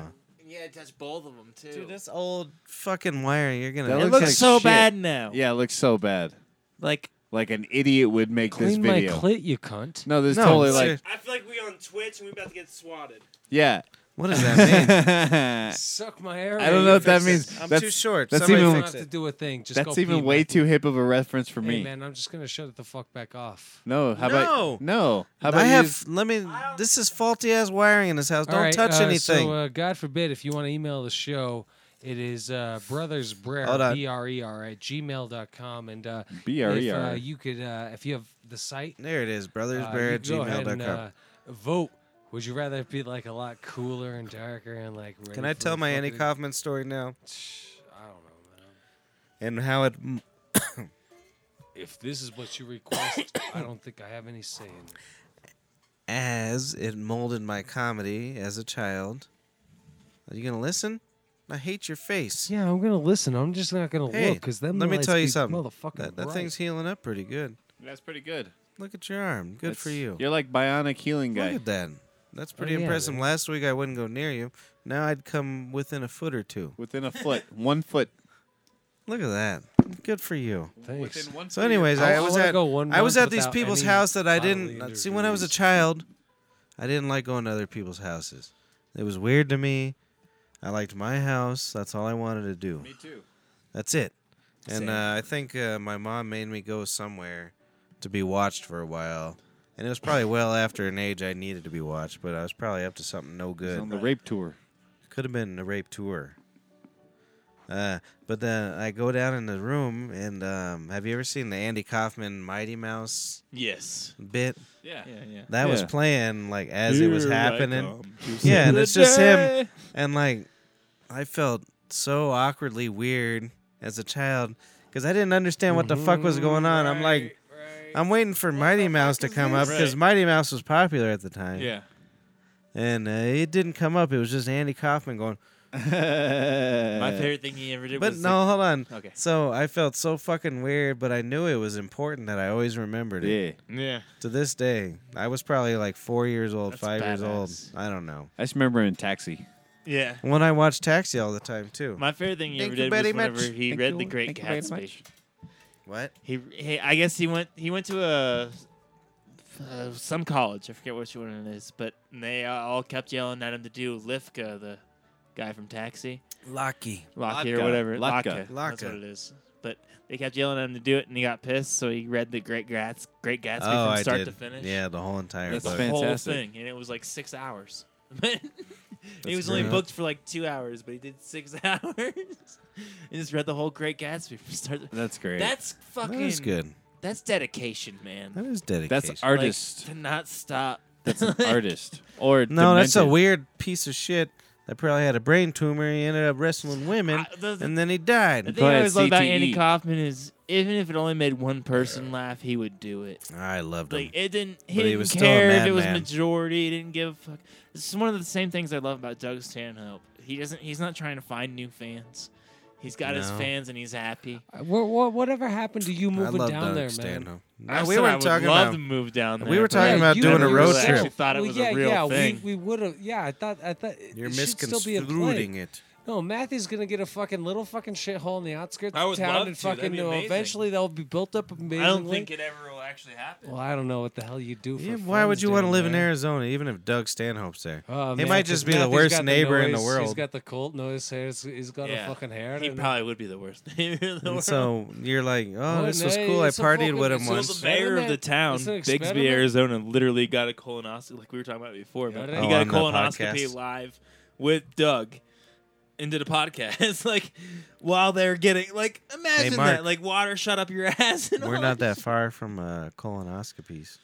Speaker 5: touch both of them too.
Speaker 2: Dude, that's old fucking wiring. You're gonna.
Speaker 4: That
Speaker 5: it
Speaker 4: looks
Speaker 5: looks,
Speaker 4: like
Speaker 5: so
Speaker 4: shit.
Speaker 5: bad now.
Speaker 4: Yeah, it looks so bad.
Speaker 5: Like
Speaker 4: Like an idiot would make
Speaker 7: Clean
Speaker 4: this
Speaker 7: my
Speaker 4: video.
Speaker 7: clit, you cunt.
Speaker 4: no, this
Speaker 2: no,
Speaker 4: totally
Speaker 2: ser-
Speaker 4: like
Speaker 5: I feel like we on Twitch and we about to get swatted.
Speaker 4: yeah.
Speaker 2: what does that mean?
Speaker 4: I
Speaker 7: Suck my hair.
Speaker 4: don't know if that means.
Speaker 2: I'm
Speaker 4: that's
Speaker 2: too short.
Speaker 4: that's
Speaker 2: Somebody
Speaker 4: even-
Speaker 7: You
Speaker 2: fix
Speaker 7: don't have to
Speaker 2: it.
Speaker 7: do a thing. Just
Speaker 4: that's
Speaker 7: go
Speaker 4: even
Speaker 7: pee,
Speaker 4: way
Speaker 7: Matthew.
Speaker 4: too hip of a reference for
Speaker 7: Hey,
Speaker 4: me.
Speaker 7: man, I'm just gonna shut it the fuck back off.
Speaker 4: No, how
Speaker 2: No.
Speaker 4: about no? How about
Speaker 2: I
Speaker 4: you
Speaker 2: have.
Speaker 4: just-
Speaker 2: Let me. This is faulty ass wiring in this house. Don't
Speaker 7: All right,
Speaker 2: touch
Speaker 7: uh,
Speaker 2: anything.
Speaker 7: So, uh, God forbid, if you want to email the show, it is uh, brothers
Speaker 2: Hold on.
Speaker 7: b r e r at gmail.com. and uh,
Speaker 4: BRER.
Speaker 7: If, uh, you could, uh, if you have the site,
Speaker 2: there it is.
Speaker 7: uh,
Speaker 2: Brothers
Speaker 7: you
Speaker 2: Bear at
Speaker 7: could go ahead
Speaker 2: gmail.com.
Speaker 7: and uh, vote. Would you rather it be like a lot cooler and darker and like? ready
Speaker 2: Can I
Speaker 7: for
Speaker 2: tell
Speaker 7: the
Speaker 2: my Andy
Speaker 7: fucking-
Speaker 2: Kaufman story now?
Speaker 7: I don't know, man.
Speaker 2: And how it.
Speaker 7: If this is what you request, I don't think I have any say in it.
Speaker 2: as it molded my comedy as a child. Are you gonna listen? I hate your face.
Speaker 7: Yeah, I'm gonna listen. I'm just not gonna
Speaker 2: Hey,
Speaker 7: look because them.
Speaker 2: let me
Speaker 7: lights
Speaker 2: tell you
Speaker 7: be
Speaker 2: something.
Speaker 7: Motherfucking
Speaker 2: That, that
Speaker 7: bright.
Speaker 2: thing's healing up pretty good.
Speaker 4: That's pretty good.
Speaker 2: Look at your arm. Good for
Speaker 4: That's-
Speaker 2: you.
Speaker 4: You're like bionic healing
Speaker 2: Look
Speaker 4: guy.
Speaker 2: at that. That's pretty
Speaker 7: Oh, yeah,
Speaker 2: impressive.
Speaker 7: man.
Speaker 2: Last week I wouldn't go near you. Now I'd come within a foot or two.
Speaker 4: Within a foot, one foot.
Speaker 2: Look at that. Good for you.
Speaker 7: Thanks.
Speaker 4: Within one
Speaker 2: So,
Speaker 4: foot, you're-
Speaker 2: anyways,
Speaker 7: I-
Speaker 2: I,
Speaker 7: I
Speaker 2: was
Speaker 7: wanna
Speaker 2: at
Speaker 7: go one
Speaker 2: I was
Speaker 7: month
Speaker 2: at these
Speaker 7: without
Speaker 2: people's
Speaker 7: any
Speaker 2: house that I
Speaker 7: bodily
Speaker 2: didn't uh, see when I was a
Speaker 7: interviews.
Speaker 2: child. I didn't like going to other people's houses. It was weird to me. I liked my house. That's all I wanted to do.
Speaker 4: Me too.
Speaker 2: That's it. And uh, I think uh, my mom made me go somewhere to be watched for a while. And it was probably well after an age I needed to be watched, but I was probably up to something no
Speaker 4: He's on
Speaker 2: good.
Speaker 4: the rape tour.
Speaker 2: Could have been a rape tour. Uh, but then I go down in the room, and um, have you ever seen the Andy Kaufman Mighty Mouse
Speaker 5: Yes.
Speaker 2: bit?
Speaker 5: Yeah. Yeah. Yeah.
Speaker 2: That was
Speaker 4: Yeah.
Speaker 2: playing like as it was
Speaker 5: Here I
Speaker 2: happening.
Speaker 5: come to
Speaker 2: Yeah, and
Speaker 5: save
Speaker 2: it's
Speaker 5: the
Speaker 2: just him.
Speaker 5: day.
Speaker 2: And like, I felt so awkwardly weird as a child because I didn't understand what the fuck was
Speaker 5: Mm-hmm.
Speaker 2: going on. I'm like, I'm waiting for Mighty Mouse to come up because
Speaker 5: Right.
Speaker 2: Mighty Mouse was popular at the time.
Speaker 5: Yeah.
Speaker 2: And uh, it didn't come up. It was just Andy Kaufman going.
Speaker 5: My favorite thing he ever did
Speaker 2: But
Speaker 5: was
Speaker 2: no, hold on.
Speaker 5: Okay.
Speaker 2: So I felt so fucking weird, but I knew it was important that I always remembered it.
Speaker 4: Yeah.
Speaker 5: the- yeah.
Speaker 2: To this day, I was probably like four years old,
Speaker 5: That's
Speaker 2: five years old.
Speaker 5: badass.
Speaker 2: I don't know.
Speaker 4: I just remember in Taxi.
Speaker 5: Yeah.
Speaker 2: When I watched Taxi all the time too.
Speaker 5: My favorite thing he
Speaker 2: Thank
Speaker 5: ever
Speaker 2: you
Speaker 5: did
Speaker 2: very
Speaker 5: was
Speaker 2: much.
Speaker 5: whenever he
Speaker 4: Thank
Speaker 5: read
Speaker 4: you.
Speaker 5: The Great
Speaker 4: Thank you very
Speaker 5: Gatsby.
Speaker 4: much.
Speaker 2: what?
Speaker 5: He, he, I guess he went. He went to a uh, some college. I forget which one it is, but they uh, all kept yelling at him to do Lifka, the guy from Taxi,
Speaker 2: Lucky.
Speaker 5: Locky
Speaker 4: Lotka.
Speaker 5: or whatever.
Speaker 4: Lotka.
Speaker 5: Lotka. That's what
Speaker 2: Lotka.
Speaker 5: it is. But they kept yelling at him to do it, and he got pissed. So he read the Great Gats, Great Gatsby
Speaker 2: Oh,
Speaker 5: from
Speaker 2: I
Speaker 5: start
Speaker 2: did.
Speaker 5: to finish.
Speaker 2: Yeah, the whole entire
Speaker 4: That's
Speaker 2: book.
Speaker 4: fan-
Speaker 5: whole
Speaker 4: Fantastic.
Speaker 5: thing, and it was like six hours. he was
Speaker 2: great.
Speaker 5: only booked for like two hours, but he did six hours. and just read the whole Great Gatsby from start. To-
Speaker 4: That's great.
Speaker 5: that's fucking.
Speaker 2: That is good.
Speaker 5: That's dedication, man.
Speaker 2: That is dedication.
Speaker 4: That's artist.
Speaker 5: Like, to not stop.
Speaker 4: that's an artist. Or
Speaker 2: no, that's a
Speaker 4: demented.
Speaker 2: weird piece of shit. That probably had a brain tumor. He ended up wrestling women,
Speaker 5: I- the-
Speaker 2: and then he
Speaker 5: The
Speaker 2: died.
Speaker 5: thing I
Speaker 4: ahead,
Speaker 5: always love about
Speaker 4: CTE.
Speaker 5: Andy
Speaker 2: E.
Speaker 5: Kaufman is even if it only made one person laugh, he would do it.
Speaker 2: I loved him.
Speaker 5: Like it didn't. He
Speaker 2: Um, But he
Speaker 5: didn't
Speaker 2: was still a
Speaker 5: care if it was
Speaker 2: madman.
Speaker 5: majority. He didn't give a fuck. This is one of the same things I love about Doug Stanhope. He doesn't. He's not trying to find new fans. He's got his
Speaker 2: No.
Speaker 5: fans and he's happy.
Speaker 1: What, what, whatever happened to you moving
Speaker 2: I love
Speaker 1: down
Speaker 2: Doug
Speaker 1: there, man?
Speaker 2: Stanhope. No,
Speaker 5: I
Speaker 2: we
Speaker 5: said
Speaker 2: weren't
Speaker 5: I would
Speaker 2: talking
Speaker 5: love
Speaker 2: about.
Speaker 5: to move down there.
Speaker 2: we were
Speaker 5: but
Speaker 2: talking about
Speaker 1: you
Speaker 2: doing a
Speaker 1: and
Speaker 2: road
Speaker 1: yourself.
Speaker 5: I actually
Speaker 2: trip.
Speaker 5: thought it
Speaker 1: Well,
Speaker 5: was
Speaker 1: yeah,
Speaker 5: a real
Speaker 1: yeah,
Speaker 5: thing.
Speaker 1: we, we would have. Yeah, I thought, I thought it-
Speaker 2: You're
Speaker 1: it should still be a play.
Speaker 2: misconstruing it.
Speaker 1: No, Matthew's gonna get a fucking little fucking shithole in the outskirts
Speaker 5: I
Speaker 1: of
Speaker 5: would
Speaker 1: town,
Speaker 5: love
Speaker 1: and
Speaker 5: to. That'd
Speaker 1: fucking
Speaker 5: be
Speaker 1: uh,
Speaker 5: amazing.
Speaker 1: eventually they'll be built up amazingly.
Speaker 5: I don't think it ever will actually happen.
Speaker 1: Well, I don't know what the hell you do. For
Speaker 2: Yeah, why would
Speaker 1: funds
Speaker 2: you want to
Speaker 1: down
Speaker 2: live in
Speaker 1: there?
Speaker 2: Arizona, even if Doug Stanhope's there?
Speaker 1: Oh,
Speaker 2: He
Speaker 1: man,
Speaker 2: might
Speaker 1: 'cause
Speaker 2: just be the
Speaker 1: Matthew's
Speaker 2: worst
Speaker 1: got the
Speaker 2: neighbor in the
Speaker 1: noise, He's
Speaker 2: world.
Speaker 1: got the cult noise. He's, he's got
Speaker 5: Yeah.
Speaker 1: a fucking hair.
Speaker 5: he
Speaker 1: and-
Speaker 5: probably would be the worst neighbor in the
Speaker 2: And
Speaker 5: world.
Speaker 2: so you're like, oh,
Speaker 1: Well,
Speaker 2: this was
Speaker 1: no,
Speaker 2: cool. I
Speaker 1: it's a
Speaker 2: partied
Speaker 1: fucking-
Speaker 2: with him
Speaker 1: it's
Speaker 5: So
Speaker 1: Once-
Speaker 5: the
Speaker 2: once.
Speaker 5: mayor of the
Speaker 1: Experiment.
Speaker 5: town,
Speaker 1: It's an
Speaker 5: Bigsby,
Speaker 1: experiment.
Speaker 5: Arizona, literally got a colonoscopy, like we were talking about before. But
Speaker 1: Yeah,
Speaker 5: he
Speaker 1: Oh,
Speaker 5: got a
Speaker 2: on the
Speaker 5: colonoscopy
Speaker 2: podcast.
Speaker 5: live with Doug and did a podcast. like while they're getting, like imagine
Speaker 2: Mark.
Speaker 5: that, like water shot up your ass. And
Speaker 2: We're
Speaker 5: all
Speaker 2: not that far from uh, colonoscopies.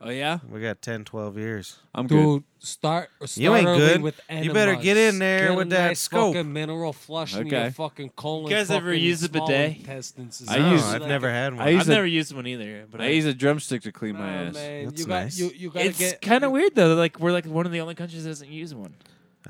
Speaker 5: Oh yeah,
Speaker 2: We got 10, 12 years.
Speaker 4: I'm good.
Speaker 1: Dude, start. start
Speaker 2: You ain't
Speaker 1: early
Speaker 2: good.
Speaker 1: With
Speaker 2: You better
Speaker 1: enemas.
Speaker 2: get in there
Speaker 1: Get a
Speaker 2: with that
Speaker 1: nice
Speaker 2: scope.
Speaker 1: Fucking mineral flush in
Speaker 4: Okay.
Speaker 1: your fucking colon.
Speaker 5: You guys ever
Speaker 1: fucking
Speaker 5: use a
Speaker 1: small
Speaker 5: bidet?
Speaker 1: intestines and
Speaker 4: I
Speaker 2: I
Speaker 1: stuff.
Speaker 4: use-
Speaker 2: Oh, I've
Speaker 1: Like,
Speaker 2: never had one.
Speaker 4: I use
Speaker 5: I've
Speaker 4: a-
Speaker 5: never used one either. But
Speaker 4: I use a drumstick to clean my
Speaker 1: oh,
Speaker 4: ass.
Speaker 1: man,
Speaker 2: That's
Speaker 1: you got
Speaker 2: nice.
Speaker 1: you, you gotta
Speaker 5: It's
Speaker 1: get.
Speaker 5: kind of weird though. Like we're like one of the only countries that doesn't use one.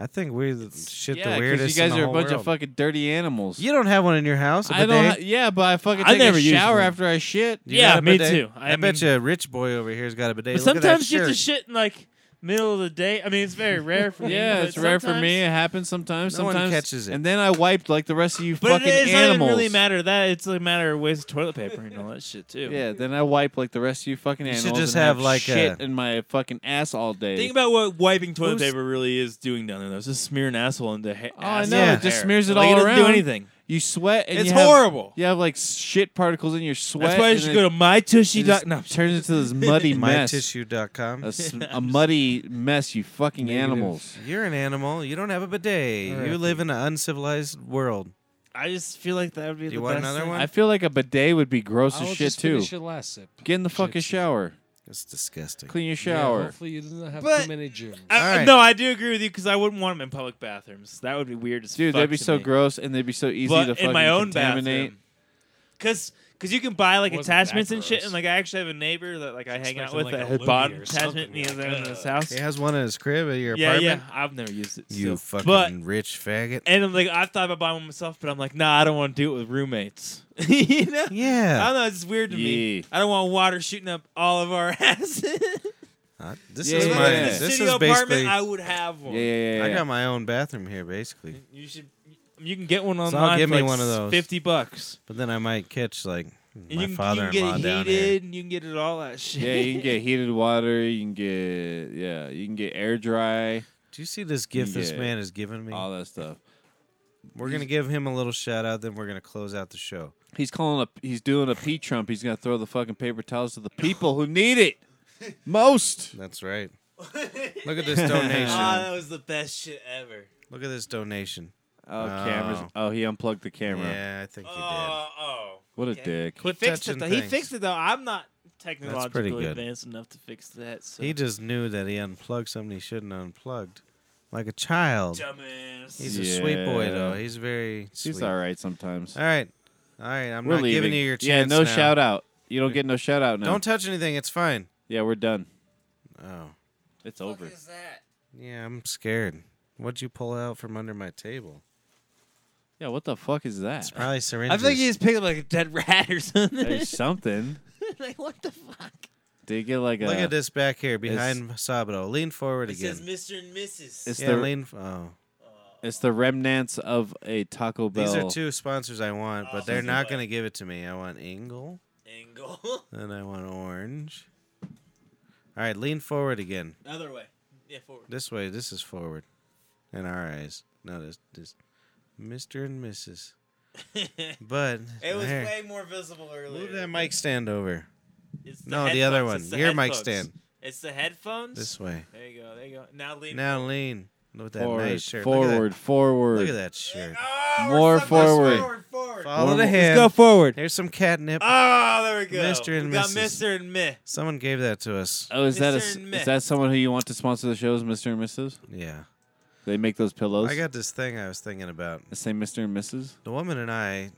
Speaker 2: I think we're the shit
Speaker 4: yeah,
Speaker 2: the
Speaker 4: 'cause
Speaker 2: weirdest.
Speaker 4: you
Speaker 2: in
Speaker 4: guys
Speaker 2: the
Speaker 4: are a
Speaker 2: whole
Speaker 4: bunch
Speaker 2: world.
Speaker 4: of fucking dirty animals.
Speaker 2: You don't have one in your house. a
Speaker 4: I don't.
Speaker 2: bidet?
Speaker 4: ha- yeah, but I fucking
Speaker 5: I
Speaker 4: take
Speaker 5: never
Speaker 4: a
Speaker 5: used
Speaker 4: shower
Speaker 5: one.
Speaker 4: after I shit.
Speaker 2: You
Speaker 5: yeah,
Speaker 2: got a
Speaker 5: me
Speaker 2: bidet?
Speaker 5: too.
Speaker 2: I,
Speaker 5: I
Speaker 2: bet
Speaker 5: mean-
Speaker 2: you a rich boy over here's got a bidet.
Speaker 5: But
Speaker 2: Look at that
Speaker 5: sometimes you get to
Speaker 2: shirt.
Speaker 5: shit in like middle of the day. I mean, it's very rare for me.
Speaker 4: Yeah,
Speaker 5: but
Speaker 4: it's rare for
Speaker 5: sometimes-
Speaker 4: me. It happens sometimes.
Speaker 2: No one
Speaker 4: sometimes
Speaker 2: catches it.
Speaker 4: And then I wiped like the rest of you
Speaker 5: But
Speaker 4: fucking
Speaker 5: it doesn't even
Speaker 4: animals.
Speaker 5: really matter that it's a matter of waste of toilet paper and all that shit too.
Speaker 4: Yeah, then I wipe like the rest of you fucking
Speaker 2: You should
Speaker 4: animals.
Speaker 2: just
Speaker 4: and
Speaker 2: have, like,
Speaker 4: shit
Speaker 2: a-
Speaker 4: in my fucking ass all day.
Speaker 5: Think about what wiping toilet
Speaker 2: Who's-
Speaker 5: paper really is doing down there. though. It's just smearing asshole into ha-
Speaker 4: oh, I
Speaker 5: ass
Speaker 4: know
Speaker 2: Yeah.
Speaker 4: it just
Speaker 5: hair.
Speaker 4: smears it
Speaker 5: Like,
Speaker 4: all
Speaker 5: doesn't
Speaker 4: around.
Speaker 5: Do anything?
Speaker 4: You sweat and
Speaker 5: It's
Speaker 4: you have-
Speaker 5: horrible.
Speaker 4: You have like she-shit particles in your sweat.
Speaker 5: That's why you
Speaker 4: and
Speaker 5: should
Speaker 4: it-
Speaker 5: go to mytushy.
Speaker 4: it
Speaker 5: dot-
Speaker 4: just
Speaker 5: No,
Speaker 4: turns into this muddy mess.
Speaker 2: MyTissue.com.
Speaker 4: A, s- a muddy mess. You fucking animals.
Speaker 2: You're an animal. You don't have a bidet. You live in an uncivilized world.
Speaker 5: I just feel like that would be
Speaker 2: Do
Speaker 5: the
Speaker 2: you want
Speaker 5: best
Speaker 2: another
Speaker 5: thing.
Speaker 2: one?
Speaker 4: I feel like a bidet would be gross
Speaker 1: I will
Speaker 4: as shit
Speaker 1: just
Speaker 4: too.
Speaker 1: finish your last sip.
Speaker 4: Get in the fucking
Speaker 1: Shit.
Speaker 4: shower.
Speaker 2: That's disgusting.
Speaker 4: Clean your
Speaker 1: Yeah,
Speaker 4: shower.
Speaker 1: hopefully you didn't have
Speaker 5: But-
Speaker 1: too many germs.
Speaker 5: I,
Speaker 2: All right.
Speaker 5: No, I do agree with you because I wouldn't want them in public bathrooms. That would be weird as
Speaker 4: Dude,
Speaker 5: fuck
Speaker 4: that'd be
Speaker 5: to
Speaker 4: so
Speaker 5: me.
Speaker 4: gross, and they'd be so easy
Speaker 5: but
Speaker 4: to fucking
Speaker 5: in my own
Speaker 4: contaminate.
Speaker 5: bathroom. Because because you can buy like
Speaker 7: Wasn't that
Speaker 5: attachments and shit,
Speaker 7: gross.
Speaker 5: and like I actually have a neighbor that like I hang out
Speaker 7: Expecting,
Speaker 5: with
Speaker 7: like, a
Speaker 5: that had
Speaker 7: loogie
Speaker 5: bought
Speaker 7: or
Speaker 5: an attachment
Speaker 7: something,
Speaker 5: and he has
Speaker 7: like,
Speaker 5: it in his
Speaker 7: uh,
Speaker 5: house.
Speaker 2: He has one in his crib at your
Speaker 5: yeah,
Speaker 2: apartment.
Speaker 5: yeah. I've never used it.
Speaker 2: You
Speaker 5: still.
Speaker 2: fucking
Speaker 5: But
Speaker 2: rich faggot.
Speaker 5: and I'm like I've thought about buying one myself, but I'm like, nah, I don't want to do it with roommates. you know? I
Speaker 2: yeah.
Speaker 5: don't know. It's weird to
Speaker 4: Yeah.
Speaker 5: me. I don't want water shooting up all of our asses.
Speaker 2: Uh, this
Speaker 4: Yeah,
Speaker 2: is
Speaker 4: yeah,
Speaker 2: my.
Speaker 4: yeah.
Speaker 2: This
Speaker 5: studio
Speaker 2: is basically.
Speaker 5: apartment. I would have one.
Speaker 4: Yeah, yeah, yeah.
Speaker 2: I
Speaker 4: yeah.
Speaker 2: got my own bathroom here, basically.
Speaker 5: You should. You can get one online.
Speaker 2: give
Speaker 5: for,
Speaker 2: me
Speaker 5: like,
Speaker 2: one of those.
Speaker 5: Fifty bucks.
Speaker 2: But then I might catch like
Speaker 5: And
Speaker 2: my
Speaker 5: you can, you
Speaker 2: father-in-law
Speaker 5: can get
Speaker 2: down
Speaker 5: it
Speaker 2: here.
Speaker 5: heated. And you can get it all that shit.
Speaker 4: yeah, you can get heated water. You can get yeah. You can get air dry.
Speaker 2: Do you see this gift this
Speaker 4: Yeah.
Speaker 2: man has given me?
Speaker 4: All that stuff.
Speaker 2: We're gonna give him a little shout out, then we're gonna close out the show.
Speaker 4: He's calling a. He's doing a pee trump. He's gonna throw the fucking paper towels to the people who need it most.
Speaker 2: That's right. Look at this donation.
Speaker 4: Uh,
Speaker 5: Ah, that was the best shit ever.
Speaker 2: Look at this donation.
Speaker 4: Oh, cameras. Oh, he unplugged the camera.
Speaker 2: Yeah, I think he did.
Speaker 5: oh.
Speaker 4: What a dick.
Speaker 5: He fixed it.
Speaker 2: touching
Speaker 5: Though. He
Speaker 2: things.
Speaker 5: fixed it though. I'm not technologically
Speaker 2: good.
Speaker 5: advanced enough to fix that. So.
Speaker 2: He just knew that he unplugged something he shouldn't have unplugged, like a child.
Speaker 5: dumbass.
Speaker 2: He's a sweet boy though.
Speaker 4: Yeah.
Speaker 2: He's very sweet.
Speaker 4: He's all right sometimes.
Speaker 2: All right, all right. I'm
Speaker 4: we're
Speaker 2: not
Speaker 4: leaving.
Speaker 2: giving you your chance.
Speaker 4: yeah, no
Speaker 2: now.
Speaker 4: shout out. You don't get no shout out now.
Speaker 2: Don't touch anything. It's fine.
Speaker 4: yeah, we're done.
Speaker 2: Oh,
Speaker 4: It's over.
Speaker 2: yeah. I'm scared. What'd you pull out from under my table?
Speaker 4: Yeah, what the fuck is that?
Speaker 2: It's probably
Speaker 5: I
Speaker 2: syringes.
Speaker 5: think he just picked up like a dead rat or something.
Speaker 4: There's something.
Speaker 5: like what the fuck?
Speaker 4: Did you get like a?
Speaker 2: Look at this back here behind Sabado. Lean forward again.
Speaker 5: Mr. and Mrs.
Speaker 4: It's
Speaker 2: yeah,
Speaker 4: the
Speaker 2: lean. f- Oh.
Speaker 4: it's the remnants of a Taco Bell.
Speaker 2: These are two sponsors I want, but they're not going to give it to me. I want Engel
Speaker 5: Angle.
Speaker 2: and I want Orange. All right, lean forward again.
Speaker 5: Other way. Yeah, forward.
Speaker 2: This way. This is forward. In our eyes. No, this, this Mr. and Mrs. but there.
Speaker 5: more visible earlier.
Speaker 2: move that mic stand over.
Speaker 5: It's
Speaker 2: No, the other
Speaker 5: headphones.
Speaker 2: one.
Speaker 5: It's the
Speaker 2: Your mic
Speaker 5: headphones.
Speaker 2: stand.
Speaker 5: It's the headphones.
Speaker 2: This way.
Speaker 5: There you go. There you go. Now lean.
Speaker 2: Now lean. With that
Speaker 4: forward,
Speaker 2: nice shirt. Look at that-
Speaker 4: forward, forward.
Speaker 2: Look at that shirt.
Speaker 5: Oh, we're
Speaker 4: More
Speaker 5: so much
Speaker 4: forward.
Speaker 5: Forward. forward.
Speaker 2: Follow the
Speaker 4: Let's
Speaker 2: hand.
Speaker 5: Let's go forward.
Speaker 2: Here's some catnip.
Speaker 5: Oh, there we go.
Speaker 2: Mr. and
Speaker 5: we got
Speaker 2: Mrs..
Speaker 5: Mr. and Miss.
Speaker 2: Someone gave that to us.
Speaker 4: Oh, is that a,
Speaker 5: Mr. and
Speaker 4: is
Speaker 5: Miss.
Speaker 4: that someone who you want to sponsor the shows, Mister and Mrs.
Speaker 2: Yeah.
Speaker 4: They make those pillows.
Speaker 2: I got this thing I was thinking about.
Speaker 4: the same Mister and Mrs.
Speaker 2: The woman and I,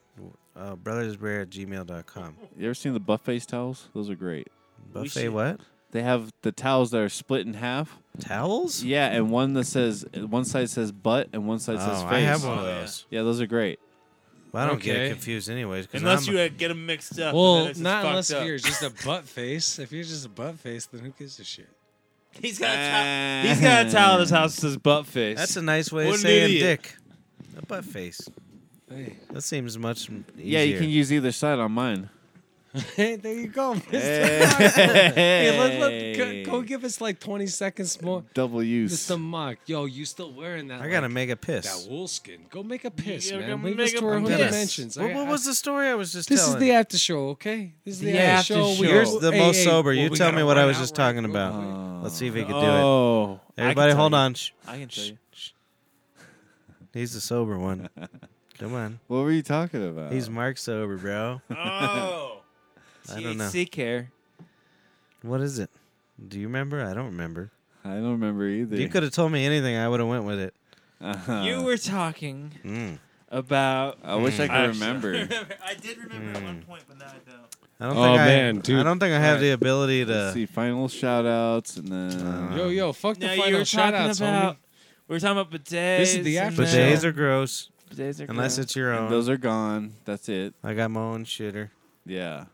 Speaker 2: uh, brothersbear at gmail.com.
Speaker 4: You ever seen the butt face towels? Those are great.
Speaker 2: Buffet
Speaker 5: should-
Speaker 2: what?
Speaker 4: They have the towels that are split in half.
Speaker 2: Towels?
Speaker 4: Yeah, and one that says one side says butt and one side says
Speaker 2: oh,
Speaker 4: face.
Speaker 2: I have one of
Speaker 5: Oh, yeah.
Speaker 2: those.
Speaker 4: Yeah, those are great.
Speaker 2: Well, I don't
Speaker 1: Okay.
Speaker 2: get confused anyways. 'cause
Speaker 5: Unless
Speaker 2: I'm
Speaker 5: you
Speaker 2: a-
Speaker 5: uh, get them mixed up. and then
Speaker 1: Well,
Speaker 5: it's just
Speaker 1: not
Speaker 5: fucked
Speaker 1: unless
Speaker 5: up.
Speaker 1: you're just a butt face. If you're just a butt face, then who gives a shit?
Speaker 5: He's got a towel. He's got a towel in his house that says butt face.
Speaker 2: That's a nice way
Speaker 5: What
Speaker 2: of
Speaker 5: an
Speaker 2: saying
Speaker 5: idiot.
Speaker 2: dick. A butt face.
Speaker 1: Hey,
Speaker 2: That seems much m- easier.
Speaker 4: Yeah, you can use either side on mine.
Speaker 1: hey there you go, Mr. Hey, let, let, go, go give us like 20 seconds more.
Speaker 4: Double
Speaker 1: Just
Speaker 4: use.
Speaker 1: a mock. Yo, you still wearing that?
Speaker 2: I gotta
Speaker 1: like,
Speaker 2: make a piss.
Speaker 1: that wolfskin. Go make a piss,
Speaker 5: gotta go
Speaker 1: man. Bring
Speaker 5: make
Speaker 1: us
Speaker 5: a
Speaker 1: to our whole
Speaker 5: piss.
Speaker 1: dimensions. I-
Speaker 2: What, what
Speaker 1: I-
Speaker 2: was the story I was just
Speaker 1: This is
Speaker 2: telling?
Speaker 1: the after show, okay? This is the,
Speaker 5: The
Speaker 1: after,
Speaker 5: after
Speaker 1: show.
Speaker 5: show.
Speaker 2: Here's the
Speaker 1: Hey,
Speaker 2: most
Speaker 1: hey,
Speaker 2: sober.
Speaker 1: well,
Speaker 2: you
Speaker 1: we
Speaker 2: tell
Speaker 1: gotta
Speaker 2: me what I
Speaker 1: run
Speaker 2: was
Speaker 1: out
Speaker 2: just
Speaker 1: right
Speaker 2: talking
Speaker 1: quick.
Speaker 2: about. Let's see if he can do it.
Speaker 4: oh, I can
Speaker 2: Everybody,
Speaker 4: tell
Speaker 2: hold
Speaker 4: you.
Speaker 2: on. Shh.
Speaker 5: I can tell you.
Speaker 2: He's the sober one. Come on.
Speaker 4: What were you talking
Speaker 1: Uh.
Speaker 4: about?
Speaker 2: He's Mark sober, bro.
Speaker 5: Oh.
Speaker 2: I don't know.
Speaker 5: THC care.
Speaker 2: What is it? Do you remember? I don't remember.
Speaker 4: I don't remember either.
Speaker 2: You could have told me anything. I would have went with it.
Speaker 4: Uh-huh.
Speaker 5: You were talking
Speaker 2: Mm.
Speaker 5: about.
Speaker 4: I wish I could
Speaker 5: Actually,
Speaker 4: remember.
Speaker 5: I did remember at one point, but now I don't.
Speaker 2: I don't
Speaker 1: Oh,
Speaker 2: think I,
Speaker 1: man,
Speaker 2: I
Speaker 1: dude.
Speaker 2: don't think I have the ability to.
Speaker 4: Let's see final shout outs and then
Speaker 2: Uh,
Speaker 1: Yo, yo, fuck the
Speaker 5: Now you
Speaker 1: final
Speaker 5: were
Speaker 1: shout
Speaker 5: talking
Speaker 1: outs,
Speaker 5: about.
Speaker 1: homie.
Speaker 5: We were talking about bidets.
Speaker 1: the
Speaker 5: and
Speaker 1: after
Speaker 2: But
Speaker 1: show.
Speaker 5: then-
Speaker 2: days are gross
Speaker 5: Bidets are
Speaker 2: unless
Speaker 5: gross.
Speaker 2: it's your
Speaker 4: and
Speaker 2: own.
Speaker 4: those are gone. That's it.
Speaker 2: I got my own shitter.
Speaker 4: Yeah.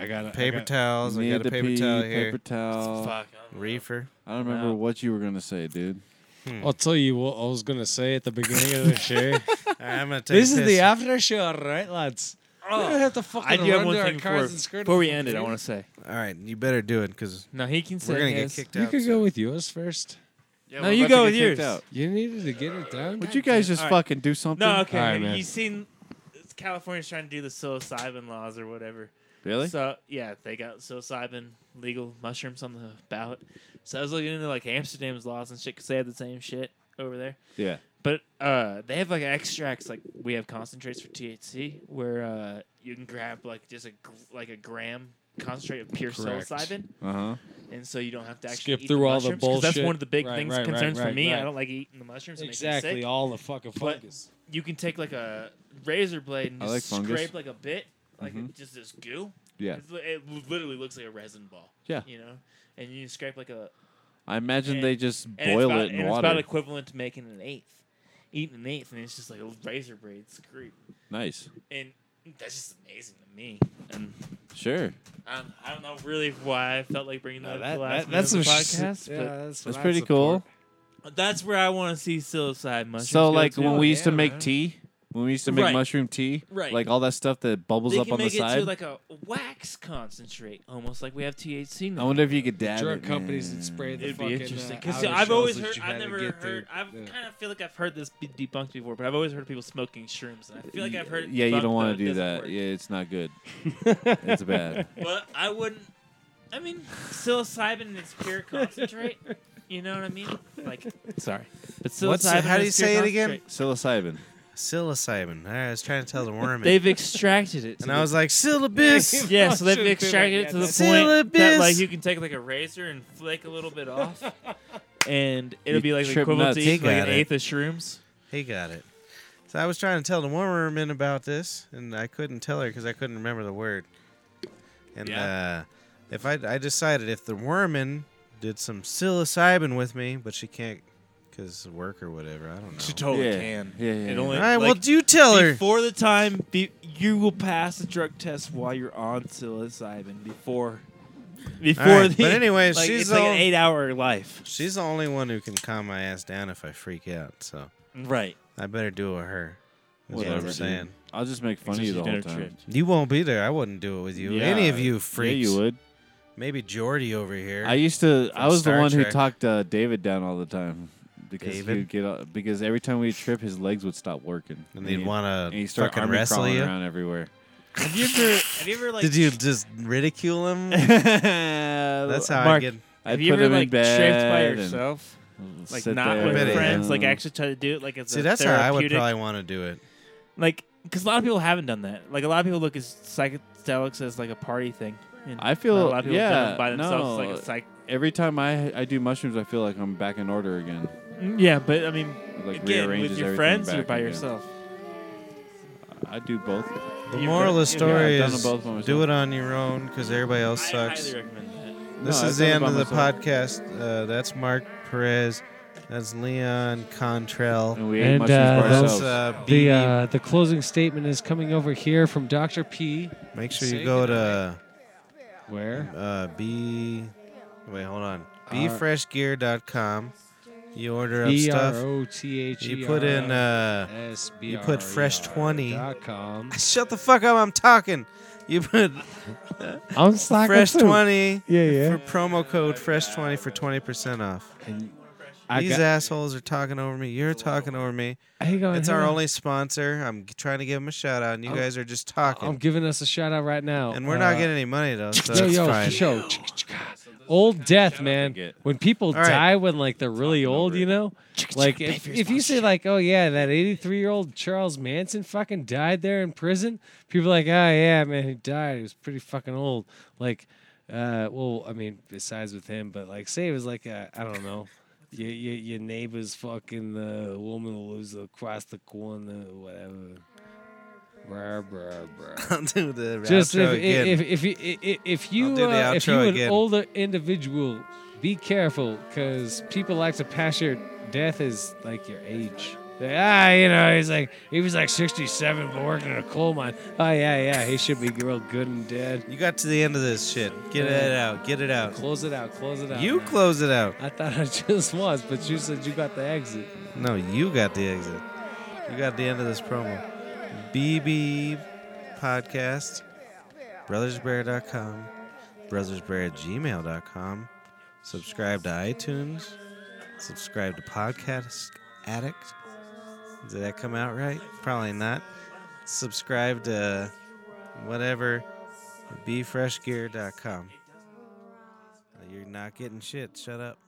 Speaker 1: I got
Speaker 2: Paper towels. I
Speaker 4: Need
Speaker 2: got a
Speaker 4: to
Speaker 2: paper
Speaker 4: pee,
Speaker 2: towel here.
Speaker 4: paper towel.
Speaker 5: Fuck. I'm-
Speaker 2: Reefer.
Speaker 4: I don't remember
Speaker 5: No.
Speaker 4: what you were gonna say, dude.
Speaker 1: I'll tell you what I was gonna say at the beginning of the show.
Speaker 2: I'm gonna take
Speaker 1: this is
Speaker 2: a
Speaker 1: the
Speaker 2: piss.
Speaker 1: after show, all right, lads. we don't have to fucking
Speaker 5: Oh. I do have
Speaker 1: run
Speaker 5: one
Speaker 1: to our
Speaker 5: thing
Speaker 1: cars
Speaker 5: before,
Speaker 1: and skirt
Speaker 5: before we
Speaker 1: them,
Speaker 5: end it. I
Speaker 1: dude.
Speaker 5: want to say.
Speaker 2: All right, you better do it because
Speaker 5: No, he can say.
Speaker 2: we're gonna get
Speaker 5: his.
Speaker 2: kicked
Speaker 1: You
Speaker 2: out.
Speaker 1: could
Speaker 2: soon.
Speaker 1: go with yours first.
Speaker 4: Yeah,
Speaker 5: No, we're you about to go get with kicked yours. out.
Speaker 1: You needed to get it done.
Speaker 4: Would you guys just
Speaker 5: All right.
Speaker 4: fucking do something?
Speaker 5: No, okay.
Speaker 1: All right,
Speaker 5: have
Speaker 1: man.
Speaker 5: you seen it's- California's trying to do the psilocybin laws or whatever?
Speaker 4: Really?
Speaker 5: So yeah, they got psilocybin legal mushrooms on the ballot. So I was looking into like Amsterdam's laws and shit because they have the same shit over there.
Speaker 4: yeah.
Speaker 5: But uh, they have like extracts, like we have concentrates for THC, where uh, you can grab like just a gr- like a gram concentrate of pure
Speaker 1: Correct.
Speaker 5: psilocybin,
Speaker 4: Uh huh.
Speaker 5: and so you don't have to actually
Speaker 1: Skip
Speaker 5: eat
Speaker 1: through all the
Speaker 5: mushrooms, 'cause That's
Speaker 1: bullshit.
Speaker 5: one of the big
Speaker 1: Right,
Speaker 5: things
Speaker 1: right, right,
Speaker 5: concerns for
Speaker 1: right,
Speaker 5: me.
Speaker 1: right.
Speaker 5: I don't like eating the mushrooms. It makes me
Speaker 1: exactly
Speaker 5: sick
Speaker 1: all the fucking
Speaker 5: But-
Speaker 1: fungus?
Speaker 5: you can take like a razor blade and
Speaker 4: I
Speaker 5: just
Speaker 4: like fungus.
Speaker 5: scrape like a bit, like
Speaker 4: Mhm.
Speaker 5: just this goo.
Speaker 4: Yeah.
Speaker 5: It's li- It li- literally looks like a resin ball.
Speaker 4: Yeah.
Speaker 5: You know, and you scrape like a
Speaker 4: I imagine
Speaker 5: And-
Speaker 4: they just
Speaker 5: and it's
Speaker 4: boil
Speaker 5: about,
Speaker 4: it in
Speaker 5: and
Speaker 4: water.
Speaker 5: It's about equivalent to making an eighth, eating an eighth, and it's just like a razor blade scrape,
Speaker 4: nice.
Speaker 5: and that's just amazing to me.
Speaker 4: Mm.
Speaker 5: And
Speaker 4: Sure.
Speaker 5: I don't, I don't know really why I felt like bringing that, up the last minute
Speaker 1: that's
Speaker 5: of the
Speaker 1: some
Speaker 5: podcast,
Speaker 1: shit. Yeah, that's, what
Speaker 4: That's
Speaker 1: I
Speaker 4: pretty
Speaker 1: support.
Speaker 4: cool.
Speaker 5: but that's where I want to see psilocybin mushrooms.
Speaker 4: So
Speaker 5: go
Speaker 4: like
Speaker 5: to.
Speaker 4: when we used to
Speaker 1: yeah,
Speaker 4: make
Speaker 1: man.
Speaker 4: tea, when we used to make
Speaker 5: Right.
Speaker 4: mushroom tea,
Speaker 5: Right.
Speaker 4: like all that stuff that bubbles
Speaker 5: they
Speaker 4: up
Speaker 5: can
Speaker 4: on the
Speaker 5: make it
Speaker 4: side.
Speaker 5: to like a wax concentrate, almost like we have THC.
Speaker 4: I
Speaker 5: Now.
Speaker 4: wonder if you could dab
Speaker 1: Drug
Speaker 4: it.
Speaker 1: companies
Speaker 4: man.
Speaker 1: that spray the
Speaker 5: It'd
Speaker 1: fucking.
Speaker 5: be interesting
Speaker 1: uh,
Speaker 5: because
Speaker 1: outer
Speaker 5: I've
Speaker 1: shells
Speaker 5: always
Speaker 1: that
Speaker 5: heard.
Speaker 1: you had
Speaker 5: I
Speaker 1: to
Speaker 5: never
Speaker 1: get
Speaker 5: heard.
Speaker 1: through.
Speaker 5: I have
Speaker 1: Yeah.
Speaker 5: kind of feel like I've heard this be debunked before, but I've always heard people smoking shrooms, and I feel like I've heard. it
Speaker 4: Yeah, you
Speaker 5: debunked,
Speaker 4: don't want
Speaker 5: though
Speaker 4: to
Speaker 5: it
Speaker 4: do
Speaker 5: doesn't
Speaker 4: that.
Speaker 5: work.
Speaker 4: Yeah, it's not good. it's bad.
Speaker 5: But I wouldn't. I mean, psilocybin in its pure concentrate. You know what I mean? Like, sorry, but psilocybin.
Speaker 2: What's the- how
Speaker 5: in
Speaker 2: do
Speaker 5: its
Speaker 2: you
Speaker 5: pure
Speaker 2: say it again?
Speaker 5: concentrate.
Speaker 4: Psilocybin.
Speaker 2: psilocybin. I was trying to tell the worm. it.
Speaker 5: They've extracted it. to
Speaker 2: and
Speaker 5: the-
Speaker 2: I was like, syllabus.
Speaker 5: yeah, so they've
Speaker 11: Should've been like,
Speaker 5: extracted it
Speaker 11: yeah,
Speaker 5: to the
Speaker 11: that's-
Speaker 5: point that
Speaker 2: Syllabus.
Speaker 5: like you can take like a razor and flake a little bit off, and it'll
Speaker 4: You
Speaker 5: be like the
Speaker 4: trip
Speaker 5: equivalent
Speaker 4: nuts.
Speaker 5: to eating
Speaker 2: He
Speaker 5: like an
Speaker 2: got it.
Speaker 5: eighth of shrooms.
Speaker 2: he got it. So I was trying to tell the worm in about this, and I couldn't tell her because I couldn't remember the word. And uh, if I, I decided if the wormin did some psilocybin with me, but she can't because work or whatever. I don't know.
Speaker 5: She totally
Speaker 4: Yeah.
Speaker 5: Oh, can.
Speaker 4: Yeah, yeah,
Speaker 5: It
Speaker 4: yeah.
Speaker 5: only
Speaker 2: All right,
Speaker 5: like,
Speaker 2: well, do tell her.
Speaker 5: before the time be, you will pass the drug test while you're on psilocybin before before
Speaker 2: right,
Speaker 5: the
Speaker 2: but anyways,
Speaker 5: like,
Speaker 2: she's
Speaker 5: it's like
Speaker 2: all-
Speaker 5: an eight hour life
Speaker 2: She's the only one who can calm my ass down if I freak out. So
Speaker 5: right
Speaker 2: I better do it with her. Is what
Speaker 4: Whatever,
Speaker 2: I'm
Speaker 4: dude.
Speaker 2: saying.
Speaker 4: I'll just make fun of you the whole time.
Speaker 2: You won't be there. I wouldn't do it with you.
Speaker 4: Yeah,
Speaker 2: Any of you freaks.
Speaker 4: Yeah, you would.
Speaker 2: Maybe Jordy over here.
Speaker 4: I used to. I was
Speaker 2: Star
Speaker 4: the one who
Speaker 2: Trek.
Speaker 4: talked uh, David down all the time because
Speaker 2: David?
Speaker 4: he'd get all- because every time we'd trip, his legs would stop working,
Speaker 2: and they'd
Speaker 4: he'd-
Speaker 2: want
Speaker 4: and he'd
Speaker 2: to
Speaker 4: start
Speaker 2: fucking
Speaker 4: army
Speaker 2: wrestle
Speaker 4: crawling
Speaker 2: you.
Speaker 4: around everywhere.
Speaker 5: have you ever have you ever like
Speaker 2: Did you just ridicule him? That's
Speaker 4: That's
Speaker 2: how
Speaker 5: Mark,
Speaker 2: I get.
Speaker 5: have
Speaker 4: I'd
Speaker 5: you
Speaker 4: put
Speaker 5: ever
Speaker 4: him in
Speaker 5: like strafed by
Speaker 4: bed and
Speaker 5: yourself like
Speaker 4: sit
Speaker 5: not
Speaker 4: there
Speaker 5: with
Speaker 2: Bet it-
Speaker 5: friends like
Speaker 4: and-
Speaker 5: actually try to do it like as
Speaker 2: See,
Speaker 5: a
Speaker 2: that's how I would
Speaker 5: therapeutic-
Speaker 2: probably want to do it.
Speaker 5: like because a lot of people haven't done that like a lot of people look at psychedelics as like a party thing and
Speaker 4: I feel-
Speaker 5: a lot of people have done
Speaker 4: yeah,
Speaker 5: it by themselves
Speaker 4: no.
Speaker 5: it's like
Speaker 4: Every time I I do mushrooms, I feel like I'm back in order again.
Speaker 5: a psych Mm, yeah but I mean
Speaker 4: It, Like
Speaker 5: again
Speaker 4: rearranges
Speaker 5: with your
Speaker 4: everything
Speaker 5: friends
Speaker 4: back
Speaker 5: or by
Speaker 4: again.
Speaker 5: yourself
Speaker 4: I do both.
Speaker 2: The
Speaker 5: You've
Speaker 2: moral of
Speaker 5: done-
Speaker 2: the
Speaker 5: yeah,
Speaker 2: story
Speaker 4: I've done
Speaker 2: is
Speaker 4: them both by myself.
Speaker 2: do it on your own because everybody else sucks.
Speaker 5: highly recommend that.
Speaker 2: This
Speaker 4: No,
Speaker 2: is
Speaker 4: I've
Speaker 2: the
Speaker 4: done it
Speaker 2: end
Speaker 4: by
Speaker 2: of the
Speaker 4: myself.
Speaker 2: podcast. Uh, that's Mark Perez. That's Leon Contrell.
Speaker 4: And we ate
Speaker 1: And,
Speaker 4: mushrooms by
Speaker 1: uh, those,
Speaker 2: That's
Speaker 4: ourselves.
Speaker 2: uh,
Speaker 1: The
Speaker 2: Beanie
Speaker 1: uh, the closing statement is coming over here from Dr. P.
Speaker 2: Make sure you
Speaker 1: Say
Speaker 2: go to
Speaker 1: Where?
Speaker 2: uh, B. Wait, hold on.
Speaker 1: R-
Speaker 2: BeFreshGear.com. You order up
Speaker 1: B R
Speaker 2: stuff.
Speaker 1: O T H E.
Speaker 2: You put in. Uh, you put fresh 20.
Speaker 1: com.
Speaker 2: shut the fuck up! I'm talking. You put
Speaker 1: I'm slacking
Speaker 2: fresh
Speaker 1: too.
Speaker 2: twenty.
Speaker 1: Yeah, yeah.
Speaker 2: For promo code fresh twenty for twenty percent off.
Speaker 1: And I
Speaker 2: These
Speaker 1: got-
Speaker 2: assholes are talking over me. You're talking over me.
Speaker 1: Hang on,
Speaker 2: It's
Speaker 1: hang
Speaker 2: our
Speaker 1: on.
Speaker 2: only sponsor. I'm g- trying to give them a shout out, and you guys are just talking.
Speaker 1: Oh, I'm giving us a shout out right now.
Speaker 2: and we're not
Speaker 1: Uh,
Speaker 2: getting any money though, so
Speaker 1: yo,
Speaker 2: it's
Speaker 1: yo,
Speaker 2: fine.
Speaker 1: for sure. Old death, man. When people
Speaker 2: All right.
Speaker 1: die when like they're really old, you know, like if, if you say like, oh yeah, that 83 year old Charles Manson fucking died there in prison, people are like, oh yeah, man, he died. He was pretty fucking old. Like, uh, well, I mean, besides with him, but like, say it was like, I I don't know. Your, your, your neighbor's fucking uh, woman who lives across the corner, whatever. Brr, brr, brr
Speaker 2: I'll do the
Speaker 1: just
Speaker 2: outro
Speaker 1: if,
Speaker 2: again.
Speaker 1: if, if, if, if, if, if you
Speaker 2: do the
Speaker 1: uh, if
Speaker 2: outro
Speaker 1: you an
Speaker 2: again.
Speaker 1: older individual, be careful because people like to pass your death as like your age. They, ah, you know, he's like he was like 67 but working in a coal mine. Oh yeah, yeah, he should be real good and dead.
Speaker 2: you got to the end of this shit. Get it out. Get it out.
Speaker 1: Close it out, close it out.
Speaker 2: You
Speaker 1: man.
Speaker 2: close it out.
Speaker 1: I thought I just was, but you said you got the exit.
Speaker 2: No, you got the exit. You got the end of this promo. BB Podcast, brothersbear.com, brothersbear gmail.com. Subscribe to iTunes. Subscribe to Podcast Addict. Did that come out right? Probably not. Subscribe to whatever, befreshgear.com. You're not getting shit. Shut up.